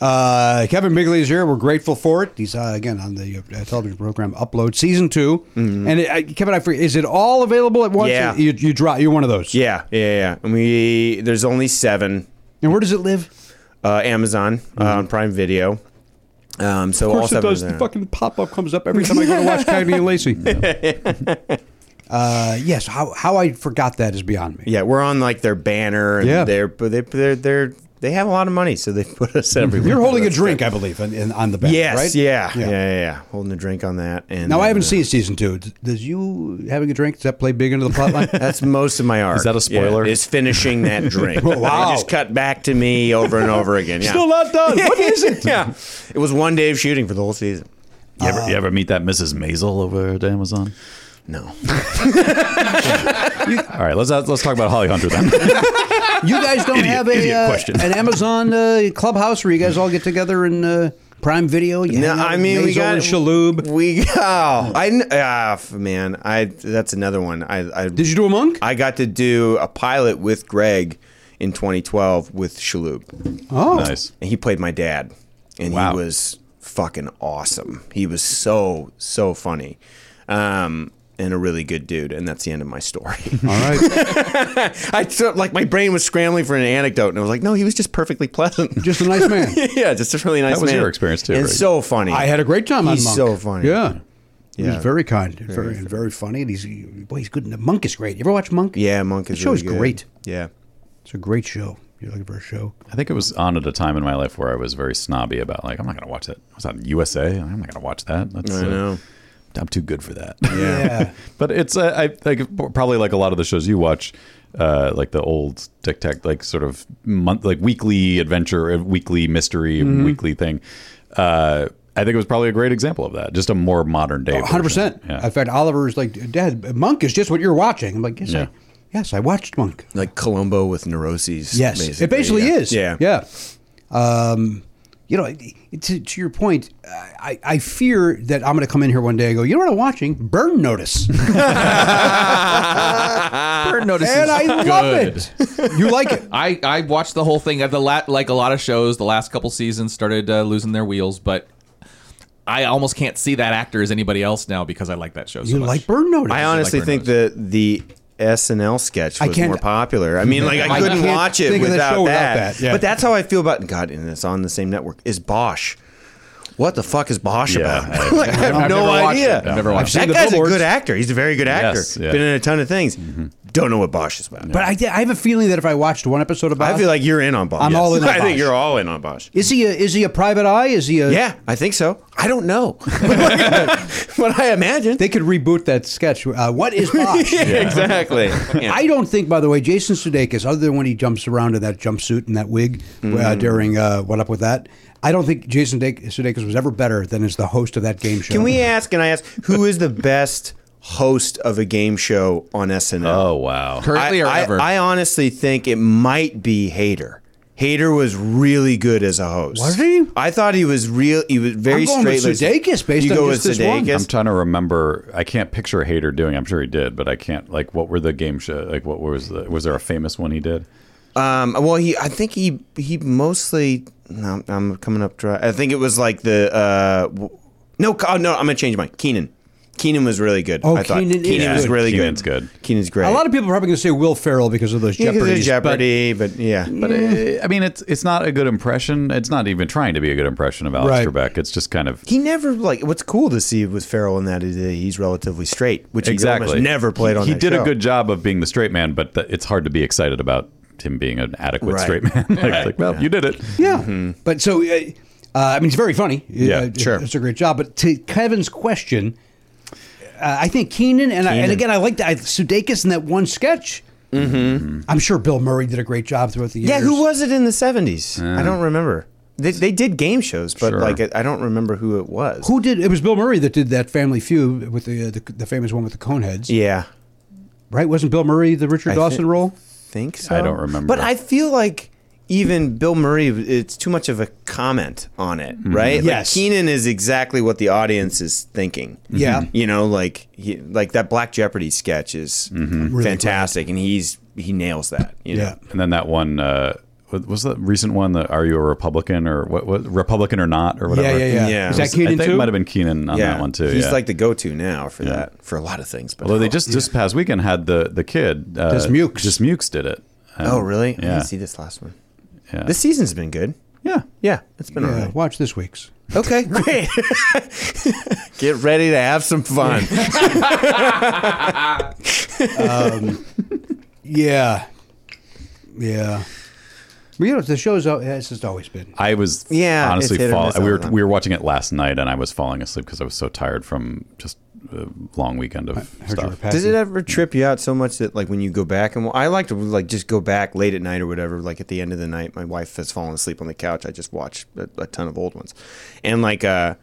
[SPEAKER 1] Uh, Kevin Bigley is here. We're grateful for it. He's uh, again on the uh, television program Upload Season 2 And it, I, Kevin, I forget, is it all available at once?
[SPEAKER 7] Mm-hmm. Yeah.
[SPEAKER 1] You, you draw. You're one of those.
[SPEAKER 7] Yeah, yeah, yeah. And we there's only seven.
[SPEAKER 1] And where does it live?
[SPEAKER 7] Uh, Amazon uh, on Prime Video. Um, so
[SPEAKER 1] Mm-hmm. Of course
[SPEAKER 7] all
[SPEAKER 1] it
[SPEAKER 7] seven
[SPEAKER 1] does.
[SPEAKER 7] are
[SPEAKER 1] The
[SPEAKER 7] there.
[SPEAKER 1] fucking pop up comes up every time I go to watch Cagney and Lacey. uh, yes. How how I forgot that is beyond me.
[SPEAKER 7] Yeah, we're on like their banner. And
[SPEAKER 1] Yeah.
[SPEAKER 7] they're but they they're, they're they have a lot of money, so they put us everywhere.
[SPEAKER 1] You're holding a
[SPEAKER 7] That's
[SPEAKER 1] drink,
[SPEAKER 7] good.
[SPEAKER 1] I believe, on, in, on the back.
[SPEAKER 7] Yes,
[SPEAKER 1] Right?
[SPEAKER 7] yeah,
[SPEAKER 1] Yeah.
[SPEAKER 7] yeah, yeah, yeah. Holding a drink on that. And
[SPEAKER 1] Now I haven't
[SPEAKER 7] uh,
[SPEAKER 1] seen season two. D- Does you having a drink does that play big into the plot line?
[SPEAKER 7] uh, That's most of my art. Is
[SPEAKER 2] that a spoiler?
[SPEAKER 7] is finishing that drink.
[SPEAKER 1] Wow.
[SPEAKER 7] They just cut back to me over and over again. Yeah.
[SPEAKER 2] Still not done. What is it?
[SPEAKER 7] yeah. It was one day of shooting for the whole season.
[SPEAKER 2] You ever, you ever meet that Mrs. Maisel over at Amazon?
[SPEAKER 7] No.
[SPEAKER 2] All right, let's let's talk about Holly Hunter then.
[SPEAKER 1] you guys don't
[SPEAKER 2] Idiot-
[SPEAKER 1] have a
[SPEAKER 2] idiot
[SPEAKER 1] uh,
[SPEAKER 2] question.
[SPEAKER 1] an Amazon uh, clubhouse where you guys all get together and uh, Prime Video. You
[SPEAKER 7] No,
[SPEAKER 1] hang out
[SPEAKER 7] I
[SPEAKER 1] with
[SPEAKER 7] mean we
[SPEAKER 1] Maisel
[SPEAKER 7] got
[SPEAKER 1] and Shaloub.
[SPEAKER 7] We oh, I kn- ah f- man, I that's another one. I, I
[SPEAKER 1] Did you do a monk?
[SPEAKER 7] I got to do a pilot with Greg in 2012 with Shaloub.
[SPEAKER 1] oh,
[SPEAKER 2] nice.
[SPEAKER 7] and he played my dad and
[SPEAKER 2] Wow.
[SPEAKER 7] he was fucking awesome he was so so funny um and a really good dude and that's the end of my story
[SPEAKER 1] all right.
[SPEAKER 7] i took like my brain was scrambling for an anecdote and i was like no he was just perfectly pleasant
[SPEAKER 1] Just a nice man.
[SPEAKER 7] yeah just a really nice
[SPEAKER 2] That was
[SPEAKER 7] man.
[SPEAKER 2] your experience too,
[SPEAKER 7] and
[SPEAKER 2] right?
[SPEAKER 7] so funny
[SPEAKER 1] I had a great time.
[SPEAKER 7] He's
[SPEAKER 1] on Monk.
[SPEAKER 7] so funny.
[SPEAKER 1] Yeah. He's
[SPEAKER 7] Yeah.
[SPEAKER 1] very kind, and very, and very funny, and he's boy, he's good. The Monk is great. You ever watch Monk?
[SPEAKER 7] yeah monk
[SPEAKER 1] The
[SPEAKER 7] is
[SPEAKER 1] show
[SPEAKER 7] really
[SPEAKER 1] is
[SPEAKER 7] good.
[SPEAKER 1] great.
[SPEAKER 7] yeah
[SPEAKER 1] It's a great show. You're looking for a show.
[SPEAKER 2] I think it was on at a time in my life where I was very snobby about like I'm not gonna watch that. I was on USA. I'm not gonna watch that. That's,
[SPEAKER 7] I
[SPEAKER 2] uh,
[SPEAKER 7] know.
[SPEAKER 2] I'm too good for that.
[SPEAKER 1] Yeah.
[SPEAKER 2] but it's uh, I think probably like a lot of the shows you watch, uh, like the old Tic Tac, like sort of month, like weekly adventure, uh, weekly mystery,
[SPEAKER 1] Mm-hmm.
[SPEAKER 2] weekly thing. Uh, I think it was probably a great example of that. Just a more modern day.
[SPEAKER 1] Oh, hundred percent.
[SPEAKER 2] version.
[SPEAKER 1] In fact, Oliver's like, Dad, Monk is just what you're watching. I'm like, yes,
[SPEAKER 2] Yeah.
[SPEAKER 1] I, yes, I watched Monk.
[SPEAKER 7] like Columbo with neuroses.
[SPEAKER 1] Yes, it basically
[SPEAKER 7] yeah.
[SPEAKER 1] is.
[SPEAKER 7] Yeah,
[SPEAKER 1] yeah. Um, you know, to, to your point, I, I fear that I'm going to come in here one day and go, you know what I'm watching? Burn Notice, and
[SPEAKER 4] Bird notice is
[SPEAKER 1] I love
[SPEAKER 4] good.
[SPEAKER 1] it. You like it?
[SPEAKER 4] I, I watched the whole thing. The la- like a lot of shows, the last couple seasons started uh, losing their wheels, but I almost can't see that actor as anybody else now because I like that show so
[SPEAKER 1] You
[SPEAKER 4] much.
[SPEAKER 1] like Burn Notice?
[SPEAKER 7] I honestly
[SPEAKER 4] Burn
[SPEAKER 7] think that the SNL sketch
[SPEAKER 1] I
[SPEAKER 7] was
[SPEAKER 1] can't-
[SPEAKER 7] more popular. I mean, like I,
[SPEAKER 4] I
[SPEAKER 7] couldn't
[SPEAKER 1] can't
[SPEAKER 7] watch it
[SPEAKER 1] think of that
[SPEAKER 7] without
[SPEAKER 1] show
[SPEAKER 7] that.
[SPEAKER 1] without that, yeah.
[SPEAKER 7] But that's how I feel about God, and it's on the same network. Is Bosch? What the fuck is Bosch
[SPEAKER 2] Yeah,
[SPEAKER 7] about? like, I have
[SPEAKER 4] I've
[SPEAKER 7] no
[SPEAKER 4] never watched
[SPEAKER 7] idea.
[SPEAKER 4] it. I've never watched
[SPEAKER 1] seen
[SPEAKER 7] that
[SPEAKER 1] the
[SPEAKER 7] guy's a
[SPEAKER 1] billboards. Mm-hmm.
[SPEAKER 7] good actor. He's a very good actor.
[SPEAKER 2] Yes, yeah.
[SPEAKER 7] Been in a ton of things. Don't know what Bosch is about.
[SPEAKER 1] But I, I have a feeling that if I watched one episode about,
[SPEAKER 7] I feel like you're in on Bosch.
[SPEAKER 1] I'm all in on
[SPEAKER 7] I
[SPEAKER 1] Bosch.
[SPEAKER 7] think you're all in on Bosch.
[SPEAKER 1] is he a is he a private eye? Is he a
[SPEAKER 7] Yeah, I think so. I don't know, but I imagine.
[SPEAKER 1] They could reboot that sketch. Uh, what is Bosch?
[SPEAKER 7] Exactly. Yeah.
[SPEAKER 1] I don't think, by the way, Jason Sudeikis, other than when he jumps around in that jumpsuit and that wig uh,
[SPEAKER 7] Mm-hmm.
[SPEAKER 1] during uh, What Up With That, I don't think Jason Sudeik- Sudeikis was ever better than as the host of that game show.
[SPEAKER 7] Can we ask? Can I ask who is the best host of a game show on SNL?
[SPEAKER 2] Oh wow.
[SPEAKER 4] currently
[SPEAKER 7] I,
[SPEAKER 4] or
[SPEAKER 7] I-
[SPEAKER 4] ever.
[SPEAKER 7] I honestly think it might be Hader. Hader was really good as a host.
[SPEAKER 1] Was he?
[SPEAKER 7] I thought he was real. He was very
[SPEAKER 1] I'm going with
[SPEAKER 7] straight.
[SPEAKER 1] Sudeikis based
[SPEAKER 7] you
[SPEAKER 1] on
[SPEAKER 7] go
[SPEAKER 1] just
[SPEAKER 7] with
[SPEAKER 1] this one.
[SPEAKER 7] Sudeikis.
[SPEAKER 2] I'm trying to remember. I can't picture Hater doing. I'm sure he did, but I can't. Like, what were the game show? Like, what was the? Was there a famous one he did?
[SPEAKER 7] Um, well, he. I think he. He mostly. No, I'm coming up dry. I think it was like the. Uh, w- no, oh, no. I'm gonna change mine. Keenan. Keenan was really good.
[SPEAKER 1] Oh,
[SPEAKER 7] I thought.
[SPEAKER 1] Keenan is
[SPEAKER 7] was
[SPEAKER 1] good.
[SPEAKER 7] really
[SPEAKER 2] Keenan's
[SPEAKER 7] good.
[SPEAKER 2] good.
[SPEAKER 7] Keenan's great.
[SPEAKER 1] A lot of people are probably going to say Will Ferrell because of those
[SPEAKER 7] Yeah, 'cause
[SPEAKER 1] Jeopardies.
[SPEAKER 7] there's Jeopardy, but, yeah.
[SPEAKER 1] Mm.
[SPEAKER 2] But uh, I mean, it's it's not a good impression. It's not even trying to be a good impression of Alex
[SPEAKER 1] Right.
[SPEAKER 2] Trebek. It's just kind of
[SPEAKER 7] He never like what's cool to see with Farrell in that is that he's relatively straight, which he
[SPEAKER 2] exactly
[SPEAKER 7] almost never played on.
[SPEAKER 2] He
[SPEAKER 7] that
[SPEAKER 2] did
[SPEAKER 7] show.
[SPEAKER 2] a good job of being the straight man, but the, it's hard to be excited about him being an adequate
[SPEAKER 7] Right.
[SPEAKER 2] straight man. like, like, well, you did it.
[SPEAKER 1] Yeah. But so, uh, uh, I mean, it's very funny.
[SPEAKER 2] Yeah,
[SPEAKER 1] Uh,
[SPEAKER 7] mm-hmm. sure.
[SPEAKER 1] It's a great job. But to Kevin's question, uh, I think Keenan, and, I, and
[SPEAKER 7] Keenan.
[SPEAKER 1] again, I like that. I- Sudeikis in that one sketch. Mm-hmm. I'm sure Bill Murray did a great job throughout the years.
[SPEAKER 7] Yeah, who was it in the seventies? I don't remember. They, they did game shows, but
[SPEAKER 2] Sure.
[SPEAKER 7] like I don't remember who it was.
[SPEAKER 1] Who did? It was Bill Murray that did that Family Feud with the uh, the, the famous one with the Coneheads,
[SPEAKER 7] Yeah,
[SPEAKER 1] right? Wasn't Bill Murray the Richard
[SPEAKER 7] I
[SPEAKER 1] Dawson
[SPEAKER 7] thi-
[SPEAKER 1] role?
[SPEAKER 7] think so.
[SPEAKER 2] I don't remember.
[SPEAKER 7] But I feel like even Bill Murray, it's too much of a comment on it,
[SPEAKER 2] Mm-hmm.
[SPEAKER 1] Yes.
[SPEAKER 7] right?
[SPEAKER 1] Mm-hmm.
[SPEAKER 7] Like Keenan is exactly what the audience is thinking.
[SPEAKER 1] Yeah.
[SPEAKER 7] you know, like he, like that Black Jeopardy sketch is
[SPEAKER 1] Really
[SPEAKER 2] Mm-hmm.
[SPEAKER 7] fantastic, and he's he nails that. You know?
[SPEAKER 1] Yeah.
[SPEAKER 2] And then that one, uh, what was the recent one that are you a Republican or what, what Republican or not or whatever?
[SPEAKER 1] Yeah, yeah, yeah.
[SPEAKER 7] Yeah.
[SPEAKER 1] Is that
[SPEAKER 7] I
[SPEAKER 2] I
[SPEAKER 1] Keenan
[SPEAKER 2] think
[SPEAKER 1] too?
[SPEAKER 2] it might have been Keenan on that one too.
[SPEAKER 7] He's
[SPEAKER 2] yeah.
[SPEAKER 7] like the go-to now for that for a lot of things. But Oh.
[SPEAKER 2] although they just this past weekend had the the kid uh,
[SPEAKER 1] Just Mukes.
[SPEAKER 2] just Mukes did it. Uh, And-
[SPEAKER 7] oh really? I
[SPEAKER 2] um, Yeah.
[SPEAKER 7] didn't see this last one.
[SPEAKER 2] Yeah.
[SPEAKER 7] This season's been good.
[SPEAKER 2] yeah.
[SPEAKER 7] Yeah, it's been
[SPEAKER 1] Yeah,
[SPEAKER 7] alright.
[SPEAKER 1] watch this week's.
[SPEAKER 7] Okay, great. Get ready to have some fun.
[SPEAKER 1] Yeah, yeah. But you know, the show's al- it's just always been.
[SPEAKER 2] I was
[SPEAKER 7] Yeah,
[SPEAKER 2] honestly
[SPEAKER 7] it's hit or
[SPEAKER 2] fall.
[SPEAKER 7] miss
[SPEAKER 2] We
[SPEAKER 7] on
[SPEAKER 2] were
[SPEAKER 7] them.
[SPEAKER 2] we were watching it last night and I was falling asleep because I was so tired from just a long weekend of
[SPEAKER 1] I heard you were
[SPEAKER 2] stuff.
[SPEAKER 1] passing.
[SPEAKER 7] Does it ever trip you out so much that like when you go back and I like to like just go back late at night or whatever. Like at the end of the night, my wife has fallen asleep on the couch. I just watch a, a ton of old ones, and like uh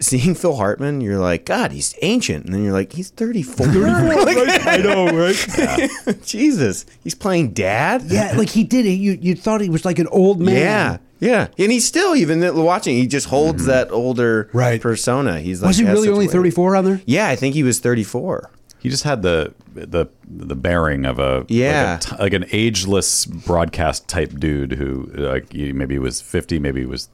[SPEAKER 7] seeing Phil Hartman, you're like, God, he's ancient, and then you're like, he's 34. I know, right? Jesus, he's playing dad.
[SPEAKER 1] yeah, like he did it. You you thought he was like an old man.
[SPEAKER 7] Yeah, yeah, and he's still even th- watching. He just holds that older
[SPEAKER 1] Mm-hmm. Right.
[SPEAKER 7] persona. He's like,
[SPEAKER 1] Was he
[SPEAKER 7] has
[SPEAKER 1] really
[SPEAKER 7] such a
[SPEAKER 1] only
[SPEAKER 7] way-
[SPEAKER 1] thirty four on there?
[SPEAKER 7] Yeah, I think he was thirty four.
[SPEAKER 2] He just had the the the bearing of a like a
[SPEAKER 7] Yeah.
[SPEAKER 2] t- like, an ageless broadcast type dude who like he- maybe he was fifty, maybe he was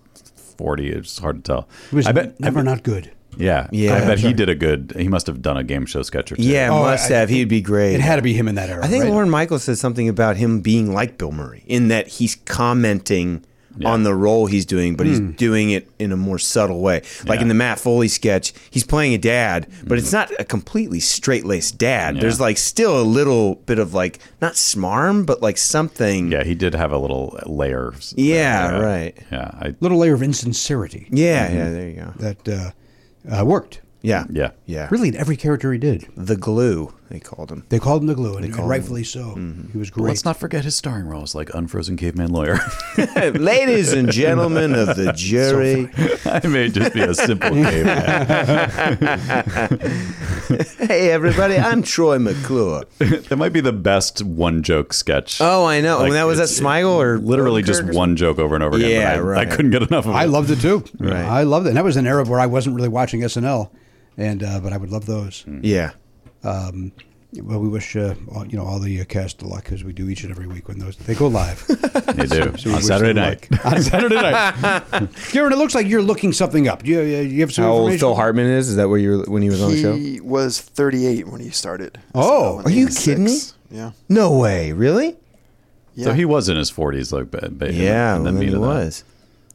[SPEAKER 2] forty. It's hard to tell.
[SPEAKER 1] He was
[SPEAKER 2] I bet.
[SPEAKER 1] never not good.
[SPEAKER 2] Yeah,
[SPEAKER 7] Yeah.
[SPEAKER 2] I bet he did a good. He must have done a game show sketch or two.
[SPEAKER 7] Yeah,
[SPEAKER 1] Oh,
[SPEAKER 7] must
[SPEAKER 1] I-
[SPEAKER 7] have. He'd be great.
[SPEAKER 1] It had to be him in that era.
[SPEAKER 7] I think
[SPEAKER 1] right?
[SPEAKER 7] Lauren Michael says something about him being like Bill Murray in that he's commenting on the role he's doing, but he's doing it in a more subtle way. Like in the Matt Foley sketch, he's playing a dad, but it's not a completely straight laced dad. There's like still a little bit of like not smarm, but like something.
[SPEAKER 2] yeah, he did have a little layer.
[SPEAKER 7] Yeah, right.
[SPEAKER 2] Yeah, I
[SPEAKER 1] little layer of insincerity
[SPEAKER 7] Yeah, yeah. There you go.
[SPEAKER 1] that uh, uh, worked
[SPEAKER 7] Yeah,
[SPEAKER 2] yeah
[SPEAKER 7] yeah.
[SPEAKER 1] really in every character he did.
[SPEAKER 7] The glue they called him.
[SPEAKER 1] They called him the glue, and, and rightfully so. He was great.
[SPEAKER 2] Let's not forget his starring roles like Unfrozen Caveman Lawyer.
[SPEAKER 7] Ladies and gentlemen of the jury.
[SPEAKER 2] I may just be a simple caveman.
[SPEAKER 7] hey, everybody. I'm Troy McClure.
[SPEAKER 2] that might be the best one joke sketch.
[SPEAKER 7] Oh, I know.
[SPEAKER 2] Like,
[SPEAKER 7] that was that
[SPEAKER 2] it's-
[SPEAKER 7] Smigel or
[SPEAKER 2] Literally
[SPEAKER 7] Odenkirk
[SPEAKER 2] just
[SPEAKER 7] or
[SPEAKER 2] one joke over and over again.
[SPEAKER 7] Yeah,
[SPEAKER 2] but I,
[SPEAKER 7] right.
[SPEAKER 2] I couldn't get enough of it.
[SPEAKER 1] I loved it too.
[SPEAKER 7] Right.
[SPEAKER 1] I loved it. And that was an era where I wasn't really watching SNL, and uh, but I would love those.
[SPEAKER 7] something? Yeah.
[SPEAKER 1] Well, we wish uh, all, you know all the uh, cast a luck as we do each and every week when those they go live.
[SPEAKER 2] They do
[SPEAKER 1] we
[SPEAKER 2] on
[SPEAKER 1] wish
[SPEAKER 2] Saturday
[SPEAKER 1] them
[SPEAKER 2] night. on Saturday night.
[SPEAKER 1] Kieran, it looks like you're looking something up. Do you, uh, you have some
[SPEAKER 7] How old
[SPEAKER 1] information?
[SPEAKER 7] Phil Hartman is? Is that what you were when he was on the show?
[SPEAKER 5] He was 38 when he started.
[SPEAKER 7] Oh,
[SPEAKER 5] in
[SPEAKER 7] are you
[SPEAKER 5] 86.
[SPEAKER 7] kidding me?
[SPEAKER 5] Yeah.
[SPEAKER 7] No way. Really?
[SPEAKER 5] yeah.
[SPEAKER 2] So he was in his forties, like ba- ba- in the-
[SPEAKER 7] Yeah,
[SPEAKER 2] in the
[SPEAKER 7] well, then
[SPEAKER 2] meat
[SPEAKER 7] he
[SPEAKER 2] of that.
[SPEAKER 7] was.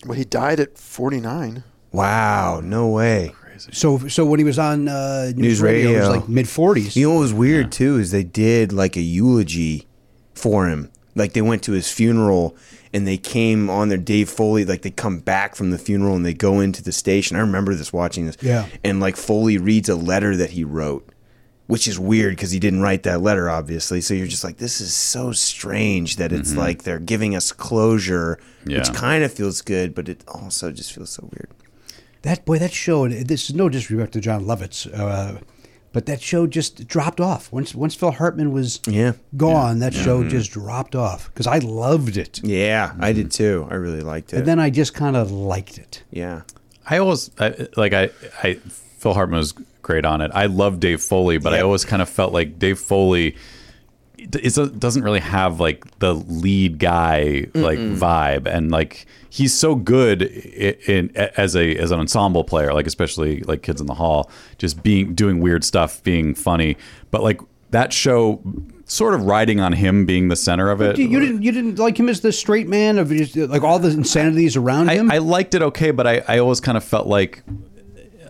[SPEAKER 5] well, he died at 49.
[SPEAKER 7] Wow. No way.
[SPEAKER 1] So so when he was on uh, News,
[SPEAKER 7] News
[SPEAKER 1] Radio, it was
[SPEAKER 7] Radio.
[SPEAKER 1] like mid 40s.
[SPEAKER 7] You know what was weird too is they did like a eulogy for him. Like they went to his funeral and they came on their Dave Foley. Like they come back from the funeral and they go into the station. I remember this watching this.
[SPEAKER 1] Yeah.
[SPEAKER 7] And like Foley reads a letter that he wrote, which is weird because he didn't write that letter, obviously. So you're just like, this is so strange that it's
[SPEAKER 1] Mm-hmm.
[SPEAKER 7] like they're giving us closure,
[SPEAKER 2] Yeah.
[SPEAKER 7] which kind of feels good, but it also just feels so weird.
[SPEAKER 1] that boy, that show. and This is no disrespect to John Lovitz, uh, but that show just dropped off once once Phil Hartman was
[SPEAKER 7] Yeah.
[SPEAKER 1] gone. That show
[SPEAKER 2] Mm-hmm.
[SPEAKER 1] just dropped off because I loved it,
[SPEAKER 7] Yeah, I did too. I really liked it.
[SPEAKER 1] Mm-hmm. and then I just kind of liked it.
[SPEAKER 7] yeah.
[SPEAKER 2] I always I, like I I Phil Hartman was great on it. I love Dave Foley, but I always kind of felt like Dave Foley d- is a, doesn't really have like the lead guy like vibe, and like he's so good in, in as a as an ensemble player, like especially like Kids in the Hall, just being doing weird stuff, being funny, but like that show. Sort of riding on him being the center of it.
[SPEAKER 1] You, you didn't you didn't like him as the straight man of just, like all the insanities around him.
[SPEAKER 2] I, I liked it okay, but I, I always kind of felt like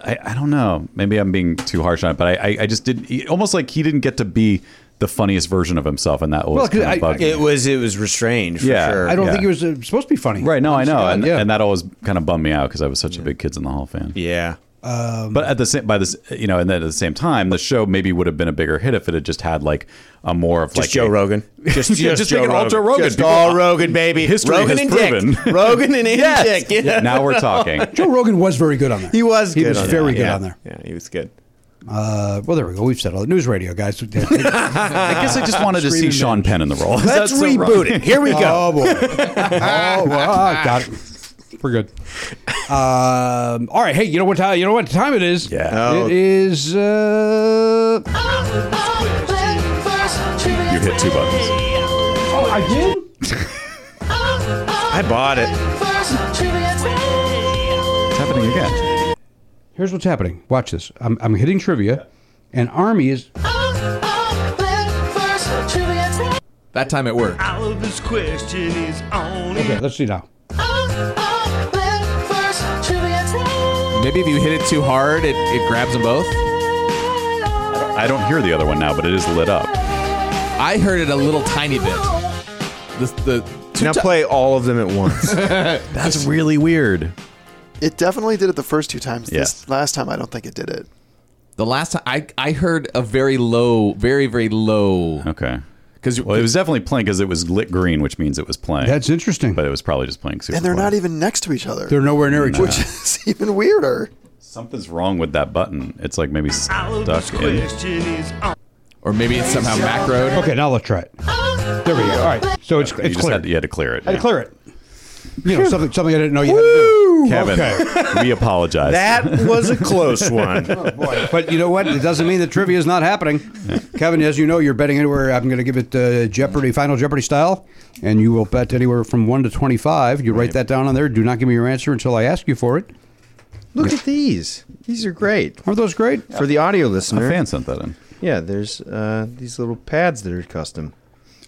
[SPEAKER 2] I, I don't know. Maybe I'm being too harsh on it, but I, I, I just didn't. he- Almost like he didn't get to be the funniest version of himself, and that always
[SPEAKER 1] Well, 'cause
[SPEAKER 2] kind
[SPEAKER 1] I-
[SPEAKER 2] of bugged
[SPEAKER 7] It
[SPEAKER 2] me.
[SPEAKER 7] was it was restrained for
[SPEAKER 2] Yeah.
[SPEAKER 7] sure.
[SPEAKER 1] I don't
[SPEAKER 2] yeah.
[SPEAKER 1] think he was uh, supposed to be funny.
[SPEAKER 2] Right? No, I know, and,
[SPEAKER 1] Yeah.
[SPEAKER 2] and that always kind of bummed me out because I was such a big Kids in the Hall fan.
[SPEAKER 7] Yeah.
[SPEAKER 2] But at the same, by this, you know, and then at the same time, the show maybe would have been a bigger hit if it had just had like a more of like
[SPEAKER 7] Just Joe
[SPEAKER 2] a-
[SPEAKER 7] Rogan. Just,
[SPEAKER 2] Yeah, just make it all Joe Rogan.
[SPEAKER 7] Just
[SPEAKER 2] People-
[SPEAKER 7] all Rogan, baby.
[SPEAKER 2] History
[SPEAKER 7] Rogan
[SPEAKER 2] has
[SPEAKER 7] and
[SPEAKER 2] proven.
[SPEAKER 7] Dick. Rogan and Andy Dick. Yeah.
[SPEAKER 2] Now we're talking.
[SPEAKER 1] Joe Rogan was very good on that.
[SPEAKER 7] he was
[SPEAKER 1] He
[SPEAKER 7] good
[SPEAKER 1] was
[SPEAKER 7] on
[SPEAKER 1] very
[SPEAKER 7] that.
[SPEAKER 1] good
[SPEAKER 7] yeah.
[SPEAKER 1] on there.
[SPEAKER 7] Yeah, he was good.
[SPEAKER 1] Uh, well, there we go. We've settled it. News radio, guys. oh
[SPEAKER 2] I guess I just wanted to see
[SPEAKER 1] Screaming
[SPEAKER 2] Sean Penn in the role. Is
[SPEAKER 7] Let's
[SPEAKER 2] that so wrong?
[SPEAKER 7] reboot it. Here we go.
[SPEAKER 1] boy. oh, well, I got it. We're good. Um, all right. Hey, you know what time? You know what time it is?
[SPEAKER 2] Yeah.
[SPEAKER 1] It is. Uh, oh,
[SPEAKER 2] You hit two buttons.
[SPEAKER 1] I did.
[SPEAKER 7] bought it.
[SPEAKER 2] It's happening again.
[SPEAKER 1] Here's what's happening. Watch this. I'm, I'm hitting trivia, and Army is.
[SPEAKER 4] That time it worked.
[SPEAKER 9] Oliver's question is only
[SPEAKER 1] Okay, let's see now.
[SPEAKER 4] Maybe if you hit it too hard, it, it grabs them both.
[SPEAKER 2] I don't hear the other one now, but it is lit up.
[SPEAKER 4] I heard it a little tiny bit. The, the two
[SPEAKER 7] Now
[SPEAKER 4] ti-
[SPEAKER 7] play all of them at once.
[SPEAKER 2] That's really weird.
[SPEAKER 5] It definitely did it the first two times.
[SPEAKER 2] Yeah.
[SPEAKER 5] This last time, I don't think it did it.
[SPEAKER 4] the last time I, I heard a very low, very very low.
[SPEAKER 2] Okay.
[SPEAKER 4] Because
[SPEAKER 2] Well, it was definitely playing because it was lit green, which means it was playing.
[SPEAKER 1] That's interesting.
[SPEAKER 2] but it was probably just playing super.
[SPEAKER 5] And they're
[SPEAKER 2] low.
[SPEAKER 5] not even next to each other,
[SPEAKER 1] They're nowhere near each other.
[SPEAKER 5] which is even weirder.
[SPEAKER 2] Something's wrong with that button. It's like maybe stuck in.
[SPEAKER 9] is on
[SPEAKER 4] or maybe it's somehow macroed.
[SPEAKER 1] Okay, now let's try it. There we go. All right. So it's,
[SPEAKER 2] You
[SPEAKER 1] it's
[SPEAKER 2] just
[SPEAKER 1] clear.
[SPEAKER 2] had to, you had to clear it.
[SPEAKER 1] I had to
[SPEAKER 2] yeah.
[SPEAKER 1] clear it. You know, something, something I didn't know you had to do.
[SPEAKER 2] Kevin,
[SPEAKER 1] Okay.
[SPEAKER 2] we apologize.
[SPEAKER 7] that was a close one.
[SPEAKER 1] Boy, but you know what? It doesn't mean that trivia is not happening. Kevin, as you know, you're betting anywhere. I'm going to give it uh, Jeopardy, Final Jeopardy style, and you will bet anywhere from one to twenty-five. You write that down on there. Do not give me your answer until I ask you for it.
[SPEAKER 7] Look at these. These are great.
[SPEAKER 1] Aren't those great?
[SPEAKER 7] For the audio
[SPEAKER 2] a
[SPEAKER 7] listener,
[SPEAKER 2] fan sent that in.
[SPEAKER 7] yeah, there's uh, these little pads that are custom.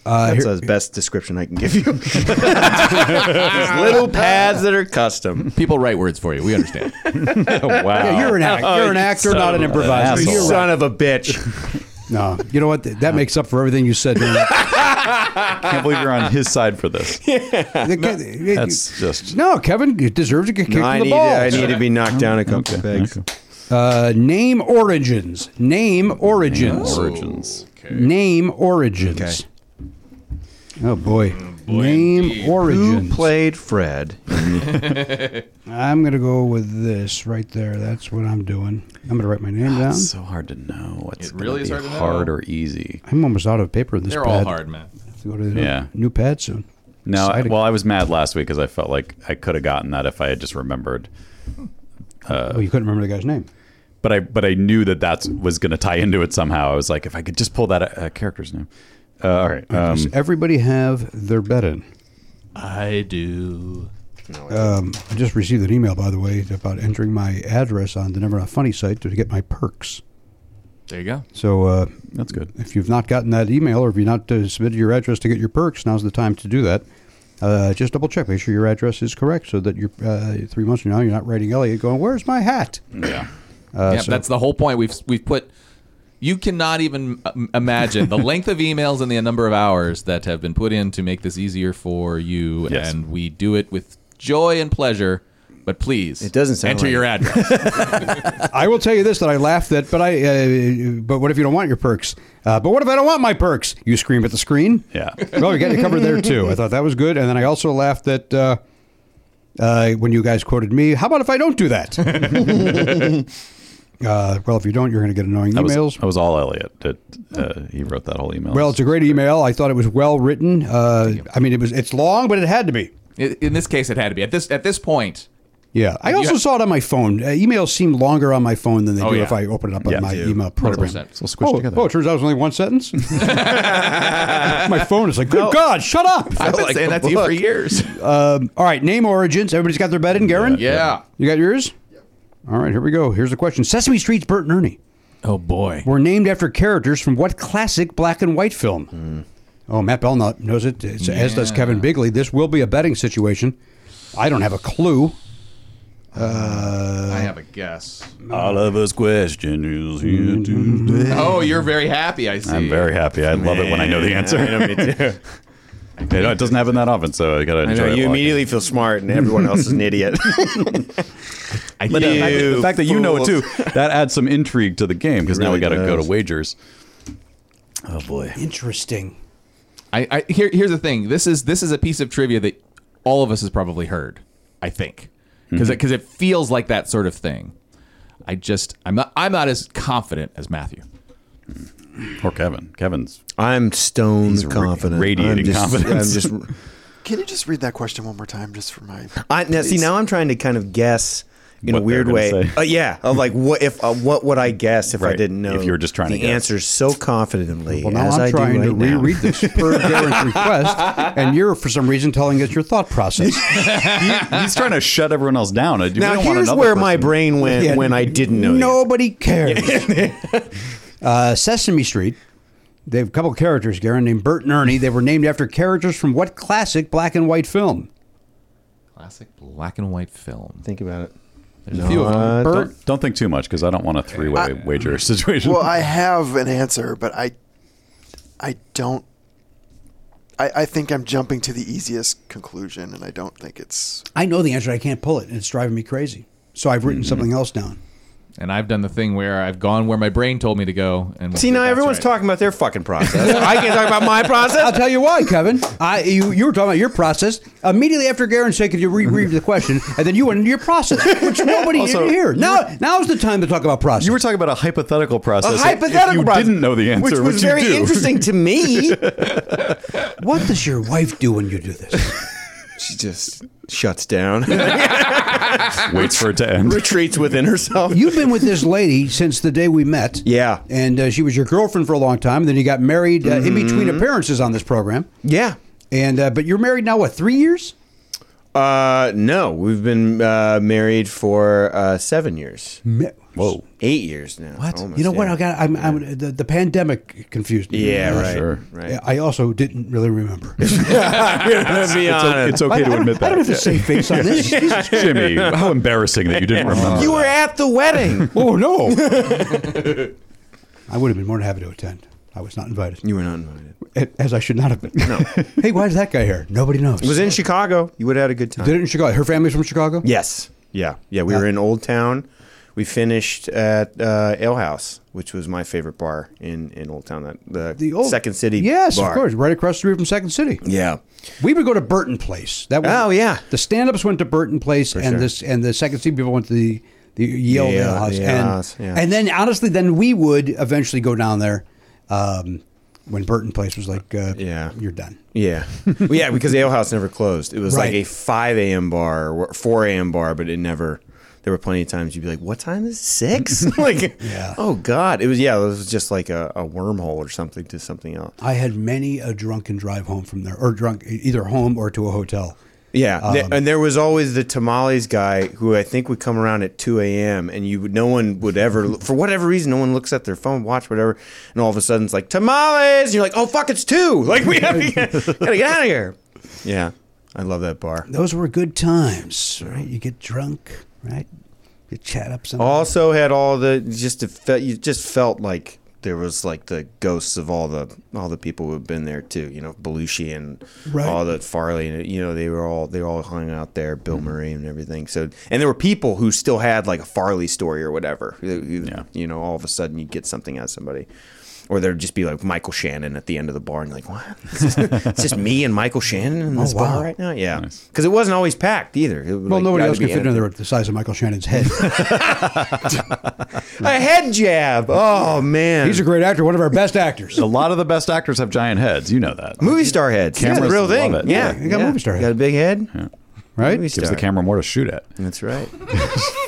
[SPEAKER 1] Uh,
[SPEAKER 7] That's
[SPEAKER 1] here-
[SPEAKER 7] the best description I can give you. These little pads that are custom.
[SPEAKER 4] People write words for you. We understand.
[SPEAKER 2] wow.
[SPEAKER 1] yeah, you're an actor. You're an
[SPEAKER 7] Oh,
[SPEAKER 1] actor, not an improviser.
[SPEAKER 2] asshole.
[SPEAKER 1] You're right.
[SPEAKER 7] uh, Son of a bitch.
[SPEAKER 1] No, you know what? That makes up for everything you said. during that.
[SPEAKER 2] I can't believe you're on his side for this. That's just.
[SPEAKER 1] no, Kevin you deserves to get kicked
[SPEAKER 7] No, I
[SPEAKER 1] in the
[SPEAKER 7] need,
[SPEAKER 1] balls.
[SPEAKER 7] I need to be knocked down a couple
[SPEAKER 2] Okay,
[SPEAKER 7] pegs.
[SPEAKER 2] okay.
[SPEAKER 1] Uh, name origins. Name origins.
[SPEAKER 2] Origins.
[SPEAKER 4] Mm.
[SPEAKER 1] Name origins. Oh boy. Name
[SPEAKER 7] Who
[SPEAKER 1] origins.
[SPEAKER 7] played Fred?
[SPEAKER 1] I'm gonna go with this right there. That's what I'm doing. I'm gonna write my name down.
[SPEAKER 2] It's so hard to know. It's
[SPEAKER 4] It
[SPEAKER 2] gonna
[SPEAKER 4] really is
[SPEAKER 2] be
[SPEAKER 4] hard to know.
[SPEAKER 2] hard or easy.
[SPEAKER 1] I'm almost out of paper in this
[SPEAKER 4] They're
[SPEAKER 1] pad.
[SPEAKER 4] all hard, man.
[SPEAKER 1] I have to go to the
[SPEAKER 2] Yeah.
[SPEAKER 1] new pad soon.
[SPEAKER 2] No, I-
[SPEAKER 1] Exciting.
[SPEAKER 2] well, I was mad last week because I felt like I could have gotten that if I had just remembered.
[SPEAKER 1] oh, you couldn't remember the guy's name.
[SPEAKER 2] But I, but I knew that that was going to tie into it somehow. I was like, if I could just pull that uh, character's name. Uh, all right. Um,
[SPEAKER 1] Does everybody have their bet in?
[SPEAKER 4] I do.
[SPEAKER 1] Um, I just received an email, by the way, about entering my address on the Never Not Funny site to get my perks.
[SPEAKER 4] There you go.
[SPEAKER 1] So uh,
[SPEAKER 2] um, that's good.
[SPEAKER 1] if you've not gotten that email or if you've not uh, submitted your address to get your perks, now's the time to do that. Uh, just double check, make sure your address is correct so that you're uh, three months from now you're not writing Elliot going, "Where's my hat?"
[SPEAKER 2] Yeah.
[SPEAKER 1] Uh,
[SPEAKER 4] yeah,
[SPEAKER 1] so-
[SPEAKER 4] that's the whole point. We've we've put. You cannot even um, imagine the length of emails and the number of hours that have been put in to make this easier for you,
[SPEAKER 2] Yes.
[SPEAKER 4] and we do it with joy and pleasure. But please, it
[SPEAKER 7] doesn't sound
[SPEAKER 4] enter
[SPEAKER 7] like
[SPEAKER 4] your address.
[SPEAKER 1] I will tell you this that I laughed at, but I. Uh, but what if you don't want your perks? Uh, but what if I don't want my perks? You scream at the screen.
[SPEAKER 2] Yeah.
[SPEAKER 1] Well, we got you covered there too. I thought that was good, and then I also laughed at uh, uh, when you guys quoted me. How about if I don't do that? uh, well, if you don't, you're going to get annoying
[SPEAKER 2] That was,
[SPEAKER 1] emails.
[SPEAKER 2] that was all Elliot. That, uh, he wrote that whole email.
[SPEAKER 1] Well, it's a great email. I thought it was well written. Uh, I mean, it was it's long, but it had to be.
[SPEAKER 4] in, in this case, it had to be at this at this point.
[SPEAKER 1] Yeah, I also
[SPEAKER 4] ha-
[SPEAKER 1] saw it on my phone. Uh, emails seem longer on my phone than they do
[SPEAKER 4] yeah.
[SPEAKER 1] if I open it up on
[SPEAKER 2] Yeah,
[SPEAKER 1] my
[SPEAKER 2] they do.
[SPEAKER 1] email program.
[SPEAKER 4] 100%.
[SPEAKER 2] It's all squished
[SPEAKER 1] Oh,
[SPEAKER 2] together.
[SPEAKER 1] oh, it turns out it was only one sentence. my phone is like, good God, shut up!
[SPEAKER 4] I've been saying that to you for years.
[SPEAKER 1] Um, all right, name origins. Everybody's got their bet in, Garen?
[SPEAKER 4] yeah.
[SPEAKER 1] You got yours? All right, here we go. Here's the question Sesame Street's Bert and Ernie
[SPEAKER 4] Oh boy.
[SPEAKER 1] were named after characters from what classic black and white film?
[SPEAKER 4] Hmm.
[SPEAKER 1] Oh, Matt Belknap knows it, It's- as does Kevin Bigley. This will be a betting situation. I don't have a clue.
[SPEAKER 4] I have a guess.
[SPEAKER 2] Oliver's question is here today.
[SPEAKER 4] Oh, you're very happy. I see.
[SPEAKER 2] I'm very happy. I love it when I know the answer. You know, it doesn't happen that often, so I gotta
[SPEAKER 7] I
[SPEAKER 2] enjoy
[SPEAKER 7] know,
[SPEAKER 2] it.
[SPEAKER 7] you
[SPEAKER 2] while I
[SPEAKER 7] immediately feel smart, and everyone else is an idiot.
[SPEAKER 2] can. But the, fact that, the fact that you know it too, that adds some intrigue to the game because now we
[SPEAKER 7] really
[SPEAKER 2] gotta go to
[SPEAKER 7] does.
[SPEAKER 2] wagers. Oh boy,
[SPEAKER 1] Interesting.
[SPEAKER 4] I, I here, here's the thing. This is this is a piece of trivia that all of us has probably heard. I think because
[SPEAKER 7] Mm-hmm.
[SPEAKER 4] because it, feels like that sort of thing. I just I'm not I'm not as confident as Matthew.
[SPEAKER 2] or Kevin. Kevin's
[SPEAKER 7] I'm stone
[SPEAKER 2] ra-
[SPEAKER 7] confident.
[SPEAKER 2] radiating
[SPEAKER 7] I'm just,
[SPEAKER 2] confidence.
[SPEAKER 7] I'm just
[SPEAKER 5] Can you just read that question one more time, just for my?
[SPEAKER 7] I, now, see, now I'm trying to kind of guess in
[SPEAKER 2] what
[SPEAKER 7] a
[SPEAKER 2] they're
[SPEAKER 7] weird
[SPEAKER 2] gonna
[SPEAKER 7] way.
[SPEAKER 2] say.
[SPEAKER 7] Uh, yeah, of like what if uh, what would I guess if I
[SPEAKER 2] Right,
[SPEAKER 7] didn't know?
[SPEAKER 2] if you were just trying to
[SPEAKER 7] the
[SPEAKER 2] guess.
[SPEAKER 7] answers so confidently
[SPEAKER 1] Well, now
[SPEAKER 7] as
[SPEAKER 1] I'm
[SPEAKER 7] I do
[SPEAKER 1] trying
[SPEAKER 7] right
[SPEAKER 1] to
[SPEAKER 7] now.
[SPEAKER 1] reread this per Darren's request, and you're for some reason telling us your thought process.
[SPEAKER 2] He's trying to shut everyone else down. I- we
[SPEAKER 7] Now
[SPEAKER 2] don't want
[SPEAKER 7] here's
[SPEAKER 2] another
[SPEAKER 7] where my
[SPEAKER 2] person-
[SPEAKER 7] brain went
[SPEAKER 1] Yeah.
[SPEAKER 7] when I didn't know. the
[SPEAKER 1] Nobody cares. uh, Sesame Street. They have a couple of characters, Garen, named Bert and Ernie. They were named after characters from what classic black and white film?
[SPEAKER 4] Classic black and white film.
[SPEAKER 7] Think about it.
[SPEAKER 4] There's a few of them.
[SPEAKER 7] Uh,
[SPEAKER 2] Don't- Don't, think too much because I don't want a three way wager situation.
[SPEAKER 5] Well, I have an answer, but I, I don't. I, I think I'm jumping to the easiest conclusion, and I don't think it's.
[SPEAKER 1] I know the answer. I can't pull it, and it's driving me crazy. So I've
[SPEAKER 7] Mm-hmm.
[SPEAKER 1] written something else down.
[SPEAKER 4] And I've done the thing where I've gone where my brain told me to go. And
[SPEAKER 7] See now,
[SPEAKER 4] that's
[SPEAKER 7] everyone's
[SPEAKER 4] right.
[SPEAKER 7] talking about their fucking process. I can't talk about my
[SPEAKER 1] I'll
[SPEAKER 7] process.
[SPEAKER 1] tell you why, Kevin. I you, you were talking about your process immediately after Garen's sake. If you reread the question, and then you went into your process, which nobody
[SPEAKER 2] Also,
[SPEAKER 1] did here. Now now's the time to talk about process.
[SPEAKER 2] you were talking about a hypothetical process.
[SPEAKER 7] A
[SPEAKER 2] if-
[SPEAKER 7] hypothetical
[SPEAKER 2] if you
[SPEAKER 7] process,
[SPEAKER 2] didn't know the answer,
[SPEAKER 7] which was
[SPEAKER 2] you
[SPEAKER 7] very
[SPEAKER 2] do.
[SPEAKER 7] interesting to me.
[SPEAKER 1] what does your wife do when you do this?
[SPEAKER 7] she just shuts down,
[SPEAKER 2] Waits for it to end.
[SPEAKER 7] retreats within herself.
[SPEAKER 1] You've been with this lady since the day we met.
[SPEAKER 7] Yeah.
[SPEAKER 1] And uh, she was your girlfriend for a long time. And then you got married uh,
[SPEAKER 7] Mm-hmm.
[SPEAKER 1] in between appearances on this program.
[SPEAKER 7] yeah.
[SPEAKER 1] And uh, but you're married now, what, three years?
[SPEAKER 7] Uh, no, we've been uh, married for uh, seven years,
[SPEAKER 2] Whoa.
[SPEAKER 7] eight years now.
[SPEAKER 1] What?
[SPEAKER 7] almost,
[SPEAKER 1] you know what?
[SPEAKER 7] yeah.
[SPEAKER 1] I got. I'm, I'm the, the pandemic confused me. Uh,
[SPEAKER 7] Yeah, right.
[SPEAKER 2] Sure.
[SPEAKER 7] Right.
[SPEAKER 1] I also didn't really remember.
[SPEAKER 7] Let's be
[SPEAKER 2] It's, o-
[SPEAKER 7] honest.
[SPEAKER 2] it's okay
[SPEAKER 1] I
[SPEAKER 2] to
[SPEAKER 1] don't-
[SPEAKER 2] admit
[SPEAKER 1] I
[SPEAKER 2] that.
[SPEAKER 1] don't have to save face on this. Jesus.
[SPEAKER 2] Jimmy, how embarrassing that you didn't remember.
[SPEAKER 7] you were at the wedding.
[SPEAKER 1] Oh no! I would have been more than happy to attend. I was not invited,
[SPEAKER 7] you were not invited.
[SPEAKER 1] as I should not have been. No. hey, why is that guy here? Nobody knows.
[SPEAKER 7] It was in Chicago. You would have had a good time.
[SPEAKER 1] Did it in Chicago. Her family's from Chicago.
[SPEAKER 7] Yes. Yeah. Yeah. We were in Old Town. We finished at uh, Ale House, which was my favorite bar in, in Old Town. That the,
[SPEAKER 1] The old
[SPEAKER 7] Second City.
[SPEAKER 1] Yes,
[SPEAKER 7] bar.
[SPEAKER 1] of course, right across the street from Second City.
[SPEAKER 7] Yeah.
[SPEAKER 1] We would go to Burton Place. That was,
[SPEAKER 7] Oh, yeah.
[SPEAKER 1] The stand-ups went to Burton Place, and
[SPEAKER 7] sure.
[SPEAKER 1] this and the second seat people went to the the Yale
[SPEAKER 7] Yeah,
[SPEAKER 1] Ale House,
[SPEAKER 7] the
[SPEAKER 1] and
[SPEAKER 7] house, yeah.
[SPEAKER 1] and then honestly, then we would eventually go down there um, when Burton Place was like, uh,
[SPEAKER 7] Yeah.
[SPEAKER 1] you're done.
[SPEAKER 7] Yeah. Well, yeah, because the Ale House never closed. It was like
[SPEAKER 1] Right.
[SPEAKER 7] a 5 a.m. bar or 4 a.m. bar, but it never. There were plenty of times you'd be like, "What time is it? six? like, oh god, it was yeah, it was just like a, a wormhole or something to something else.
[SPEAKER 1] I had many a drunken drive home from there, or drunk e, either home or to a hotel.
[SPEAKER 7] Yeah, th-
[SPEAKER 1] Um,
[SPEAKER 7] and there was always the tamales guy who I think would come around at two a.m. and you would- no one would ever for whatever reason no one looks at their phone, watch whatever, and all of a sudden it's like tamales, and you're like, oh fuck, it's two, like we gotta, gotta get out of here. Yeah, I love that bar.
[SPEAKER 1] Those were good times, right? You get drunk, right? You chat up some.
[SPEAKER 7] Also had all the just it felt you just felt like there was like the ghosts of all the all the people who've been there too. You know Belushi and
[SPEAKER 1] Right.
[SPEAKER 7] all the Farley and you know they were all they all hung out there. Bill
[SPEAKER 1] Mm-hmm.
[SPEAKER 7] Murray and everything. So and there were people who still had like a Farley story or whatever. You,
[SPEAKER 2] Yeah.
[SPEAKER 7] you know all of a sudden you get something out of somebody. Or there'd just be like Michael Shannon at the end of the bar, and you're like, "What? It's just, it's just me and Michael Shannon in this
[SPEAKER 1] Oh, wow.
[SPEAKER 7] bar right now." Yeah, because it wasn't always packed either. It,
[SPEAKER 1] well, nobody else
[SPEAKER 7] could
[SPEAKER 1] could fit in there at the size of Michael Shannon's head.
[SPEAKER 7] A head jab. Oh man,
[SPEAKER 1] He's a great actor, one of our best actors.
[SPEAKER 2] A lot of the best actors have giant heads. You know that.
[SPEAKER 7] movie star heads.
[SPEAKER 2] Cameras
[SPEAKER 7] yeah, the real
[SPEAKER 2] love
[SPEAKER 7] thing.
[SPEAKER 2] it.
[SPEAKER 7] Yeah,
[SPEAKER 2] Yeah,
[SPEAKER 1] you got movie star
[SPEAKER 7] Got a
[SPEAKER 1] head.
[SPEAKER 7] big head.
[SPEAKER 1] Right?
[SPEAKER 7] Movie
[SPEAKER 2] Gives
[SPEAKER 7] star.
[SPEAKER 2] the camera more to shoot at.
[SPEAKER 7] That's right.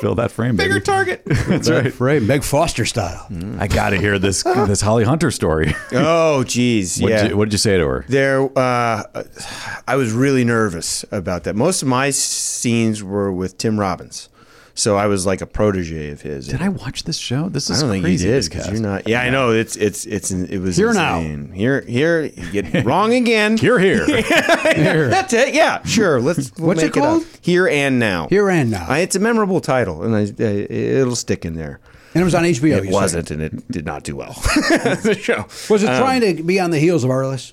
[SPEAKER 2] Fill that frame. Bigger target. That's right.
[SPEAKER 1] Right, Meg Foster style.
[SPEAKER 7] Mm-hmm.
[SPEAKER 2] I gotta hear this this Holly Hunter story.
[SPEAKER 7] oh geez,
[SPEAKER 2] What,
[SPEAKER 7] yeah.
[SPEAKER 2] did you, what did you say to her?
[SPEAKER 7] there, uh, I was really nervous about that. Most of my scenes were with Tim Robbins, so I was like a protege of his.
[SPEAKER 2] Did I watch this show? This
[SPEAKER 7] I
[SPEAKER 2] is
[SPEAKER 7] don't think
[SPEAKER 2] crazy.
[SPEAKER 7] you did
[SPEAKER 2] this
[SPEAKER 7] 'cause
[SPEAKER 2] cast.
[SPEAKER 7] you're not. Yeah, I know. It's it's it's it was
[SPEAKER 1] Here now.
[SPEAKER 7] insane. Here here you get wrong again.
[SPEAKER 2] You're here.
[SPEAKER 7] That's it. Yeah, sure. Let's. We'll
[SPEAKER 1] What's it
[SPEAKER 7] make up.
[SPEAKER 1] called?
[SPEAKER 7] Here and now.
[SPEAKER 1] Here and Now.
[SPEAKER 7] I, it's a memorable title, and I, I, it'll stick in there.
[SPEAKER 1] And it was on HBO. you
[SPEAKER 7] It Um,
[SPEAKER 1] said.
[SPEAKER 7] wasn't, and it did not do well. the show.
[SPEAKER 1] Was it trying to be on the heels of Arliss?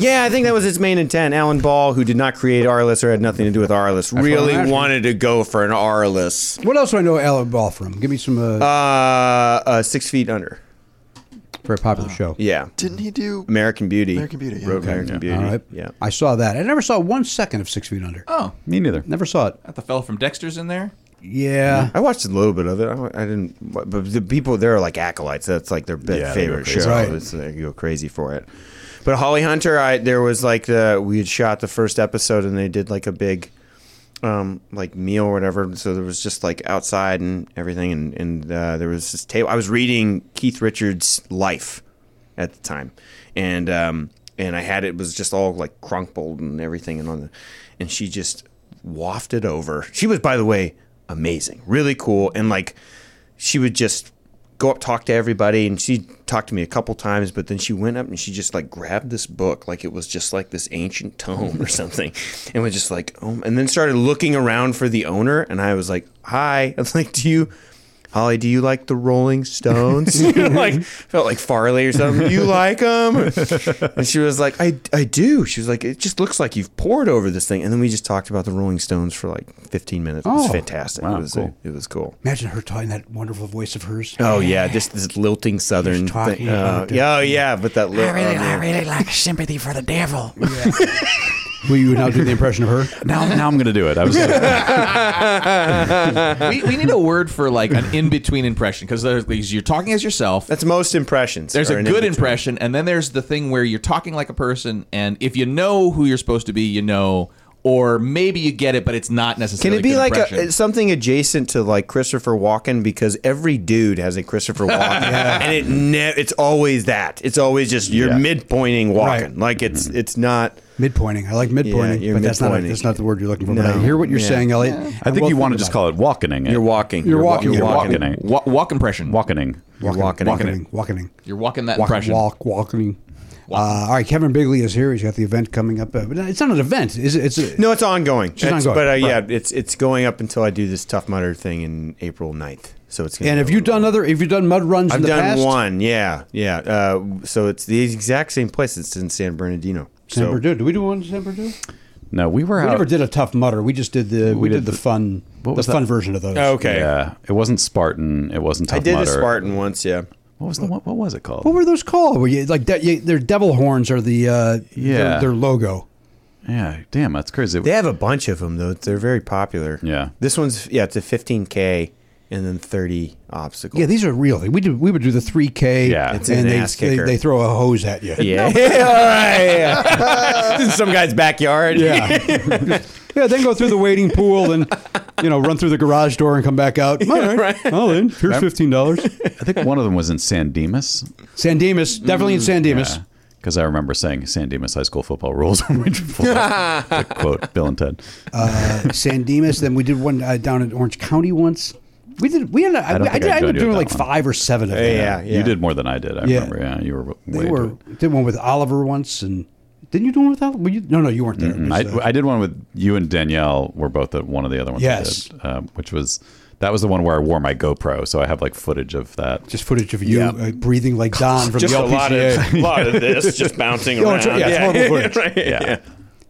[SPEAKER 7] Yeah, I think that was its main intent. Alan Ball, who did not create Arliss or had nothing to do with Arliss, really
[SPEAKER 1] asking.
[SPEAKER 7] wanted to go for an Arliss.
[SPEAKER 1] What else do I know Alan Ball from? Give me some uh,
[SPEAKER 7] Uh, uh, six feet under.
[SPEAKER 1] very popular show.
[SPEAKER 7] uh, Yeah,
[SPEAKER 5] Didn't he do?
[SPEAKER 7] American Beauty.
[SPEAKER 5] American Beauty, yeah.
[SPEAKER 7] Wrote
[SPEAKER 5] Okay.
[SPEAKER 7] American Beauty.
[SPEAKER 1] All right.
[SPEAKER 7] Yeah.
[SPEAKER 1] I saw that. I never saw one second of Six Feet Under.
[SPEAKER 4] Oh,
[SPEAKER 2] Me neither.
[SPEAKER 1] Never saw it.
[SPEAKER 4] got the fellow from Dexter's in there.
[SPEAKER 1] Yeah.
[SPEAKER 7] I watched a little bit of it. I, I didn't, but the people there are like acolytes. That's like their be-
[SPEAKER 2] Yeah, they go
[SPEAKER 7] favorite
[SPEAKER 2] crazy.
[SPEAKER 7] show.
[SPEAKER 1] Right.
[SPEAKER 7] It's, they go crazy for it. But Holly Hunter, I there was like the we had shot the first episode and they did like a big um, like meal or whatever. So there was just like outside and everything, and and uh, there was this table. I was reading Keith Richards' life at the time, and um, and I had it was just all like crumpled and everything, and on the, and she just wafted over. She was, by the way, amazing, really cool, and like she would just go up talk to everybody and she talked to me a couple times but then she went up and she just like grabbed this book like it was just like this ancient tome or something and was just like oh and then started looking around for the owner and i was like hi i was like do you holly do you like the rolling stones You know, like felt like farley or something you like them and she was like I, I do she was like it just looks like you've poured over this thing and then we just talked about the rolling stones for like 15 minutes it was
[SPEAKER 1] Oh.
[SPEAKER 7] fantastic
[SPEAKER 2] Wow,
[SPEAKER 7] it was
[SPEAKER 2] cool.
[SPEAKER 7] it was cool
[SPEAKER 1] Imagine her talking that wonderful voice of hers.
[SPEAKER 7] Oh yeah, just this lilting southern
[SPEAKER 1] Just talking
[SPEAKER 7] thing. Uh,
[SPEAKER 1] about it.
[SPEAKER 7] yeah, oh, yeah, Oh, but that little.
[SPEAKER 2] really like sympathy for the devil.
[SPEAKER 1] Will you now do the impression of her?
[SPEAKER 2] now, now I'm gonna do it. I was
[SPEAKER 4] we, we need a word for like an in between impression because there's these- you're talking as yourself.
[SPEAKER 7] That's most impressions.
[SPEAKER 4] there's
[SPEAKER 7] are
[SPEAKER 4] a
[SPEAKER 7] an
[SPEAKER 4] good
[SPEAKER 7] in-between.
[SPEAKER 4] impression, and then there's the thing where you're talking like a person, and if you know who you're supposed to be, you know, or maybe you get it, but it's not
[SPEAKER 7] Can
[SPEAKER 4] necessarily.
[SPEAKER 7] it be
[SPEAKER 4] good
[SPEAKER 7] like
[SPEAKER 4] impression.
[SPEAKER 7] a, uh, something adjacent to like Christopher Walken? Because every dude has a Christopher Walken, and it ne- it's always that. It's always just you're
[SPEAKER 2] Yeah.
[SPEAKER 7] midpointing Walken.
[SPEAKER 1] Right.
[SPEAKER 7] Like it's it's not.
[SPEAKER 1] Midpointing. I like midpointing,
[SPEAKER 7] you're
[SPEAKER 1] but that's not
[SPEAKER 7] midpointing.
[SPEAKER 1] that's not the word you're looking for. But
[SPEAKER 7] No.
[SPEAKER 1] I hear what you're
[SPEAKER 7] Yeah.
[SPEAKER 1] saying, Elliot.
[SPEAKER 2] I think you want to just call it walkening. it.
[SPEAKER 7] You're walking.
[SPEAKER 1] You're
[SPEAKER 7] wa-
[SPEAKER 1] walking.
[SPEAKER 7] You're
[SPEAKER 1] You're
[SPEAKER 7] walking.
[SPEAKER 2] walking.
[SPEAKER 4] Wa- walk impression?
[SPEAKER 2] walkening.
[SPEAKER 7] You're walking.
[SPEAKER 1] walking, walking,
[SPEAKER 4] You're walking that
[SPEAKER 1] walk,
[SPEAKER 4] impression.
[SPEAKER 1] walk, walking. Uh, all right, Kevin Bigley is here. He's got the event coming up. Uh, but it's not an event. Is it? It's a,
[SPEAKER 7] No, it's ongoing. It's,
[SPEAKER 1] ongoing.
[SPEAKER 7] But uh,
[SPEAKER 1] Right.
[SPEAKER 7] yeah, it's it's going up until I do this Tough Mudder thing in April 9th. So it's gonna
[SPEAKER 1] And
[SPEAKER 7] be
[SPEAKER 1] have
[SPEAKER 7] a
[SPEAKER 1] you
[SPEAKER 7] little-
[SPEAKER 1] done other? Have you done mud runs? in
[SPEAKER 7] I've
[SPEAKER 1] the
[SPEAKER 7] done
[SPEAKER 1] past?
[SPEAKER 7] one, yeah, yeah. Uh, so it's the exact same place. It's in San Bernardino.
[SPEAKER 1] San
[SPEAKER 7] So Oh.
[SPEAKER 1] Bernardino. Did we do one in San Bernardino?
[SPEAKER 2] No, we were
[SPEAKER 1] We
[SPEAKER 2] out.
[SPEAKER 1] never did a tough mutter. We just did the we,
[SPEAKER 2] did
[SPEAKER 1] did, the fun
[SPEAKER 2] what was
[SPEAKER 1] the fun
[SPEAKER 2] that?
[SPEAKER 1] version of those.
[SPEAKER 7] Oh, okay,
[SPEAKER 2] Yeah, it wasn't Spartan. It wasn't. Tough
[SPEAKER 7] I did
[SPEAKER 2] Mudder.
[SPEAKER 7] a Spartan once. Yeah,
[SPEAKER 2] What was the what, what was it called?
[SPEAKER 1] What were those called? Were you, like de- you, their devil horns are the uh,
[SPEAKER 2] Yeah.
[SPEAKER 1] their, their logo.
[SPEAKER 2] yeah, damn, that's crazy.
[SPEAKER 7] they have a bunch of them though. They're very popular.
[SPEAKER 2] Yeah.
[SPEAKER 7] this one's yeah. It's a 15k and then 30 obstacles.
[SPEAKER 1] Yeah, these are real. We did we would do the three k.
[SPEAKER 2] Yeah.
[SPEAKER 1] and
[SPEAKER 2] It's
[SPEAKER 7] an
[SPEAKER 1] they,
[SPEAKER 7] ass
[SPEAKER 1] they
[SPEAKER 7] kicker.
[SPEAKER 1] they throw a hose at you.
[SPEAKER 7] yeah. yeah, all right. Yeah. This is some guy's backyard.
[SPEAKER 1] Yeah. yeah, then go through the wading pool and you know, run through the garage door and come back out. All right. Well then, here's fifteen dollars.
[SPEAKER 2] I think one of them was in San Dimas.
[SPEAKER 1] San Dimas, definitely in
[SPEAKER 7] Mm,
[SPEAKER 1] San Dimas.
[SPEAKER 2] Because I remember saying San Dimas high school football rules when we did football. To quote Bill and Ted.
[SPEAKER 1] Uh, San Dimas, then we did one uh, down at Orange County once. We did we ended, I,
[SPEAKER 2] don't
[SPEAKER 1] I,
[SPEAKER 2] think
[SPEAKER 1] did,
[SPEAKER 2] I
[SPEAKER 1] I
[SPEAKER 2] joined
[SPEAKER 1] ended up
[SPEAKER 2] you
[SPEAKER 1] doing
[SPEAKER 2] at
[SPEAKER 1] like
[SPEAKER 2] that one.
[SPEAKER 1] five or seven of them.
[SPEAKER 7] Yeah, yeah.
[SPEAKER 2] You did more than I did. I
[SPEAKER 1] Yeah.
[SPEAKER 2] remember. Yeah, you were w- way
[SPEAKER 1] They
[SPEAKER 2] into
[SPEAKER 1] were
[SPEAKER 2] it.
[SPEAKER 1] did one with Oliver once and didn't you do one with Oliver? Were you, no, no, you weren't there. It
[SPEAKER 2] And
[SPEAKER 1] was, uh,
[SPEAKER 2] I, I did one with you and Danielle. Were both at one of the other ones. I
[SPEAKER 1] Yes.
[SPEAKER 2] did, um, which was that was the one where I wore my GoPro, so I have like footage of that.
[SPEAKER 1] just footage of you
[SPEAKER 7] Yeah.
[SPEAKER 1] uh, breathing like Don from
[SPEAKER 7] Just
[SPEAKER 1] the
[SPEAKER 7] a
[SPEAKER 1] LPGA.
[SPEAKER 7] lot of lot of this, just bouncing
[SPEAKER 1] Oh,
[SPEAKER 7] around.
[SPEAKER 1] it's- yeah, it's horrible footage.
[SPEAKER 7] right,
[SPEAKER 2] yeah.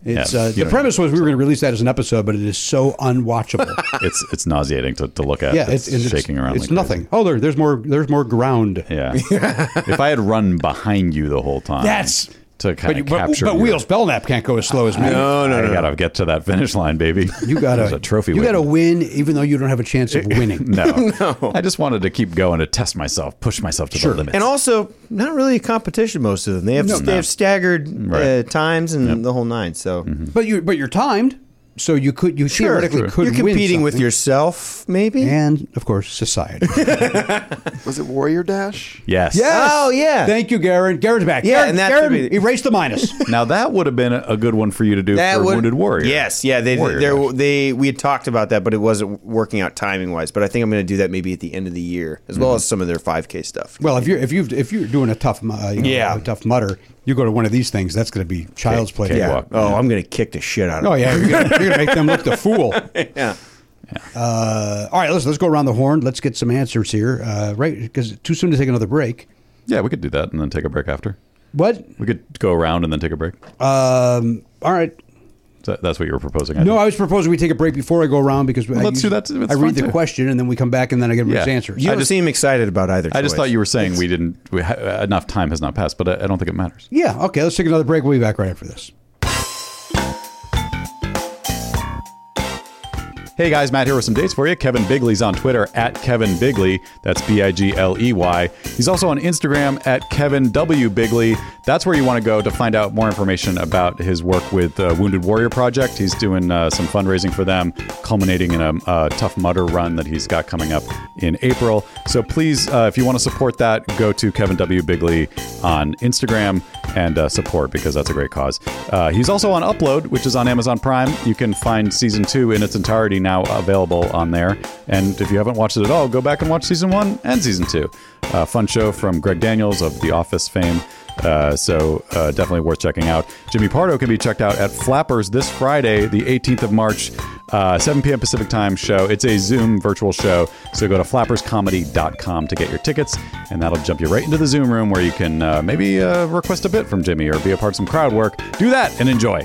[SPEAKER 1] It's
[SPEAKER 2] Yeah,
[SPEAKER 1] uh,
[SPEAKER 2] you
[SPEAKER 1] the
[SPEAKER 2] know.
[SPEAKER 1] premise was we were going to release that as an episode, but it is so unwatchable.
[SPEAKER 2] It's it's nauseating to, to look at.
[SPEAKER 1] yeah, it's, and it's
[SPEAKER 2] shaking around.
[SPEAKER 1] It's
[SPEAKER 2] like
[SPEAKER 1] nothing.
[SPEAKER 2] crazy.
[SPEAKER 1] Oh, there, there's more. There's more ground.
[SPEAKER 2] Yeah. if I had run behind you the whole time,
[SPEAKER 1] That's
[SPEAKER 2] to
[SPEAKER 1] but,
[SPEAKER 2] kind
[SPEAKER 1] you,
[SPEAKER 2] of
[SPEAKER 1] but,
[SPEAKER 2] capture.
[SPEAKER 1] but
[SPEAKER 2] your-
[SPEAKER 1] Wheels Belknap can't go as slow as me.
[SPEAKER 7] No, no,
[SPEAKER 2] I
[SPEAKER 7] no, no.
[SPEAKER 2] gotta get to that finish line, baby.
[SPEAKER 1] You got
[SPEAKER 2] There's
[SPEAKER 1] to
[SPEAKER 2] a trophy.
[SPEAKER 1] You got to
[SPEAKER 2] waiting. Mm.
[SPEAKER 1] win, even though you don't have a chance of winning.
[SPEAKER 2] No, no. I just wanted to keep going to test myself, push myself to the limits.
[SPEAKER 7] And also, not really a competition. Most of them they have they have staggered uh,
[SPEAKER 2] Right. Mm-hmm.
[SPEAKER 7] times and the whole nine. So
[SPEAKER 1] But you but you're timed, so you could you theoretically could
[SPEAKER 7] you're
[SPEAKER 1] win
[SPEAKER 7] competing with
[SPEAKER 1] something.
[SPEAKER 7] yourself, maybe.
[SPEAKER 1] and of course society.
[SPEAKER 5] Was it Warrior Dash?
[SPEAKER 2] yes.
[SPEAKER 7] Oh yeah.
[SPEAKER 1] Thank you, Garen. Garen's back.
[SPEAKER 7] Yeah,
[SPEAKER 1] Garen,
[SPEAKER 7] and that's
[SPEAKER 1] Garen,
[SPEAKER 7] the-
[SPEAKER 1] erase the minus.
[SPEAKER 2] Now that would have been a good one for you to do for Wounded Warrior.
[SPEAKER 7] Yes, yeah, they
[SPEAKER 2] Warrior
[SPEAKER 7] they
[SPEAKER 2] Dash.
[SPEAKER 7] they we had talked about that, but it wasn't working out timing wise. But I think I'm going to do that maybe at the end of the year, as
[SPEAKER 2] Mm-hmm.
[SPEAKER 7] well as some of their 5K stuff.
[SPEAKER 1] Well, if you're if you if you're doing a tough mu- uh, you know,
[SPEAKER 7] Yeah.
[SPEAKER 1] a tough mutter, you go to one of these things. That's going to be child's play.
[SPEAKER 2] Yeah.
[SPEAKER 7] yeah.
[SPEAKER 2] walk,
[SPEAKER 7] Oh, I'm going to kick the shit out of.
[SPEAKER 1] Oh
[SPEAKER 7] them.
[SPEAKER 1] yeah, you're gonna, you're gonna make them look the fool.
[SPEAKER 7] yeah.
[SPEAKER 1] Uh, all right, let's let's go around the horn. Let's get some answers here, uh, right? Because too soon to take another break.
[SPEAKER 2] Yeah, we could do that and then take a break after.
[SPEAKER 1] What?
[SPEAKER 2] We could go around and then take a break.
[SPEAKER 1] Um, all right.
[SPEAKER 2] So that's what you were proposing. I
[SPEAKER 1] No,
[SPEAKER 2] think.
[SPEAKER 1] I was proposing we take a break before I go around because I
[SPEAKER 2] let's do
[SPEAKER 1] usually-
[SPEAKER 2] that too. It's
[SPEAKER 1] I
[SPEAKER 2] fine
[SPEAKER 1] read the
[SPEAKER 2] too.
[SPEAKER 1] question and then we come back and then I get
[SPEAKER 2] Yeah.
[SPEAKER 1] his answers.
[SPEAKER 7] You
[SPEAKER 2] I
[SPEAKER 7] don't
[SPEAKER 2] just-
[SPEAKER 7] seem excited about either.
[SPEAKER 2] I just
[SPEAKER 7] choice.
[SPEAKER 2] thought you were saying we didn't. We ha- enough time has not passed, but I, I don't think it matters.
[SPEAKER 1] yeah. Okay. Let's take another break. We'll be back right after this.
[SPEAKER 2] Hey guys, Matt here with some dates for you. Kevin Bigley's on Twitter at Kevin Bigley. That's B I G L E Y. He's also on Instagram at Kevin W Bigley. That's where you want to go to find out more information about his work with uh, Wounded Warrior Project. He's doing uh, some fundraising for them, culminating in a uh, Tough Mudder run that he's got coming up in April. So please, uh, if you want to support that, go to Kevin W Bigley on Instagram and uh, support because that's a great cause. Uh, he's also on Upload, which is on Amazon Prime. You can find season two in its entirety now available on there. And if you haven't watched it at all, go back and watch season one and season two. Uh, fun show from Greg Daniels of The Office fame. Uh, so uh, definitely worth checking out. Jimmy Pardo can be checked out at Flappers this Friday, the 18th of March, uh, 7 p.m. Pacific time show. It's a Zoom virtual show. So go to flapperscomedy.com to get your tickets, and that'll jump you right into the Zoom room where you can uh, maybe uh, request a bit from Jimmy or be a part of some crowd work. Do that and enjoy.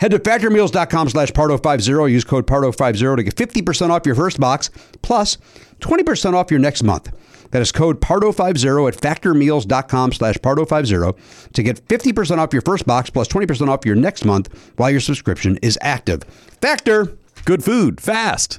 [SPEAKER 1] Head to factormeals.com slash pardo50. oh. Use code pardo50 to get 50% off your first box plus 20% off your next month. That is code pardo50 at factormeals.com slash pardo50 to get 50% off your first box plus 20% off your next month while your subscription is active. Factor!
[SPEAKER 2] Good food, fast.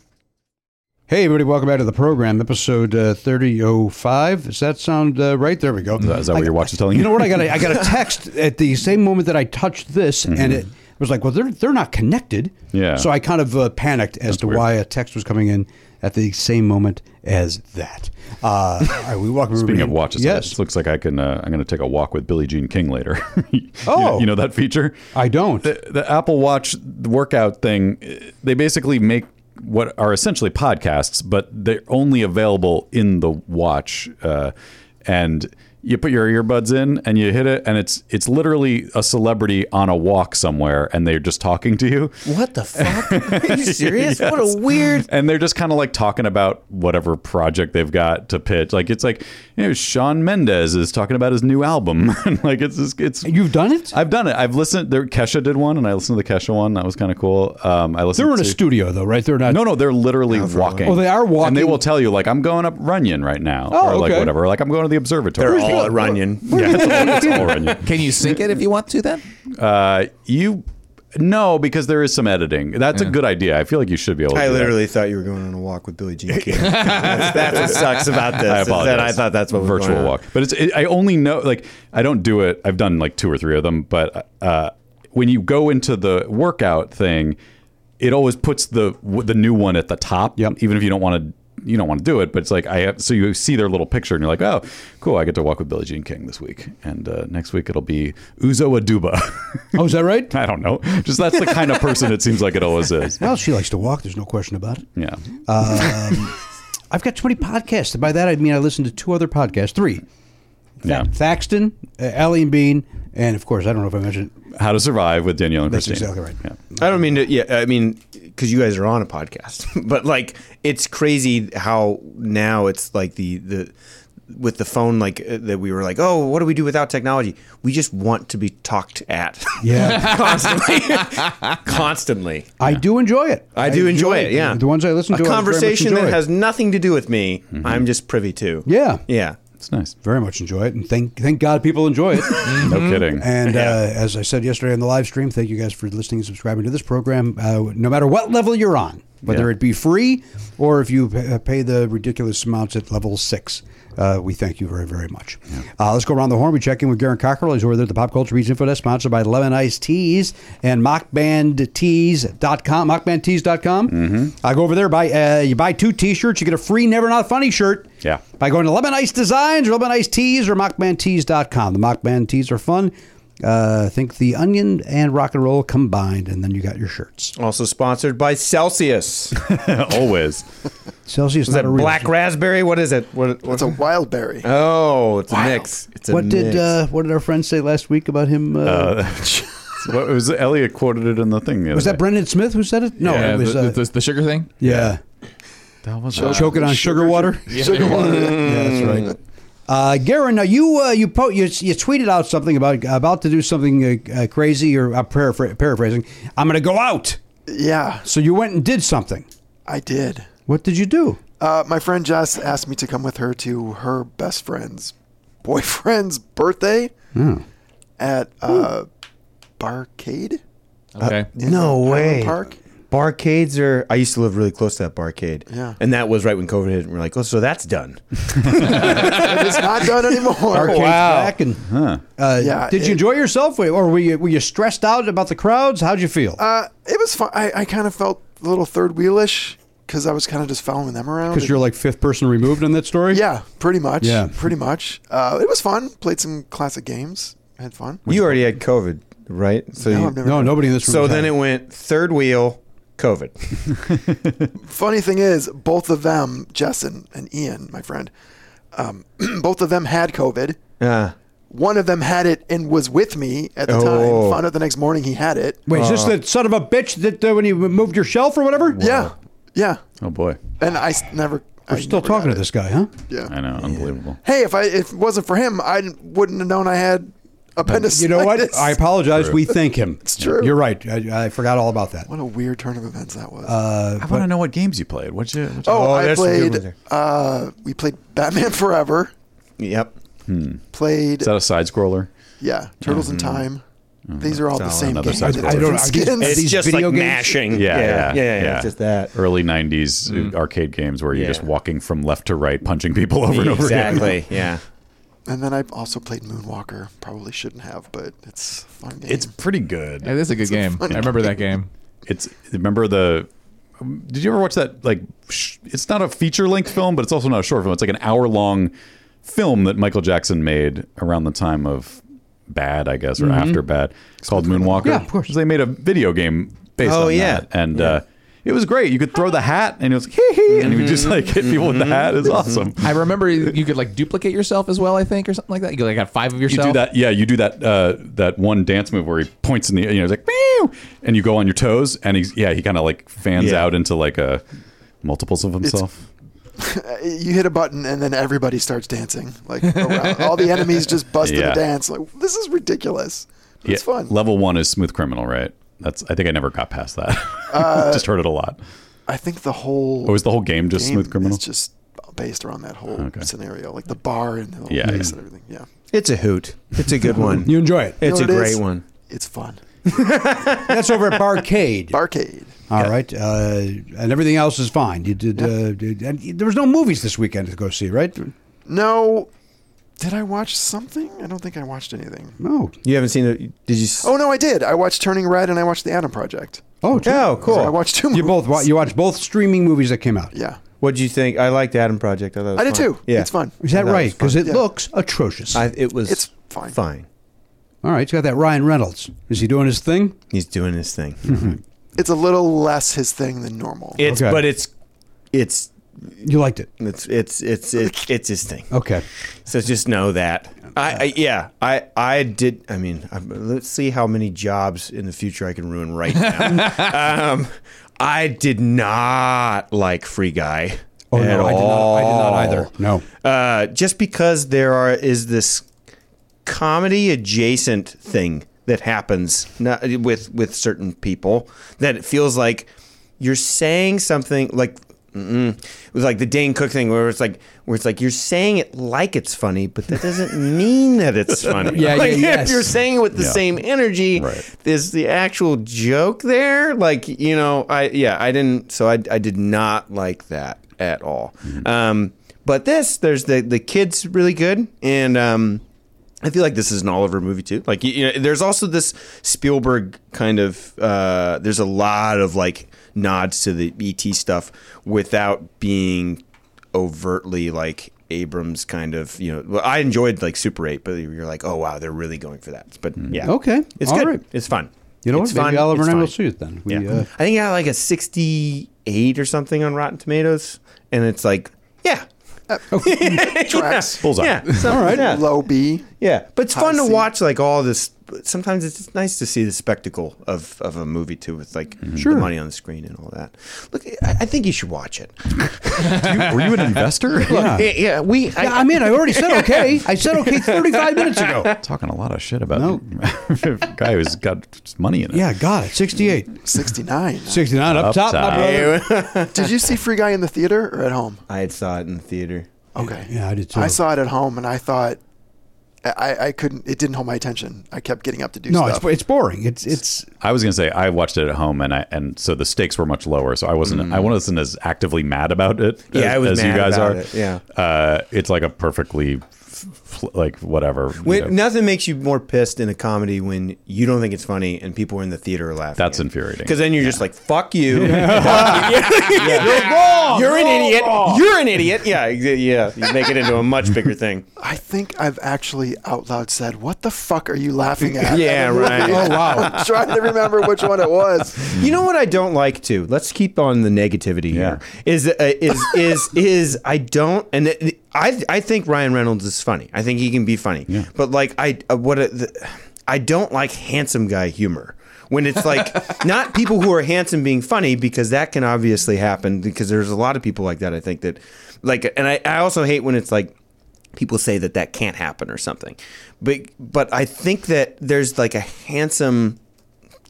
[SPEAKER 1] Hey, everybody, welcome back to the program, episode uh, 3005. Does that sound uh, right? There we go.
[SPEAKER 2] Is that what your watch is telling you?
[SPEAKER 1] You know what? I got a, I got a text at the same moment that I touched this, and it was like, well, they're they're not connected.
[SPEAKER 2] Mm-hmm. Yeah.
[SPEAKER 1] So I kind of uh, panicked as to why a text was coming in at the same moment as that. Uh, all right, we walk.
[SPEAKER 2] Speaking of watches, yes.
[SPEAKER 1] yes,
[SPEAKER 2] this looks like I can. Uh, I'm going to take a walk with Billie Jean King later. You-
[SPEAKER 1] Oh.
[SPEAKER 2] you know that feature?
[SPEAKER 1] I don't.
[SPEAKER 2] the, the Apple Watch workout thing, eh, they basically make what are essentially podcasts, but they're only available in the watch. Uh, and you put your earbuds in and you hit it, and it's it's literally a celebrity on a walk somewhere, and they're just talking to you.
[SPEAKER 10] What the fuck? Are you serious? What
[SPEAKER 2] Yes.
[SPEAKER 10] a weird.
[SPEAKER 2] And they're just kind of like talking about whatever project they've got to pitch. Like it's like you know, Sean Mendez is talking about his new album. And, like it's just, it's
[SPEAKER 1] You've done it.
[SPEAKER 2] I've done it. I've listened. There, Kesha did one, and I listened to the Kesha one. That was kind of cool. Um, I listened.
[SPEAKER 1] they're in
[SPEAKER 2] to,
[SPEAKER 1] a studio though, right? They're not.
[SPEAKER 2] No, no, they're literally walking.
[SPEAKER 1] Oh, they are
[SPEAKER 2] and they
[SPEAKER 1] walking.
[SPEAKER 2] will tell you like I'm going up Runyon right now,
[SPEAKER 1] Oh,
[SPEAKER 2] or like
[SPEAKER 1] okay.
[SPEAKER 2] whatever. Like I'm going to the observatory.
[SPEAKER 7] They're all at Runyon.
[SPEAKER 2] yeah, it's all, it's all Runyon.
[SPEAKER 4] Can you sync it if you want to then?
[SPEAKER 2] Uh, you no, because there is some editing. That's a good idea. I feel like you should be able. to
[SPEAKER 7] I
[SPEAKER 2] do that.
[SPEAKER 7] literally thought you were going on a walk with Billie Jean King. that's, that's what sucks about this.
[SPEAKER 2] I
[SPEAKER 7] is that
[SPEAKER 2] apologize.
[SPEAKER 7] I thought that's what was
[SPEAKER 2] virtual
[SPEAKER 7] going on.
[SPEAKER 2] walk. But it's it, I only know like I don't do it. I've done like two or three of them, but uh, when you go into the workout thing, it always puts the w- the new one at the top.
[SPEAKER 1] Yep.
[SPEAKER 2] Even if you don't want to. You don't want to do it, but it's like I have. So you see their little picture, and you're like, "Oh, cool! I get to walk with Billie Jean King this week, and uh, next week it'll be Uzo Aduba."
[SPEAKER 1] Oh, is that right?
[SPEAKER 2] I don't know. Just that's the kind of person it seems like it always is.
[SPEAKER 1] Well, she likes to walk. There's no question about it.
[SPEAKER 2] Yeah.
[SPEAKER 1] Um, I've got 20 podcasts. By that, I mean I listen to two other podcasts, three. Tha-
[SPEAKER 2] Yeah.
[SPEAKER 1] Thaxton, uh, Allie and Bean, and of course, I don't know if I mentioned.
[SPEAKER 2] How to survive with Danielle and
[SPEAKER 1] That's
[SPEAKER 2] Christine.
[SPEAKER 1] exactly right.
[SPEAKER 2] Yeah.
[SPEAKER 7] I don't mean to. Yeah, I mean because you guys are on a podcast, but like it's crazy how now it's like the the with the phone like uh, that we were like, oh, what do we do without technology? We just want to be talked at
[SPEAKER 1] Yeah,
[SPEAKER 7] constantly, constantly.
[SPEAKER 1] I do enjoy it.
[SPEAKER 7] I do enjoy it. Yeah,
[SPEAKER 1] The ones I listen to,
[SPEAKER 7] a
[SPEAKER 1] I very much
[SPEAKER 7] conversation that
[SPEAKER 1] enjoy.
[SPEAKER 7] has nothing to do with me, I'm just privy to.
[SPEAKER 1] Yeah.
[SPEAKER 7] yeah.
[SPEAKER 2] It's nice.
[SPEAKER 1] Very much enjoy it, and thank thank God people enjoy it.
[SPEAKER 2] No kidding.
[SPEAKER 1] And uh, as I said yesterday on the live stream, thank you guys for listening and subscribing to this program, uh, no matter what level you're on, whether
[SPEAKER 2] Yeah.
[SPEAKER 1] it be free or if you pa- pay the ridiculous amounts at level six. Uh, we thank you very, very much. Uh, let's go around the horn. We check in with Garen Cockrell. He's over there at the Pop Culture Beats Info Desk, sponsored by Lemon Ice Teas and mockbandtees.com. Mockbandtees.com. Mm-hmm. I go over there, buy uh, you buy two t shirts, you get a free Never Not Funny shirt
[SPEAKER 2] Yeah.
[SPEAKER 1] by going to Lemon Ice Designs or Lemon Ice Tees or MockmanTees.com. The Mockman Tees are fun. Uh, think the onion and rock and roll combined, and then you got your shirts.
[SPEAKER 7] Also sponsored by Celsius.
[SPEAKER 2] always.
[SPEAKER 1] Celsius
[SPEAKER 7] Is
[SPEAKER 1] not
[SPEAKER 7] that
[SPEAKER 1] a real-
[SPEAKER 7] black raspberry? What is it? What,
[SPEAKER 5] That's a wild berry.
[SPEAKER 7] Oh, it's a mix. It's a
[SPEAKER 1] What did
[SPEAKER 7] mix.
[SPEAKER 1] uh, what did our friend say last week about him? Uh,
[SPEAKER 2] what was it? Elliot quoted it in the thing. The
[SPEAKER 1] was
[SPEAKER 2] other day.
[SPEAKER 1] that Brendan Smith who said it? No,
[SPEAKER 4] yeah,
[SPEAKER 1] it was
[SPEAKER 4] the,
[SPEAKER 1] uh,
[SPEAKER 4] the, the sugar thing.
[SPEAKER 1] yeah.
[SPEAKER 2] That was
[SPEAKER 1] Choke it on sugar, water.
[SPEAKER 5] Sugar water.
[SPEAKER 1] yeah, that's right. Uh, Garen, now you uh, you, po- you you tweeted out something about about to do something uh, uh, crazy or uh, paraphr- paraphrasing. I'm going to go out.
[SPEAKER 5] Yeah,
[SPEAKER 1] So you went and did something.
[SPEAKER 5] I did.
[SPEAKER 1] What did you do?
[SPEAKER 5] Uh, my friend Jess asked me to come with her to her best friend's boyfriend's birthday
[SPEAKER 1] Hmm.
[SPEAKER 5] at uh, Barcade
[SPEAKER 4] Okay.
[SPEAKER 5] in
[SPEAKER 7] No
[SPEAKER 5] Highland
[SPEAKER 7] way.
[SPEAKER 5] Park.
[SPEAKER 7] Barcades are. I used to live really close to that barcade.
[SPEAKER 5] Yeah.
[SPEAKER 7] And that was right when COVID hit. And we're like, oh, so that's done.
[SPEAKER 5] It's not done
[SPEAKER 1] Arcade's
[SPEAKER 5] anymore.
[SPEAKER 1] back and uh,
[SPEAKER 5] Oh, Yeah,
[SPEAKER 1] did you
[SPEAKER 5] it-
[SPEAKER 1] enjoy yourself, Were- or were you were you stressed out about the crowds? How'd you feel?
[SPEAKER 5] uh, it was fun. I, I kind of felt a little third wheelish because I was kind of just following them around.
[SPEAKER 1] Because you're like fifth person removed in that story.
[SPEAKER 5] yeah, pretty much.
[SPEAKER 1] Yeah.
[SPEAKER 5] pretty much. Uh, it was fun. Played some classic games. Had fun.
[SPEAKER 7] you already had COVID, right? So
[SPEAKER 5] No,
[SPEAKER 7] you-
[SPEAKER 5] I've never-
[SPEAKER 1] No, nobody in this room.
[SPEAKER 7] so
[SPEAKER 1] has
[SPEAKER 7] then
[SPEAKER 1] had
[SPEAKER 7] it went third wheel, COVID.
[SPEAKER 5] Funny thing is, both of them, Jess and, and Ian, my friend, um, both of them had COVID.
[SPEAKER 7] Ah.
[SPEAKER 5] One of them had it and was with me at the
[SPEAKER 7] Oh.
[SPEAKER 5] time. Found out the next morning he had it.
[SPEAKER 1] Wait, is this
[SPEAKER 7] Uh,
[SPEAKER 1] the son of a bitch that uh, when you moved your shelf or whatever?
[SPEAKER 5] Yeah, yeah.
[SPEAKER 2] Oh boy,
[SPEAKER 5] And I s- never.
[SPEAKER 1] We're still talking to this guy, huh?
[SPEAKER 5] Yeah.
[SPEAKER 2] I know, unbelievable.
[SPEAKER 5] Hey, if I if it wasn't for him, I wouldn't have known I had appendicitis.
[SPEAKER 1] You know what? I apologize. We thank him. It's
[SPEAKER 5] true.
[SPEAKER 1] You're right. I, I forgot all about that.
[SPEAKER 5] What a weird turn of events that was.
[SPEAKER 1] Uh,
[SPEAKER 2] I want to know what games you played. What you? What'd you
[SPEAKER 5] oh,
[SPEAKER 7] oh,
[SPEAKER 5] I
[SPEAKER 7] there's some good ones
[SPEAKER 5] played.
[SPEAKER 7] there.
[SPEAKER 5] Uh, we played Batman Forever.
[SPEAKER 7] Yep.
[SPEAKER 5] Played
[SPEAKER 2] is that a side scroller?
[SPEAKER 5] yeah, Turtles in
[SPEAKER 2] Mm-hmm.
[SPEAKER 5] Time. These are all the same
[SPEAKER 2] another
[SPEAKER 5] game.
[SPEAKER 2] side
[SPEAKER 5] with
[SPEAKER 2] scroller. I
[SPEAKER 5] different
[SPEAKER 1] don't- I just-
[SPEAKER 5] skins.
[SPEAKER 1] It's These video games?
[SPEAKER 7] mashing.
[SPEAKER 2] Yeah,
[SPEAKER 7] yeah,
[SPEAKER 2] yeah,
[SPEAKER 7] yeah, yeah,
[SPEAKER 2] yeah.
[SPEAKER 7] It's just that.
[SPEAKER 2] Early '90s arcade games where you're just
[SPEAKER 7] Yeah.
[SPEAKER 2] walking from left to right, punching people over and over again.
[SPEAKER 7] Exactly. yeah.
[SPEAKER 5] And then I also played Moonwalker. Probably shouldn't have, but it's a fun game.
[SPEAKER 2] It's pretty good.
[SPEAKER 4] Yeah, this is a good game. I remember that game.
[SPEAKER 2] It's remember the. Did you ever watch that? Like, sh- it's not a feature length film, but it's also not a short film. It's like an hour long film that Michael Jackson made around the time of Bad, I guess, or after Bad, called Moonwalker.
[SPEAKER 1] Yeah, of course.
[SPEAKER 2] They made a video game based
[SPEAKER 7] Oh,
[SPEAKER 2] on
[SPEAKER 7] yeah.
[SPEAKER 2] that, and uh, it was great. You could throw the hat, and it was like, hee hee, and you would just like hit people with the hat. It's awesome.
[SPEAKER 4] I remember you could like duplicate yourself as well, I think, or something like that. You could, like got five of
[SPEAKER 2] You
[SPEAKER 4] yourself.
[SPEAKER 2] do that, yeah. You do that uh, that one dance move where he points in the, you know, he's like, Meow! and you go on your toes, and he's yeah, he kind of like fans
[SPEAKER 7] Yeah.
[SPEAKER 2] out into like a multiples of himself.
[SPEAKER 5] you hit a button and then everybody starts dancing. Like around. all the enemies just bust in
[SPEAKER 2] Yeah.
[SPEAKER 5] a dance. Like this is ridiculous. But It's
[SPEAKER 2] Yeah,
[SPEAKER 5] fun.
[SPEAKER 2] Level one is smooth criminal, right? That's I think I never got past that. just heard it a lot.
[SPEAKER 5] I think the whole
[SPEAKER 2] Or was Oh, the whole game just
[SPEAKER 5] game
[SPEAKER 2] smooth criminal?
[SPEAKER 5] is just based around that whole
[SPEAKER 2] Okay.
[SPEAKER 5] scenario, like the bar and the whole
[SPEAKER 2] Yeah,
[SPEAKER 5] place
[SPEAKER 2] yeah.
[SPEAKER 5] and everything. Yeah,
[SPEAKER 7] It's a hoot. It's a good one.
[SPEAKER 1] You enjoy it.
[SPEAKER 7] it's
[SPEAKER 5] You know
[SPEAKER 7] a
[SPEAKER 5] what it
[SPEAKER 7] great
[SPEAKER 5] is?
[SPEAKER 7] one.
[SPEAKER 5] it's fun.
[SPEAKER 1] That's over at Barcade.
[SPEAKER 5] Barcade.
[SPEAKER 1] All right, uh, and everything else is fine. You did, uh, did- and there was no movies this weekend to go see, right?
[SPEAKER 5] No, did I watch something? I don't think I watched anything.
[SPEAKER 1] No.
[SPEAKER 7] You haven't seen it. Did you? s-
[SPEAKER 5] Oh no, I did. I watched Turning Red and I watched The Atom Project.
[SPEAKER 1] Oh, true.
[SPEAKER 7] Oh, cool.
[SPEAKER 5] I watched two.
[SPEAKER 1] You both wa-
[SPEAKER 5] movies.
[SPEAKER 1] you watched both streaming movies that came out.
[SPEAKER 5] Yeah,
[SPEAKER 7] What'd you think? I liked Adam Project. I, thought it was
[SPEAKER 5] I did
[SPEAKER 7] fun.
[SPEAKER 5] too. It's fun.
[SPEAKER 1] Is that
[SPEAKER 7] That was
[SPEAKER 1] right? Because
[SPEAKER 7] fun.
[SPEAKER 1] it
[SPEAKER 5] Yeah.
[SPEAKER 1] looks atrocious.
[SPEAKER 7] I, it was.
[SPEAKER 5] It's fine.
[SPEAKER 7] Fine.
[SPEAKER 1] All right, it's got that Ryan Reynolds. Is he doing his thing?
[SPEAKER 7] He's doing his thing.
[SPEAKER 5] It's a little less his thing than normal.
[SPEAKER 7] It's
[SPEAKER 1] Okay.
[SPEAKER 7] but it's it's
[SPEAKER 1] You liked it.
[SPEAKER 7] it's it's it's it's, it's his thing.
[SPEAKER 1] Okay.
[SPEAKER 7] So just know that. I, I yeah. I I did. I mean, i let's see how many jobs in the future I can ruin right now. um, I did not like Free Guy.
[SPEAKER 1] Oh
[SPEAKER 7] at
[SPEAKER 1] no, I did,
[SPEAKER 7] all.
[SPEAKER 1] not, I did not either. No.
[SPEAKER 7] uh, just because there are is this comedy adjacent thing that happens not, with with certain people that it feels like you're saying something like mm, it was like the Dane Cook thing where it's like where it's like you're saying it like it's funny but that doesn't mean that it's funny
[SPEAKER 1] Yeah, yeah,
[SPEAKER 7] like
[SPEAKER 1] yes.
[SPEAKER 7] if you're saying it with the
[SPEAKER 2] Yeah.
[SPEAKER 7] same energy
[SPEAKER 2] Right.
[SPEAKER 7] is the actual joke there like you know i yeah i didn't so i, I did not like that at all
[SPEAKER 2] Mm-hmm.
[SPEAKER 7] um but this there's the the kids really good and um I feel like this is an Oliver movie too. Like you, you know, there's also this Spielberg kind of. Uh, there's a lot of like nods to the ET stuff without being overtly like Abrams kind of. You know, well, I enjoyed like Super Eight, but you're like, oh wow, they're really going for that. But yeah,
[SPEAKER 1] Mm. Okay.
[SPEAKER 7] it's
[SPEAKER 1] All
[SPEAKER 7] good.
[SPEAKER 1] right.
[SPEAKER 7] It's fun.
[SPEAKER 1] You know
[SPEAKER 7] it's
[SPEAKER 1] what? Maybe
[SPEAKER 7] fun.
[SPEAKER 1] Oliver
[SPEAKER 7] It's
[SPEAKER 1] and I will
[SPEAKER 7] fine.
[SPEAKER 1] see it then. We,
[SPEAKER 7] Yeah.
[SPEAKER 1] uh,
[SPEAKER 7] I think I got like a 68 or something on Rotten Tomatoes, and it's like, yeah,
[SPEAKER 5] Tracks.
[SPEAKER 2] Bullseye.
[SPEAKER 7] yeah, so-
[SPEAKER 1] All right.
[SPEAKER 7] yeah.
[SPEAKER 5] Low B.
[SPEAKER 7] Yeah, but it's
[SPEAKER 5] High
[SPEAKER 7] fun to
[SPEAKER 5] C.
[SPEAKER 7] watch like all this. Sometimes it's just nice to see the spectacle of, of a movie too, with like
[SPEAKER 1] Mm-hmm. Sure.
[SPEAKER 7] the money on the screen and all that. Look, I, I think you should watch it.
[SPEAKER 2] You- were you an investor?
[SPEAKER 1] uh, Yeah.
[SPEAKER 7] Yeah, yeah, we. I,
[SPEAKER 1] Yeah, I mean, I already said okay. I said okay 35 minutes ago.
[SPEAKER 2] Talking a lot of shit about
[SPEAKER 1] No.
[SPEAKER 2] guy who's got money in it.
[SPEAKER 1] Yeah, God, 68.
[SPEAKER 5] 69.
[SPEAKER 1] 69 up,
[SPEAKER 2] Up
[SPEAKER 1] top, my
[SPEAKER 2] top.
[SPEAKER 1] brother.
[SPEAKER 5] Did you see Free Guy in the theater or at home?
[SPEAKER 7] I had saw it in the theater.
[SPEAKER 5] Okay.
[SPEAKER 1] Yeah, I did too.
[SPEAKER 5] I saw it at home and I thought I, I couldn't it didn't hold my attention. I kept getting up to do
[SPEAKER 1] No, it's,
[SPEAKER 5] stuff.
[SPEAKER 1] it's boring. It's it's
[SPEAKER 2] I was gonna say I watched it at home, and I and so the stakes were much lower. So I wasn't I wasn't as actively mad about it.
[SPEAKER 7] Mm. Yeah,
[SPEAKER 2] as,
[SPEAKER 7] I was
[SPEAKER 2] as you
[SPEAKER 7] mad
[SPEAKER 2] guys
[SPEAKER 7] about
[SPEAKER 2] are.
[SPEAKER 7] it, yeah.
[SPEAKER 2] uh, it's like a perfectly f- f- like whatever. you
[SPEAKER 7] Wait,
[SPEAKER 2] know,
[SPEAKER 7] nothing makes you more pissed in a comedy when you don't think it's funny and people are in the theater laughing.
[SPEAKER 2] That's
[SPEAKER 7] at it.
[SPEAKER 2] infuriating.
[SPEAKER 7] Because then you're just like, "Fuck you, you're wrong, you're an idiot, you're an idiot." Yeah, exa- yeah, you make it into a much bigger thing.
[SPEAKER 5] I think I've actually out loud said, "What the fuck are you laughing at?"
[SPEAKER 7] Yeah,
[SPEAKER 5] And I'm
[SPEAKER 7] right.
[SPEAKER 5] looking-
[SPEAKER 7] Oh, wow.
[SPEAKER 5] I'm trying to remember which one it was.
[SPEAKER 7] You know what I don't like too. Let's keep on the negativity
[SPEAKER 2] Yeah.
[SPEAKER 7] here. Is uh, is is is I don't and it, I I think Ryan Reynolds is funny. I think he can be funny. But like I uh, what uh, the, I don't like handsome guy humor. When it's like not people who are handsome being funny because that can obviously happen because there's a lot of people like that I think that like and I, I also hate when it's like people say that that can't happen or something. But but I think that there's like a handsome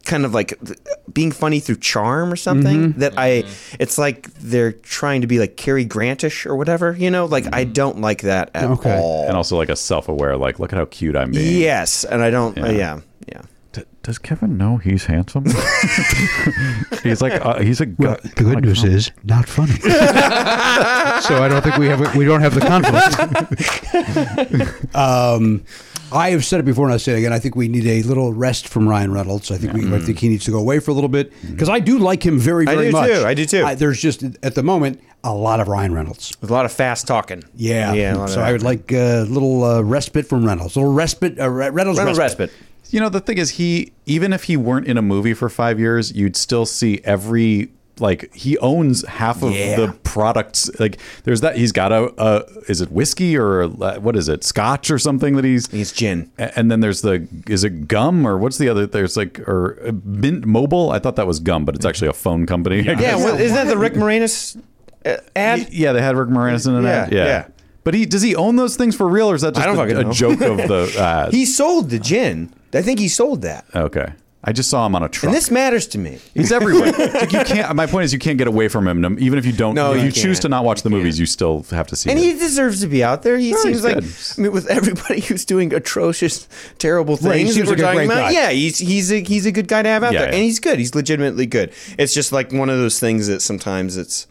[SPEAKER 7] kind of like th- being funny through charm or something that I it's like they're trying to be like Cary Grantish or whatever, you know? Like I don't like that at
[SPEAKER 1] Okay.
[SPEAKER 7] all.
[SPEAKER 2] and also like a self-aware like look at how cute I'm being.
[SPEAKER 7] Yes, and I don't uh, yeah. yeah.
[SPEAKER 2] T- Does Kevin know he's handsome? he's like uh, he's a gu-
[SPEAKER 1] Well, the good
[SPEAKER 2] like,
[SPEAKER 1] news
[SPEAKER 2] oh.
[SPEAKER 1] is not funny. so I don't think we have we don't have the conflict. um, I have said it before, and I say it again. I think we need a little rest from Ryan Reynolds. I think we, I think he needs to go away for a little bit because Mm. I do like him very
[SPEAKER 7] I
[SPEAKER 1] very
[SPEAKER 7] do
[SPEAKER 1] much.
[SPEAKER 7] too. I do too.
[SPEAKER 1] there's just at the moment a lot of Ryan Reynolds.
[SPEAKER 7] With a lot of fast talking.
[SPEAKER 1] Yeah,
[SPEAKER 7] Yeah. a lot of
[SPEAKER 1] so I
[SPEAKER 7] that.
[SPEAKER 1] would like a little uh, respite from Reynolds. little respite, uh, Re- Reynolds,
[SPEAKER 7] Reynolds respite.
[SPEAKER 2] You know, the thing is, he even if he weren't in a movie for five years, you'd still see every like he owns half of
[SPEAKER 1] Yeah.
[SPEAKER 2] the products. Like there's that he's got a, a is it whiskey or uh, what is it scotch or something that he's
[SPEAKER 7] It's gin.
[SPEAKER 2] A- And then there's the is it gum or what's the other? There's like or uh, Mint Mobile. I thought that was gum, but it's actually a phone company. I guess.
[SPEAKER 7] Yeah, well, isn't that the Rick Moranis uh, ad?
[SPEAKER 2] Yeah, they had Rick Moranis in an
[SPEAKER 7] Yeah,
[SPEAKER 2] ad. Yeah.
[SPEAKER 7] yeah.
[SPEAKER 2] But he does he own those things for real, or is that just
[SPEAKER 7] I don't
[SPEAKER 2] a,
[SPEAKER 7] fucking
[SPEAKER 2] a
[SPEAKER 7] know.
[SPEAKER 2] joke of the? Uh,
[SPEAKER 7] He sold the gin. I think he sold that.
[SPEAKER 2] okay, I just saw him on a truck.
[SPEAKER 7] And this matters to me.
[SPEAKER 2] He's everywhere. Like, you can't. My point is, you can't get away from him. Even if you don't,
[SPEAKER 7] No,
[SPEAKER 2] if you,
[SPEAKER 7] you
[SPEAKER 2] choose
[SPEAKER 7] can't.
[SPEAKER 2] to not watch the movies, you still have to see.
[SPEAKER 7] And
[SPEAKER 2] it.
[SPEAKER 7] he deserves to be out there. He
[SPEAKER 2] Sure, he's
[SPEAKER 7] seems like,
[SPEAKER 2] good.
[SPEAKER 7] I mean, with everybody who's doing atrocious, terrible things,
[SPEAKER 1] Right, he seems
[SPEAKER 7] that we're
[SPEAKER 1] like a
[SPEAKER 7] talking
[SPEAKER 1] great
[SPEAKER 7] about,
[SPEAKER 1] guy.
[SPEAKER 7] yeah, he's he's a, he's a good guy to have out
[SPEAKER 2] Yeah,
[SPEAKER 7] there,
[SPEAKER 2] yeah.
[SPEAKER 7] and he's good. He's legitimately good. It's just like one of those things that sometimes it's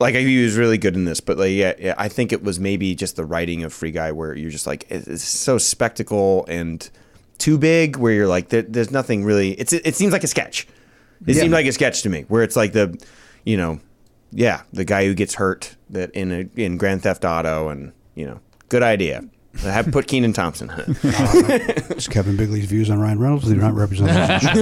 [SPEAKER 7] like he was really good in this, but like yeah, yeah I think it was maybe just the writing of Free Guy where you're just like it- it's so spectacle and too big, where you're like there, there's nothing really. It's it seems like a sketch. It seemed like a sketch to me, where it's like the, you know, yeah, the guy who gets hurt that in a, in Grand Theft Auto, and you know, good idea. I have put Keenan Thompson.
[SPEAKER 1] It's Kevin Bigley's views on Ryan Reynolds. They're not representative.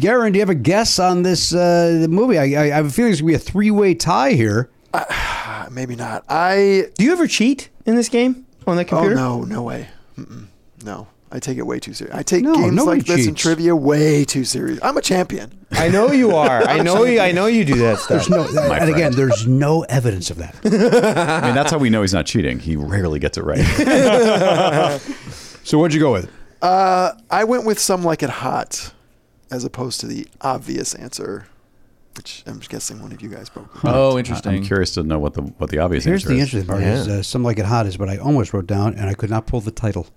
[SPEAKER 1] Garen, do you have a guess on this uh, the movie? I, I, I have a feeling it's going to be a three way tie here.
[SPEAKER 5] Uh, maybe not. I.
[SPEAKER 7] Do you ever cheat in this game on the
[SPEAKER 5] Oh
[SPEAKER 7] computer?
[SPEAKER 5] no, no way. Mm-mm. No, I take it way too serious. I take
[SPEAKER 1] No,
[SPEAKER 5] games
[SPEAKER 1] nobody
[SPEAKER 5] like this and
[SPEAKER 1] cheats.
[SPEAKER 5] trivia way too serious. I'm a champion.
[SPEAKER 7] I know you are. I know you. I know you do that stuff.
[SPEAKER 1] There's no, and
[SPEAKER 2] friend.
[SPEAKER 1] again, there's no evidence of that.
[SPEAKER 2] I mean, that's how we know he's not cheating. He rarely gets it right.
[SPEAKER 1] So what'd you go with?
[SPEAKER 5] Uh, I went with some like it hot, as opposed to the obvious answer, which I'm guessing one of you guys probably.
[SPEAKER 4] Oh, interesting.
[SPEAKER 2] I'm curious to know what the what the obvious
[SPEAKER 1] Here's
[SPEAKER 2] answer
[SPEAKER 1] the
[SPEAKER 2] is.
[SPEAKER 1] interesting part: is uh, some like it hot is what I almost wrote down, and I could not pull the title.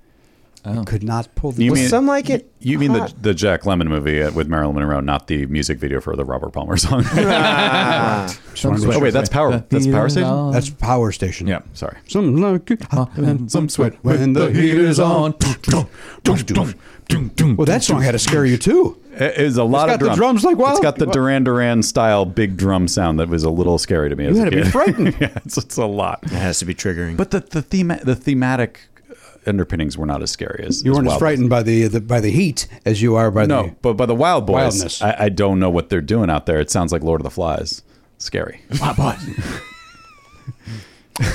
[SPEAKER 1] I could not pull the.
[SPEAKER 2] You
[SPEAKER 7] Was
[SPEAKER 2] mean-
[SPEAKER 7] some like it?
[SPEAKER 2] You mean the
[SPEAKER 7] hot?
[SPEAKER 2] the Jack Lemon movie uh, with Marilyn Monroe, not the music video for the Robert Palmer song?
[SPEAKER 1] Just wanted to
[SPEAKER 2] oh
[SPEAKER 1] make
[SPEAKER 2] wait,
[SPEAKER 1] sure.
[SPEAKER 2] that's power. That's power station.
[SPEAKER 1] that's Power Station.
[SPEAKER 2] Yeah, sorry.
[SPEAKER 1] Some like it hot and some sweat when the heat is on. Well, that song had to scare you too.
[SPEAKER 2] It is a lot
[SPEAKER 1] got
[SPEAKER 2] of
[SPEAKER 1] the
[SPEAKER 2] drum.
[SPEAKER 1] drums like
[SPEAKER 2] It's
[SPEAKER 1] wild-
[SPEAKER 2] got the Duran Duran style big drum sound that was a little scary to me. as
[SPEAKER 1] had
[SPEAKER 2] a
[SPEAKER 1] to
[SPEAKER 2] kid.
[SPEAKER 1] be frightened.
[SPEAKER 2] yeah, it's, it's a lot.
[SPEAKER 7] It has to be triggering.
[SPEAKER 2] But the the theme the thematic underpinnings were not as scary as
[SPEAKER 1] You
[SPEAKER 2] as
[SPEAKER 1] weren't as
[SPEAKER 2] Wild
[SPEAKER 1] frightened by the, the by the heat as you are by
[SPEAKER 2] Boys.
[SPEAKER 1] the
[SPEAKER 2] No, but by the Wild Boys,
[SPEAKER 1] Wildness.
[SPEAKER 2] I, I don't know what they're doing out there. It sounds like Lord of the Flies. Scary.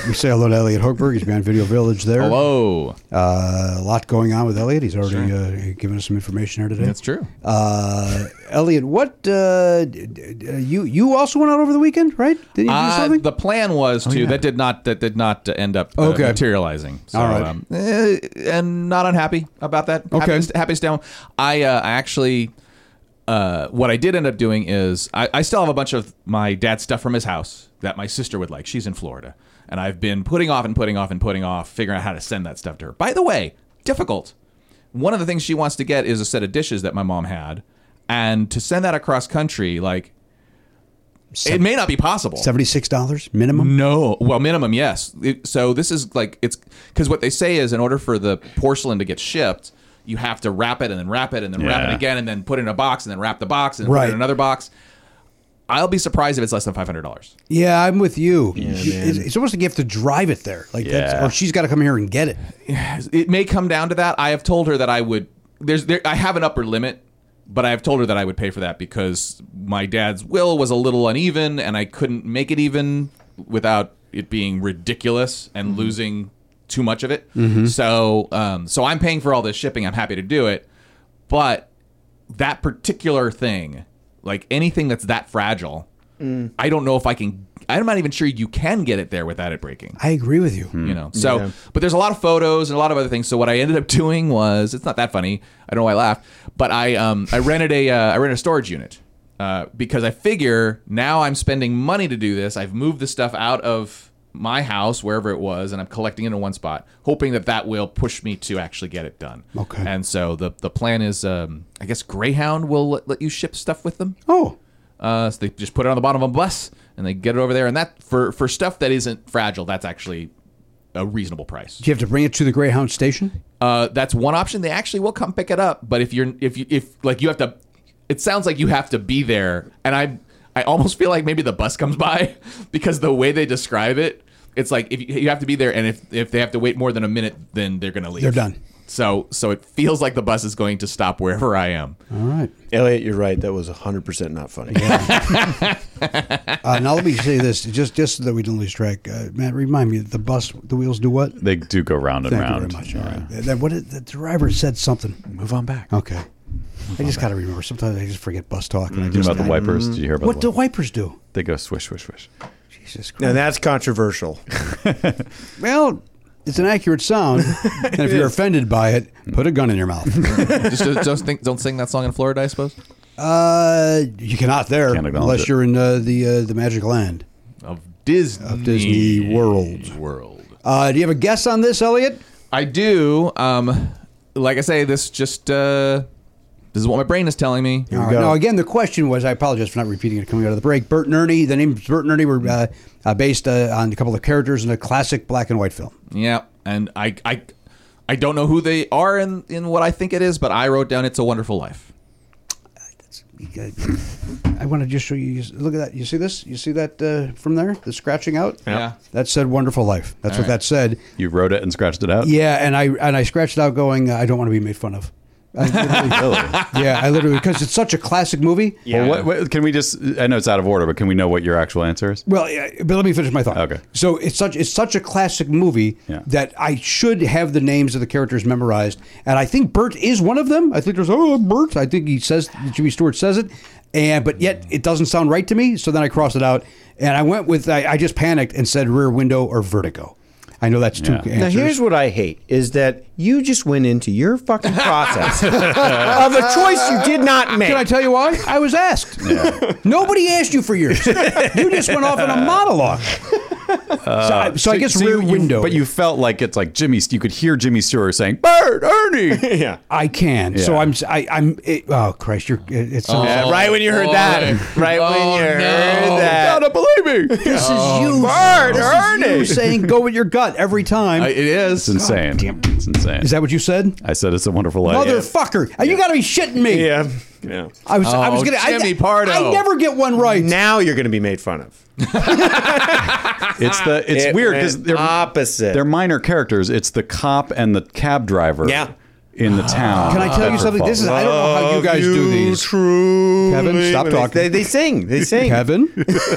[SPEAKER 1] We say hello to Elliot Hochberg. He's behind Video Village there.
[SPEAKER 4] Hello.
[SPEAKER 1] Uh, a lot going on with Elliot. He's already uh, given us some information here today.
[SPEAKER 4] That's true.
[SPEAKER 1] Uh, Elliot, what uh, d- d- you you also went out over the weekend, right? Did you do
[SPEAKER 4] Uh,
[SPEAKER 1] something? Oh,
[SPEAKER 4] the plan was to that did not that did not uh, end up uh,
[SPEAKER 1] Okay.
[SPEAKER 4] materializing. So,
[SPEAKER 1] All right.
[SPEAKER 4] um, eh, and not unhappy about that.
[SPEAKER 1] Okay.
[SPEAKER 4] happiest, happiest down. I uh, I actually. Uh, what I did end up doing is I, I still have a bunch of my dad's stuff from his house that my sister would like. She's in Florida, and I've been putting off and putting off and putting off, figuring out how to send that stuff to her. By the way, difficult. One of the things she wants to get is a set of dishes that my mom had, and to send that across country, like it may not be possible.
[SPEAKER 1] Seventy six dollars minimum.
[SPEAKER 4] No. Well, minimum, yes. It- so this is like it's because what they say is in order for the porcelain to get shipped, you have to wrap it and then wrap it and then wrap
[SPEAKER 2] Yeah.
[SPEAKER 4] it again and then put it in a box and then wrap the box and then put it
[SPEAKER 1] Right.
[SPEAKER 4] in another box. I'll be surprised if it's less than five hundred dollars.
[SPEAKER 1] Yeah, I'm with you. You- it's, it's almost like you have to drive it there, like that's,
[SPEAKER 2] Yeah.
[SPEAKER 1] or she's got to come here and get it.
[SPEAKER 4] It may come down to that. I have told her that I would. There's there. I have an upper limit, but I have told her that I would pay for that because my dad's will was a little uneven and I couldn't make it even without it being ridiculous and losing too much of it. So um, so I'm paying for all this shipping. I'm happy to do it, but that particular thing, like anything that's that fragile, I don't know if I can. I'm not even sure you can get it there without it breaking
[SPEAKER 1] I agree with you.
[SPEAKER 4] you know. So, but there's a lot of photos and a lot of other things. So what I ended up doing was it's not that funny. I don't know why I laughed, but I um I rented a uh, I rented a storage unit uh, because I figure now I'm spending money to do this. I've moved the stuff out of my house, wherever it was, and I'm collecting it in one spot, hoping that that will push me to actually get it done.
[SPEAKER 1] Okay.
[SPEAKER 4] And so the the plan is, um, I guess Greyhound will let, let you ship stuff with them.
[SPEAKER 1] Oh,
[SPEAKER 4] Uh, so they just put it on the bottom of a bus and they get it over there. And that for for stuff that isn't fragile, that's actually a reasonable price.
[SPEAKER 1] do you have to bring it to the Greyhound station?
[SPEAKER 4] Uh, that's one option. They actually will come pick it up, but if you're if you if like you have to, it sounds like you have to be there. And I I almost feel like maybe the bus comes by because the way they describe it, it's like if you, you have to be there, and if if they have to wait more than a minute, then they're gonna leave.
[SPEAKER 1] They're done.
[SPEAKER 4] So so it feels like the bus is going to stop wherever I am.
[SPEAKER 1] All right.
[SPEAKER 7] Elliot, you're right. That was 100% not funny.
[SPEAKER 1] Uh, now let me say this, just just so that we don't lose track. Uh, Matt, remind me, the bus, the wheels do what?
[SPEAKER 2] They do go round and
[SPEAKER 1] Thank
[SPEAKER 2] round.
[SPEAKER 1] you very much. All right. That- what did- the driver said something.
[SPEAKER 2] Move on back.
[SPEAKER 1] Okay. I just got to remember. Sometimes I just forget bus talk. And I
[SPEAKER 2] What
[SPEAKER 1] just,
[SPEAKER 2] Mm, about the wipers?
[SPEAKER 7] Mm.
[SPEAKER 2] Did you hear about
[SPEAKER 1] what
[SPEAKER 2] the
[SPEAKER 1] do
[SPEAKER 2] wipers?
[SPEAKER 1] wipers do?
[SPEAKER 2] They go swish, swish, swish.
[SPEAKER 1] Jesus Christ.
[SPEAKER 7] Now that's controversial.
[SPEAKER 1] Well, it's an accurate sound. and if you're offended by it, put a gun in your mouth.
[SPEAKER 4] just, just don't think don't sing that song in Florida, I suppose.
[SPEAKER 1] uh, you cannot there
[SPEAKER 2] Can't acknowledge
[SPEAKER 1] unless
[SPEAKER 2] it.
[SPEAKER 1] you're in uh, the uh, the magic land.
[SPEAKER 4] Of Disney,
[SPEAKER 1] Of Disney World.
[SPEAKER 4] World.
[SPEAKER 1] Uh, do you have a guess on this, Elliot?
[SPEAKER 4] I do. Um, like I say, this just uh, this is what my brain is telling me.
[SPEAKER 1] All right.
[SPEAKER 7] go.
[SPEAKER 1] Uh, Now, again, the question was I apologize for not repeating it coming out of the break. Bert and Ernie, the names Bert and Ernie were uh, uh, based uh, on a couple of characters in a classic black and white film.
[SPEAKER 4] Yeah, and I, I, I don't know who they are in in what I think it is, but I wrote down "It's a Wonderful Life."
[SPEAKER 1] I want to just show you. Look at that. You see this? You see that uh, from there? The scratching out?
[SPEAKER 4] Yeah.
[SPEAKER 1] That said, "Wonderful Life." That's what
[SPEAKER 4] right.
[SPEAKER 1] that said.
[SPEAKER 2] You wrote it and scratched it out?
[SPEAKER 1] Yeah, and I and I scratched it out, going, uh, "I don't want to be made fun of." I literally- yeah, I literally because it's such a classic movie.
[SPEAKER 2] Well, what, what, can we just, I know it's out of order, but can we know what your actual answer is?
[SPEAKER 1] Well, yeah, but let me finish my thought.
[SPEAKER 2] Okay.
[SPEAKER 1] So it's such it's such a classic movie
[SPEAKER 2] Yeah.
[SPEAKER 1] that I should have the names of the characters memorized, and I think Bert is one of them. I think there's oh Bert. I think he says Jimmy Stewart says it, and but yet it doesn't sound right to me. So then I crossed it out, and I went with I, I just panicked and said Rear Window or Vertigo. I know that's two
[SPEAKER 2] Yeah. Now
[SPEAKER 1] answers.
[SPEAKER 7] Now here's what I hate is that you just went into your fucking process of a choice you did not make.
[SPEAKER 1] Can I tell you why? I was asked. Nobody asked you for yours. you just went off in a monologue. so I, so I guess
[SPEAKER 2] Uh, you-
[SPEAKER 1] Rear
[SPEAKER 2] you-
[SPEAKER 1] Window.
[SPEAKER 2] but you felt like it's like Jimmy, you could hear Jimmy Stewart saying, Bird, Ernie.
[SPEAKER 7] yeah.
[SPEAKER 1] I can. So
[SPEAKER 2] Yeah.
[SPEAKER 1] I'm. s- I, am i am oh Christ! You're. It, it sounds.
[SPEAKER 4] Oh,
[SPEAKER 7] right when you heard that.
[SPEAKER 4] boy.
[SPEAKER 7] Right
[SPEAKER 4] Oh,
[SPEAKER 7] when you heard
[SPEAKER 4] no.
[SPEAKER 7] that.
[SPEAKER 2] Gotta believe me.
[SPEAKER 1] This
[SPEAKER 4] Oh.
[SPEAKER 1] is you.
[SPEAKER 7] Bart,
[SPEAKER 1] Oh, this
[SPEAKER 7] Ernie.
[SPEAKER 1] Is you saying go with your gut every time.
[SPEAKER 4] I- it
[SPEAKER 2] It's
[SPEAKER 4] is.
[SPEAKER 2] insane. It's insane.
[SPEAKER 1] is that what you said?
[SPEAKER 2] I said it's a wonderful life.
[SPEAKER 1] Motherfucker! You gotta be shitting me.
[SPEAKER 7] Yeah. yeah.
[SPEAKER 1] I was. I was
[SPEAKER 4] Oh,
[SPEAKER 1] gonna. I,
[SPEAKER 4] Jimmy Pardo.
[SPEAKER 1] I never get one right.
[SPEAKER 7] Now you're going to be made fun of.
[SPEAKER 2] It's the it's
[SPEAKER 7] It
[SPEAKER 2] weird
[SPEAKER 7] went
[SPEAKER 2] because they're
[SPEAKER 7] opposite.
[SPEAKER 2] They're minor characters. It's the cop and the cab driver.
[SPEAKER 7] Yeah.
[SPEAKER 2] In the town.
[SPEAKER 1] Can I tell you
[SPEAKER 2] Bedford
[SPEAKER 1] something? This is.
[SPEAKER 2] Falls.
[SPEAKER 1] I don't know how you guys do these.
[SPEAKER 7] True.
[SPEAKER 1] Kevin, stop talking.
[SPEAKER 7] They, they sing. They sing.
[SPEAKER 1] Kevin,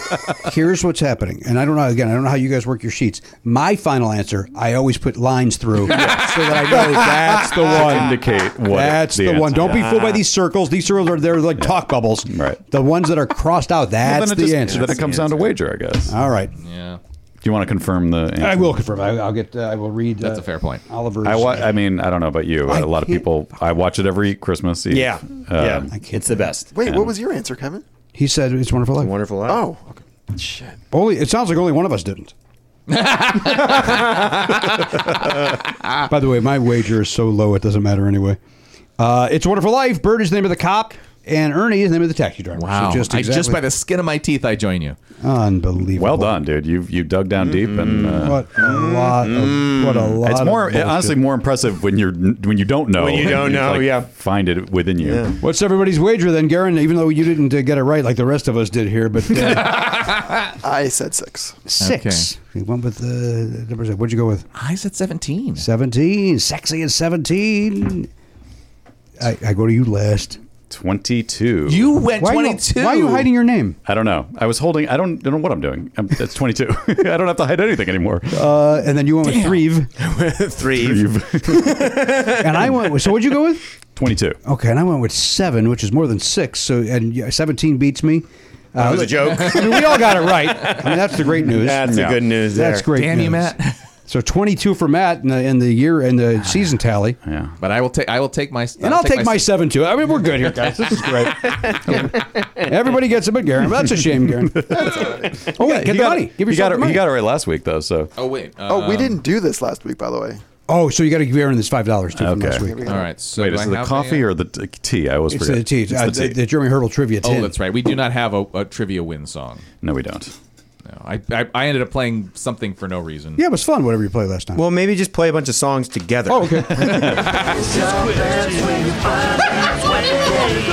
[SPEAKER 1] here's what's happening. And I don't know, again, I don't know how you guys work your sheets. My final answer, I always put lines through so that I know that's the one.
[SPEAKER 2] indicate what
[SPEAKER 1] That's
[SPEAKER 2] the
[SPEAKER 1] the, one.
[SPEAKER 2] answer
[SPEAKER 1] Don't be fooled by these circles. These circles are they're like talk bubbles.
[SPEAKER 2] Right.
[SPEAKER 1] The ones that are crossed
[SPEAKER 2] Well,
[SPEAKER 1] out, that's
[SPEAKER 2] then it
[SPEAKER 1] the
[SPEAKER 2] just-
[SPEAKER 1] answer.
[SPEAKER 2] Then it comes down to wager, I guess.
[SPEAKER 1] All right.
[SPEAKER 4] Yeah,
[SPEAKER 2] Do you want to confirm the? Answer?
[SPEAKER 1] I will confirm. I, I'll get. Uh, I will read.
[SPEAKER 4] That's
[SPEAKER 1] uh,
[SPEAKER 4] a fair point.
[SPEAKER 1] Oliver's.
[SPEAKER 2] I, wa- I mean, I don't know about you. but A lot of
[SPEAKER 1] can't-
[SPEAKER 2] people. I watch it every Christmas Eve.
[SPEAKER 7] Yeah.
[SPEAKER 2] Um,
[SPEAKER 7] yeah.
[SPEAKER 1] can't-
[SPEAKER 7] It's the best.
[SPEAKER 5] Wait, what was your answer, Kevin?
[SPEAKER 1] he said it's wonderful life.
[SPEAKER 7] Wonderful life.
[SPEAKER 5] Oh, okay. shit.
[SPEAKER 1] Only it sounds like only one of us didn't. By the way, my wager is so low it doesn't matter anyway. Uh, it's a Wonderful Life. Bird is the name of the cop, and Ernie is the name of the taxi driver. So
[SPEAKER 4] wow.
[SPEAKER 1] just,
[SPEAKER 4] I-
[SPEAKER 1] exactly,
[SPEAKER 4] just by the skin of my teeth, I join you.
[SPEAKER 1] unbelievable.
[SPEAKER 2] Well done, dude. You you dug down deep and.
[SPEAKER 7] Mm-hmm.
[SPEAKER 2] Uh,
[SPEAKER 1] What a lot. Of, what a lot.
[SPEAKER 2] Mm. It's
[SPEAKER 1] of
[SPEAKER 2] more
[SPEAKER 1] bullshit.
[SPEAKER 2] honestly more impressive when you're when you don't know
[SPEAKER 7] When you don't
[SPEAKER 2] and
[SPEAKER 7] know, yeah.
[SPEAKER 2] find it within you.
[SPEAKER 1] What's everybody's wager then, Garen? Even though you didn't uh, get it right like the rest of us did here, but uh,
[SPEAKER 5] I said six.
[SPEAKER 1] six. We went with uh, the numbers. What'd you go with?
[SPEAKER 4] I said seventeen.
[SPEAKER 1] 17. Sexy and 17. I, I go to you last.
[SPEAKER 2] Twenty two.
[SPEAKER 4] You went
[SPEAKER 1] Why are you-
[SPEAKER 4] twenty-two.
[SPEAKER 1] why are you hiding your name?
[SPEAKER 2] I don't know. I was holding. I don't. I don't know what I'm doing. I'm, it's 22. I don't have to hide anything anymore.
[SPEAKER 1] Uh, and then you went with Threve.
[SPEAKER 7] Three.
[SPEAKER 2] You've-
[SPEAKER 1] and I went with, so what'd you go with?
[SPEAKER 2] 22.
[SPEAKER 1] Okay, and I went with seven, which is more than six. So, and yeah, 17 beats me.
[SPEAKER 7] That was a joke.
[SPEAKER 1] I mean, we all got it right. I mean, that's the great news.
[SPEAKER 7] That's the
[SPEAKER 2] Yeah.
[SPEAKER 7] good news there.
[SPEAKER 1] That's great
[SPEAKER 4] Damn you,
[SPEAKER 1] news.
[SPEAKER 4] Matt.
[SPEAKER 1] So 22 for Matt in the, in the year in the season tally.
[SPEAKER 2] Yeah.
[SPEAKER 4] But I will take I will take my
[SPEAKER 1] And I'll, take, my seven too. I mean, we're good here, guys. This is great. Everybody gets a bit, Garen. That's a shame, Garen. Oh wait, get the money. Give
[SPEAKER 2] he
[SPEAKER 1] yourself
[SPEAKER 2] got
[SPEAKER 1] the
[SPEAKER 2] it.
[SPEAKER 1] money.
[SPEAKER 2] He got it right last week though. So
[SPEAKER 4] Oh wait. Uh,
[SPEAKER 5] Oh, we didn't
[SPEAKER 1] Um,
[SPEAKER 5] do this last week, by the way.
[SPEAKER 1] Oh, so you got to give Aaron this five dollars too from
[SPEAKER 2] Okay.
[SPEAKER 1] last week.
[SPEAKER 4] all right. So
[SPEAKER 2] wait,
[SPEAKER 4] do
[SPEAKER 2] is
[SPEAKER 4] I
[SPEAKER 2] it the
[SPEAKER 4] have uh,
[SPEAKER 2] coffee
[SPEAKER 4] a-
[SPEAKER 2] or the t- tea? I always
[SPEAKER 1] It's
[SPEAKER 2] forget.
[SPEAKER 1] the tea.
[SPEAKER 2] It's
[SPEAKER 1] Uh,
[SPEAKER 2] the
[SPEAKER 1] the,
[SPEAKER 2] tea.
[SPEAKER 1] the Jeremy Hurdle trivia
[SPEAKER 4] Oh,
[SPEAKER 1] tin.
[SPEAKER 4] that's right. We do not have a, a trivia win song.
[SPEAKER 2] No, we don't.
[SPEAKER 4] No, I, I I ended up playing something for no reason.
[SPEAKER 1] Yeah, it was fun. Whatever you played last time.
[SPEAKER 7] Well, maybe just play a bunch of songs together.
[SPEAKER 1] oh, okay.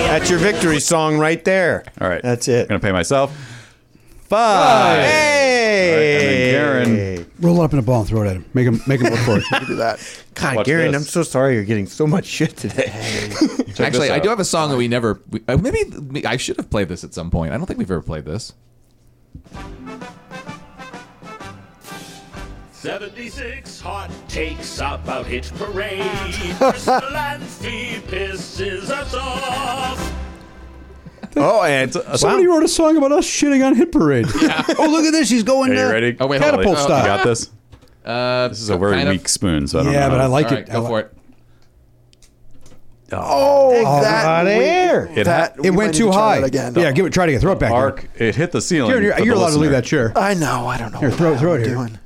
[SPEAKER 7] That's your victory song right there.
[SPEAKER 2] All right.
[SPEAKER 7] That's
[SPEAKER 2] I'm
[SPEAKER 7] it.
[SPEAKER 2] gonna pay myself. Five.
[SPEAKER 7] Hey!
[SPEAKER 2] All right, and then Garen.
[SPEAKER 1] Roll it up in a ball and throw it at him. Make him make him look for
[SPEAKER 5] We
[SPEAKER 1] it.
[SPEAKER 5] do that.
[SPEAKER 7] God,
[SPEAKER 2] Watch
[SPEAKER 7] Garen,
[SPEAKER 2] this.
[SPEAKER 7] I'm so sorry you're getting so much shit today.
[SPEAKER 4] Actually,
[SPEAKER 2] this
[SPEAKER 4] I
[SPEAKER 2] out.
[SPEAKER 4] do have a song that we never. We, uh, maybe I should have played this at some point. I don't think we've ever played this.
[SPEAKER 9] 76 hot takes about Hitch Parade. Crystal and Fee pisses us off.
[SPEAKER 7] oh, and
[SPEAKER 1] Somebody wrote a song about us shitting on Hit Parade. oh, look at this. He's going
[SPEAKER 2] Are you
[SPEAKER 1] uh,
[SPEAKER 2] ready?
[SPEAKER 4] Oh, wait, hold on,
[SPEAKER 1] catapult
[SPEAKER 4] wait. Oh,
[SPEAKER 2] You
[SPEAKER 1] style.
[SPEAKER 2] got this.
[SPEAKER 4] Uh,
[SPEAKER 2] This is a very weak spoon, so I don't know.
[SPEAKER 1] yeah, but I like
[SPEAKER 4] All right,
[SPEAKER 1] it.
[SPEAKER 4] go for it.
[SPEAKER 5] Oh, that
[SPEAKER 7] hot
[SPEAKER 5] we-
[SPEAKER 7] air.
[SPEAKER 2] It
[SPEAKER 5] that
[SPEAKER 2] ha-
[SPEAKER 5] we
[SPEAKER 1] It
[SPEAKER 5] might
[SPEAKER 1] went
[SPEAKER 5] need
[SPEAKER 1] too
[SPEAKER 5] to try
[SPEAKER 1] high.
[SPEAKER 5] that again.
[SPEAKER 1] Yeah, give it. Try to get throw it back.
[SPEAKER 2] Arc. It hit the ceiling.
[SPEAKER 1] Garen, you're,
[SPEAKER 2] for the
[SPEAKER 1] you're allowed to leave
[SPEAKER 2] listener.
[SPEAKER 1] that chair.
[SPEAKER 5] I know. I don't know. Here,
[SPEAKER 1] throw- throw it here.
[SPEAKER 5] Doing.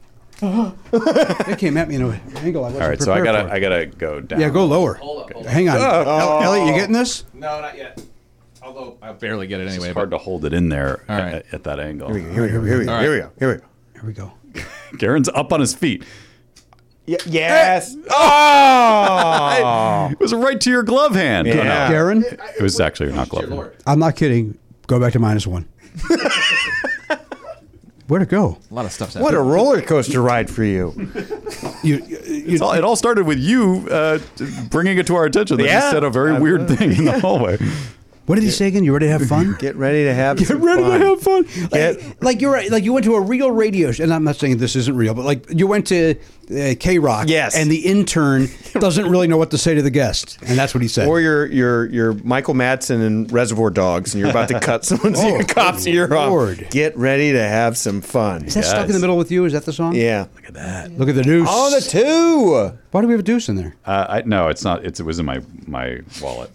[SPEAKER 1] It came at me in an angle I wasn't
[SPEAKER 2] All right, so I
[SPEAKER 1] prepared
[SPEAKER 2] gotta,
[SPEAKER 1] for.
[SPEAKER 2] I gotta go down.
[SPEAKER 1] yeah, go lower. Hang on, El- Elliot, you getting this?
[SPEAKER 4] No, not yet. Although I barely get it
[SPEAKER 2] It's
[SPEAKER 4] anyway.
[SPEAKER 2] hard to hold it in there
[SPEAKER 4] All
[SPEAKER 2] at-
[SPEAKER 4] right.
[SPEAKER 2] at, that angle.
[SPEAKER 7] Here we go. Here we go. Here we go. Here we go.
[SPEAKER 1] Here we go.
[SPEAKER 2] Garen's up on his feet.
[SPEAKER 7] yes.
[SPEAKER 2] It was right to your glove hand. Oh, no.
[SPEAKER 7] Oh! Yeah.
[SPEAKER 1] Garen,
[SPEAKER 2] It was actually not glove. hand.
[SPEAKER 1] I'm not kidding. Go back to minus one. Where'd it go?
[SPEAKER 4] a lot of stuff's
[SPEAKER 7] What a
[SPEAKER 4] happening.
[SPEAKER 7] roller coaster ride for you.
[SPEAKER 1] You, you,
[SPEAKER 2] It's all- it all started with you uh, bringing it to our attention that you
[SPEAKER 7] Yeah.
[SPEAKER 2] said a very
[SPEAKER 7] I-
[SPEAKER 2] weird thing in the hallway.
[SPEAKER 1] what did he say again? You ready to have fun?
[SPEAKER 7] Get ready to have
[SPEAKER 1] Get
[SPEAKER 7] some
[SPEAKER 1] ready
[SPEAKER 7] fun.
[SPEAKER 1] to have fun. Like,
[SPEAKER 7] Get-
[SPEAKER 1] like you're right. Like you went to a real radio show, and I'm not saying this isn't real, but like you went to uh, K Rock.
[SPEAKER 7] Yes.
[SPEAKER 1] And the intern doesn't really know what to say to the guest, and that's what he said.
[SPEAKER 7] Or you're, you're, you're Michael Madsen and Reservoir Dogs, and you're about to cut someone's
[SPEAKER 1] Oh,
[SPEAKER 7] ear, cop's
[SPEAKER 1] good
[SPEAKER 7] ear off.
[SPEAKER 1] Lord.
[SPEAKER 7] Get ready to have some fun.
[SPEAKER 1] is that stuck in the middle with you? Is that the song?
[SPEAKER 7] Yeah.
[SPEAKER 1] Look at the deuce.
[SPEAKER 7] On the two.
[SPEAKER 1] Why do we have a deuce in there?
[SPEAKER 2] Uh, I, no, it's not. It's, it was in my my wallet.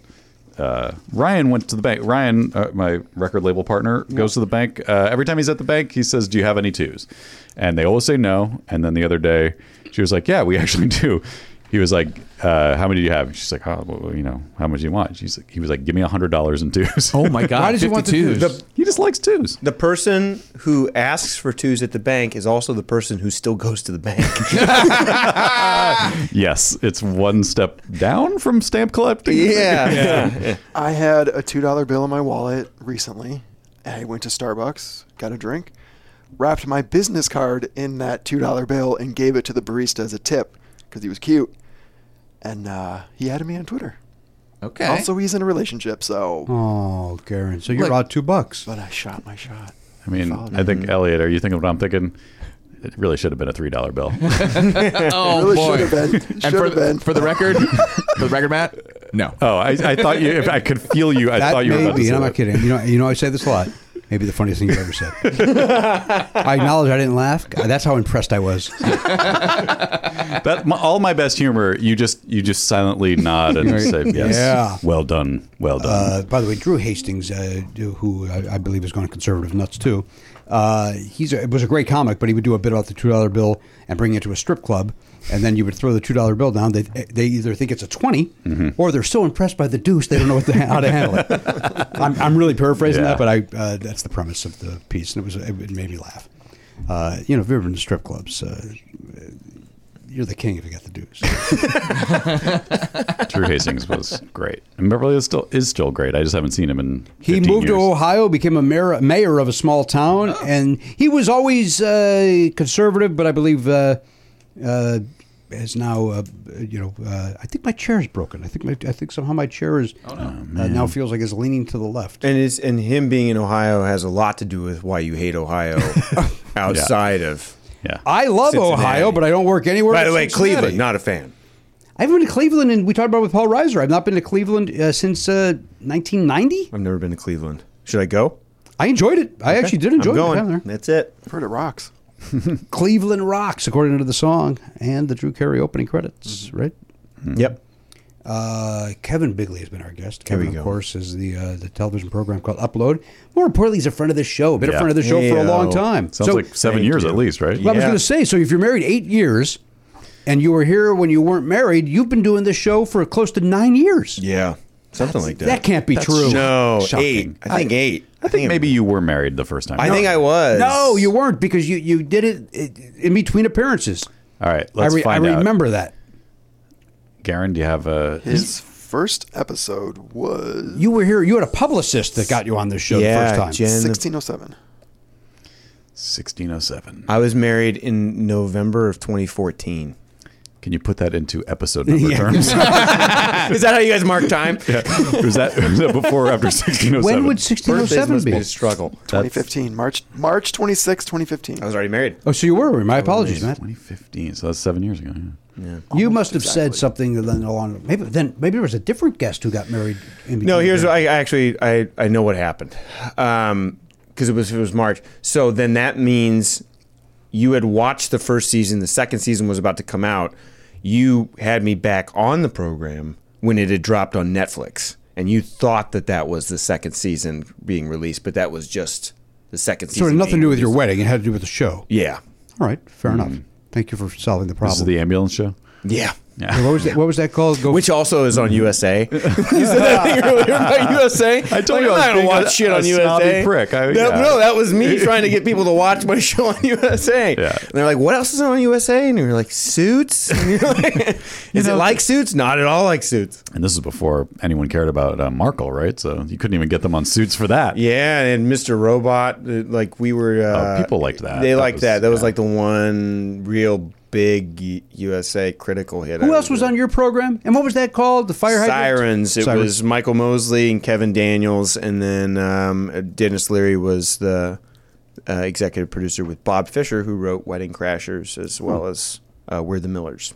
[SPEAKER 2] Uh, Ryan went to the bank. Ryan, uh, my record label partner, goes to the bank. Uh, every time he's at the bank, he says, "Do you have any twos? And they always say no. And then the other day, she was like, "Yeah, we actually do." He was like, uh, "How many do you have?" And she's like, "Oh, well, you know, how much do you want?" She's like, "He was like, give me a hundred dollars in twos."
[SPEAKER 4] Oh my god!
[SPEAKER 1] Why did you want the
[SPEAKER 4] 52s.
[SPEAKER 1] twos?
[SPEAKER 2] he just likes twos.
[SPEAKER 7] The person who asks for twos at the bank is also the person who still goes to the bank.
[SPEAKER 2] Yes, it's one step down from stamp collecting.
[SPEAKER 7] yeah.
[SPEAKER 5] I had a two dollar bill in my wallet recently. I went to Starbucks, got a drink, wrapped my business card in that two dollar bill, and gave it to the barista as a tip because he was cute. And uh, he added me on Twitter.
[SPEAKER 4] Okay.
[SPEAKER 5] Also, he's in a relationship, so.
[SPEAKER 1] Oh, Garen. So you're
[SPEAKER 4] Look-
[SPEAKER 1] out two bucks.
[SPEAKER 5] But I shot my shot.
[SPEAKER 2] I mean, I think Elliot, are you thinking what I'm thinking? It really should have been a three dollar bill.
[SPEAKER 4] oh
[SPEAKER 5] really
[SPEAKER 4] boy.
[SPEAKER 5] should have been.
[SPEAKER 4] And
[SPEAKER 5] Should
[SPEAKER 4] for,
[SPEAKER 5] have been.
[SPEAKER 4] for the record, for the record, Matt. No.
[SPEAKER 2] oh, I, I thought you. If I could feel you, I
[SPEAKER 1] That
[SPEAKER 2] thought you were
[SPEAKER 1] may
[SPEAKER 2] about to
[SPEAKER 1] be,
[SPEAKER 2] say
[SPEAKER 1] and I'm
[SPEAKER 2] that.
[SPEAKER 1] not kidding. You know, you know, I say this a lot. Maybe the funniest thing you've ever said. I acknowledge I didn't laugh. God, That's how impressed I was.
[SPEAKER 2] That my, all my best humor. You just you just silently nod and say yes.
[SPEAKER 1] Yeah.
[SPEAKER 2] Well done. Well done.
[SPEAKER 1] Uh, by the way, Drew Hastings, uh, who I, I believe is going conservative nuts too, uh, he's a, was a great comic, but he would do a bit about the two dollar bill and bring it to a strip club, and then you would throw the two dollar bill down. They they either think it's a 20 or they're so impressed by the deuce they don't know what to, how to handle it. I'm, I'm really paraphrasing
[SPEAKER 2] Yeah.
[SPEAKER 1] that, but I uh, that's the premise of the piece, and it was it made me laugh. Uh, you know, if you've ever been to strip clubs. Uh, you're the king if you got the deuce. Uh,
[SPEAKER 2] Drew Hastings was great, and Beverly is still is still great. I just haven't seen him in.
[SPEAKER 1] He
[SPEAKER 2] 15
[SPEAKER 1] moved to
[SPEAKER 2] years.
[SPEAKER 1] Ohio, became a mayor, mayor of a small town, and he was always uh, conservative, but I believe uh, uh, is now, uh, you know, uh, I think my chair is broken. I think my, I think somehow my chair is uh, now feels like it's leaning to the left.
[SPEAKER 7] And is and him being in Ohio has a lot to do with why you hate Ohio outside of.
[SPEAKER 2] Yeah.
[SPEAKER 1] I love
[SPEAKER 7] Cincinnati.
[SPEAKER 1] Ohio, but I don't work anywhere.
[SPEAKER 7] By
[SPEAKER 1] but
[SPEAKER 7] the way,
[SPEAKER 1] Cincinnati.
[SPEAKER 7] Cleveland, not a fan.
[SPEAKER 1] I haven't been to Cleveland, and we talked about it with Paul Reiser. I've not been to Cleveland uh, since uh, 1990.
[SPEAKER 7] I've never been to Cleveland. Should I go?
[SPEAKER 1] I enjoyed it. I actually did enjoy
[SPEAKER 7] I'm
[SPEAKER 1] it.
[SPEAKER 7] going.
[SPEAKER 1] down there.
[SPEAKER 7] That's it.
[SPEAKER 5] Heard it rocks.
[SPEAKER 1] Cleveland Rocks, according to the song and the Drew Carey opening credits,
[SPEAKER 7] Mm-hmm.
[SPEAKER 1] right? Hmm.
[SPEAKER 7] Yep.
[SPEAKER 1] Uh, Kevin Bigley has been our guest. Kevin,
[SPEAKER 7] we
[SPEAKER 1] of
[SPEAKER 7] go.
[SPEAKER 1] course, is the uh, the television program called Upload. More importantly, he's a friend of the show. Been a
[SPEAKER 2] Yeah.
[SPEAKER 1] friend of the show for a long
[SPEAKER 7] Heyo.
[SPEAKER 1] time.
[SPEAKER 2] Sounds
[SPEAKER 1] So-
[SPEAKER 2] like seven years at least, right?
[SPEAKER 1] well, I was
[SPEAKER 7] Yeah.
[SPEAKER 1] going to say, so if you're married eight years and you were here when you weren't married, you've been doing this show for close to nine years.
[SPEAKER 7] Yeah. Something like that.
[SPEAKER 1] That can't be true.
[SPEAKER 7] No,
[SPEAKER 2] Shocking.
[SPEAKER 7] eight. I think eight.
[SPEAKER 2] I think maybe you were married the first time.
[SPEAKER 7] I think I was.
[SPEAKER 1] No, you weren't because you, you did it i- in between appearances.
[SPEAKER 2] All right, let's
[SPEAKER 1] I, re-
[SPEAKER 2] find
[SPEAKER 1] I
[SPEAKER 2] out.
[SPEAKER 1] remember that.
[SPEAKER 2] Garen, do you have a?
[SPEAKER 5] His first episode was
[SPEAKER 1] You were here. You had a publicist that got you on this show the
[SPEAKER 7] Yeah,
[SPEAKER 1] first time.
[SPEAKER 7] Jen.
[SPEAKER 5] 1607.
[SPEAKER 2] 1607.
[SPEAKER 7] I was married in November of 2014.
[SPEAKER 2] Can you put that into episode number terms?
[SPEAKER 7] Is that how you guys mark time?
[SPEAKER 2] was, that, was that before or after 1607?
[SPEAKER 1] when would 1607 be?
[SPEAKER 7] struggle.
[SPEAKER 5] 2015. March March 26, 2015.
[SPEAKER 7] I was already married.
[SPEAKER 1] Oh, so you were. My apologies, Matt.
[SPEAKER 2] 2015. So that's seven years ago. yeah.
[SPEAKER 1] You must have said something then along. Maybe then maybe there was a different guest who got married. In between
[SPEAKER 7] No, here's
[SPEAKER 1] there.
[SPEAKER 7] what I I actually I, I know what happened. Um because it was it was March. So then that means you had watched the first season, the second season was about to come out. You had me back on the program when it had dropped on Netflix and you thought that that was the second season being released, but that was just the second
[SPEAKER 1] So it
[SPEAKER 7] season.
[SPEAKER 1] had nothing to
[SPEAKER 7] being
[SPEAKER 1] do with your
[SPEAKER 7] released.
[SPEAKER 1] wedding. It had to do with the show.
[SPEAKER 7] Yeah.
[SPEAKER 1] All right, fair
[SPEAKER 7] Hmm.
[SPEAKER 1] enough. Thank you for solving the problem.
[SPEAKER 2] This is the ambulance show?
[SPEAKER 7] Yeah.
[SPEAKER 1] Yeah, what was that? What was that called? Go
[SPEAKER 7] Which also is on USA. you said that thing earlier about USA.
[SPEAKER 2] I told you I
[SPEAKER 7] I'm
[SPEAKER 2] was
[SPEAKER 7] not gonna
[SPEAKER 2] being
[SPEAKER 7] watch
[SPEAKER 2] a-
[SPEAKER 7] shit
[SPEAKER 2] a
[SPEAKER 7] on
[SPEAKER 2] snobby
[SPEAKER 7] USA.
[SPEAKER 2] prick. I-
[SPEAKER 7] that,
[SPEAKER 2] yeah.
[SPEAKER 7] No, that was me trying to get people to watch my show on USA.
[SPEAKER 2] Yeah.
[SPEAKER 7] And they're like, "What else is on USA?" And you're like, "Suits." And you're like, is it like Suits? Not at all like Suits.
[SPEAKER 2] And this is before anyone cared about uh, Markle, right? So you couldn't even get them on suits for that.
[SPEAKER 7] Yeah, and Mr. Robot. uh, Like we were. Uh,
[SPEAKER 2] Oh, people liked that.
[SPEAKER 7] They
[SPEAKER 2] That
[SPEAKER 7] liked
[SPEAKER 2] was-
[SPEAKER 7] that. That was
[SPEAKER 2] yeah.
[SPEAKER 7] like the one real big U- USA critical hit.
[SPEAKER 1] Who
[SPEAKER 7] I
[SPEAKER 1] else was
[SPEAKER 7] remember.
[SPEAKER 1] on your program? And what was that called? The fire hydrant.
[SPEAKER 7] Sirens. It
[SPEAKER 1] Sirens.
[SPEAKER 7] was Michael Mosley and Kevin Daniels, and then um, Dennis Leary was the uh, executive producer with Bob Fisher, who wrote Wedding Crashers
[SPEAKER 1] Hmm.
[SPEAKER 7] as well as uh, We're the Millers.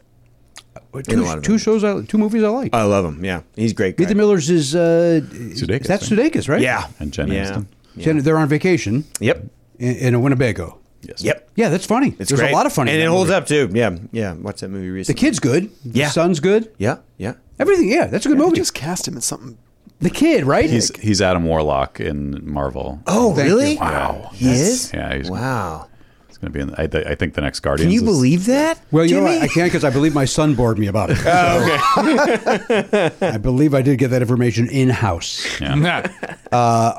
[SPEAKER 7] In
[SPEAKER 1] Two,
[SPEAKER 7] a lot of Uh,
[SPEAKER 1] two shows. I, two movies I like.
[SPEAKER 7] I love him. Yeah, he's a great. Guy.
[SPEAKER 1] Meet the Millers is uh, Sudeikis. That's
[SPEAKER 2] right?
[SPEAKER 1] Sudeikis, right?
[SPEAKER 7] Yeah,
[SPEAKER 2] And Jen
[SPEAKER 7] yeah.
[SPEAKER 2] Aniston.
[SPEAKER 1] Jen- They're on vacation
[SPEAKER 7] Yep.
[SPEAKER 1] in, in a Winnebago.
[SPEAKER 2] Yes.
[SPEAKER 7] Yep.
[SPEAKER 1] Yeah, that's funny.
[SPEAKER 7] It's
[SPEAKER 1] There's
[SPEAKER 7] great.
[SPEAKER 1] a lot of funny.
[SPEAKER 7] and
[SPEAKER 1] in
[SPEAKER 7] it
[SPEAKER 1] that
[SPEAKER 7] holds
[SPEAKER 1] movie.
[SPEAKER 7] up too. Yeah, yeah. Watch that movie
[SPEAKER 1] The
[SPEAKER 7] recently.
[SPEAKER 1] kid's good.
[SPEAKER 7] Yeah.
[SPEAKER 1] The son's good.
[SPEAKER 7] Yeah, yeah.
[SPEAKER 1] Everything. Yeah, that's a good
[SPEAKER 5] We
[SPEAKER 1] movie.
[SPEAKER 5] just cast him in something.
[SPEAKER 1] the kid, right?
[SPEAKER 2] He's, he's Adam Warlock in Marvel.
[SPEAKER 7] Oh,
[SPEAKER 1] Thank you. really?
[SPEAKER 7] Wow. He is.
[SPEAKER 2] Yeah, he's-
[SPEAKER 7] wow.
[SPEAKER 2] It's going to be in, I, th- I think, the next Guardians.
[SPEAKER 7] Can you
[SPEAKER 2] is-
[SPEAKER 7] believe that?
[SPEAKER 1] well, you know
[SPEAKER 7] Jimmy?
[SPEAKER 1] what? I can't because I believe my son bored me about it. okay. I believe I did get that information in house. Uh,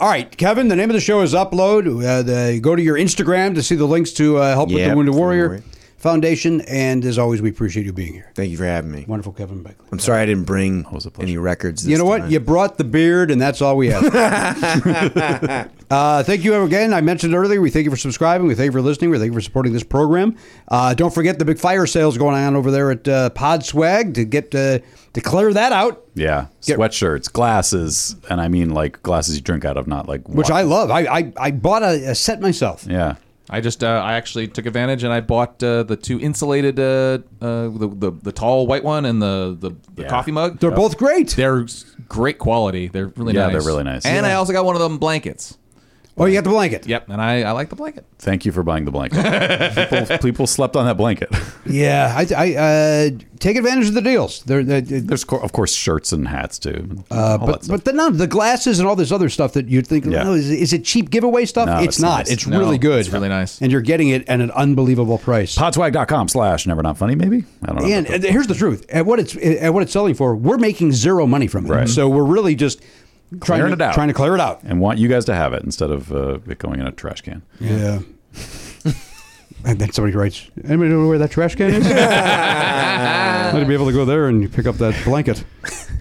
[SPEAKER 1] all right, Kevin. The name of the show is Upload. Uh, the, go to your Instagram to see the links to uh, help with
[SPEAKER 7] Yeah,
[SPEAKER 1] the Wounded
[SPEAKER 7] Wounded
[SPEAKER 1] Warrior
[SPEAKER 7] Warrior.
[SPEAKER 1] Foundation. And as always, we appreciate you being here.
[SPEAKER 7] Thank you for having me.
[SPEAKER 1] Wonderful, Kevin Beckley.
[SPEAKER 7] I'm sorry I didn't bring
[SPEAKER 2] was a pleasure.
[SPEAKER 7] any records. This
[SPEAKER 1] You know what?
[SPEAKER 7] time.
[SPEAKER 1] You brought the beard, and that's all we have. uh, thank you again. I mentioned earlier, we thank you for subscribing. We thank you for listening. We thank you for supporting this program. Uh, don't forget the big fire sales going on over there at uh, Pod Swag to get uh, to clear that out,
[SPEAKER 2] Yeah.
[SPEAKER 1] Get-
[SPEAKER 2] Sweatshirts, glasses. And I mean like glasses you drink out of, not like.
[SPEAKER 1] which
[SPEAKER 2] wa-
[SPEAKER 1] I love. I I, I bought a, a set myself.
[SPEAKER 2] Yeah.
[SPEAKER 4] I just uh, I actually took advantage and I bought uh, the two insulated uh, uh, the, the the tall white one and the the, the
[SPEAKER 2] Yeah.
[SPEAKER 4] coffee mug.
[SPEAKER 1] They're both great.
[SPEAKER 4] They're s- great quality. They're really
[SPEAKER 2] Yeah,
[SPEAKER 4] nice.
[SPEAKER 2] they're really nice.
[SPEAKER 4] And I
[SPEAKER 2] Yeah.
[SPEAKER 4] also got one of them blankets.
[SPEAKER 1] Oh, you got the blanket.
[SPEAKER 4] Yep, and I, I like the blanket.
[SPEAKER 2] Thank you for buying the blanket. people, people slept on that blanket.
[SPEAKER 1] Yeah, I, I uh, take advantage of the deals. They're, they're,
[SPEAKER 2] There's, co- of course, shirts and hats too.
[SPEAKER 1] uh,
[SPEAKER 2] all that
[SPEAKER 1] but
[SPEAKER 2] stuff.
[SPEAKER 1] but the none the glasses and all this other stuff that you'd think
[SPEAKER 2] Yeah.
[SPEAKER 1] "Oh, is, it- is it cheap giveaway stuff?
[SPEAKER 2] No,
[SPEAKER 1] it's,
[SPEAKER 2] it's
[SPEAKER 1] not.
[SPEAKER 2] nice.
[SPEAKER 1] It's
[SPEAKER 4] No,
[SPEAKER 1] really good.
[SPEAKER 4] it's really nice.
[SPEAKER 1] and you're getting it at an unbelievable price.
[SPEAKER 2] Podswag.com slash never not funny, maybe? I don't know.
[SPEAKER 1] and uh, here's the truth: at what it's at what it's selling for, we're making zero money from it.
[SPEAKER 2] Right.
[SPEAKER 1] So we're really just trying
[SPEAKER 2] Clearing it
[SPEAKER 1] to,
[SPEAKER 2] out.
[SPEAKER 1] trying to clear it out.
[SPEAKER 2] and want you guys to have it instead of uh, it going in a trash can.
[SPEAKER 1] Yeah. and then somebody writes, anybody know where that trash can is? I'd be able to go there and pick up that blanket.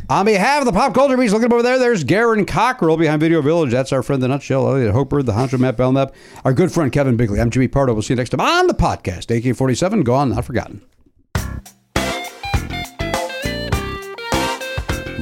[SPEAKER 1] On behalf of the Pop Culture Beast, look up over there. There's Garen Cockrell behind Video Village. That's our friend, the Nutshell, Elliot Hoper, the Honcho Matt Belknap, our good friend Kevin Bigley. I'm Jimmy Pardo. We'll see you next time on the podcast. AK 47, gone, not forgotten.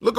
[SPEAKER 11] Look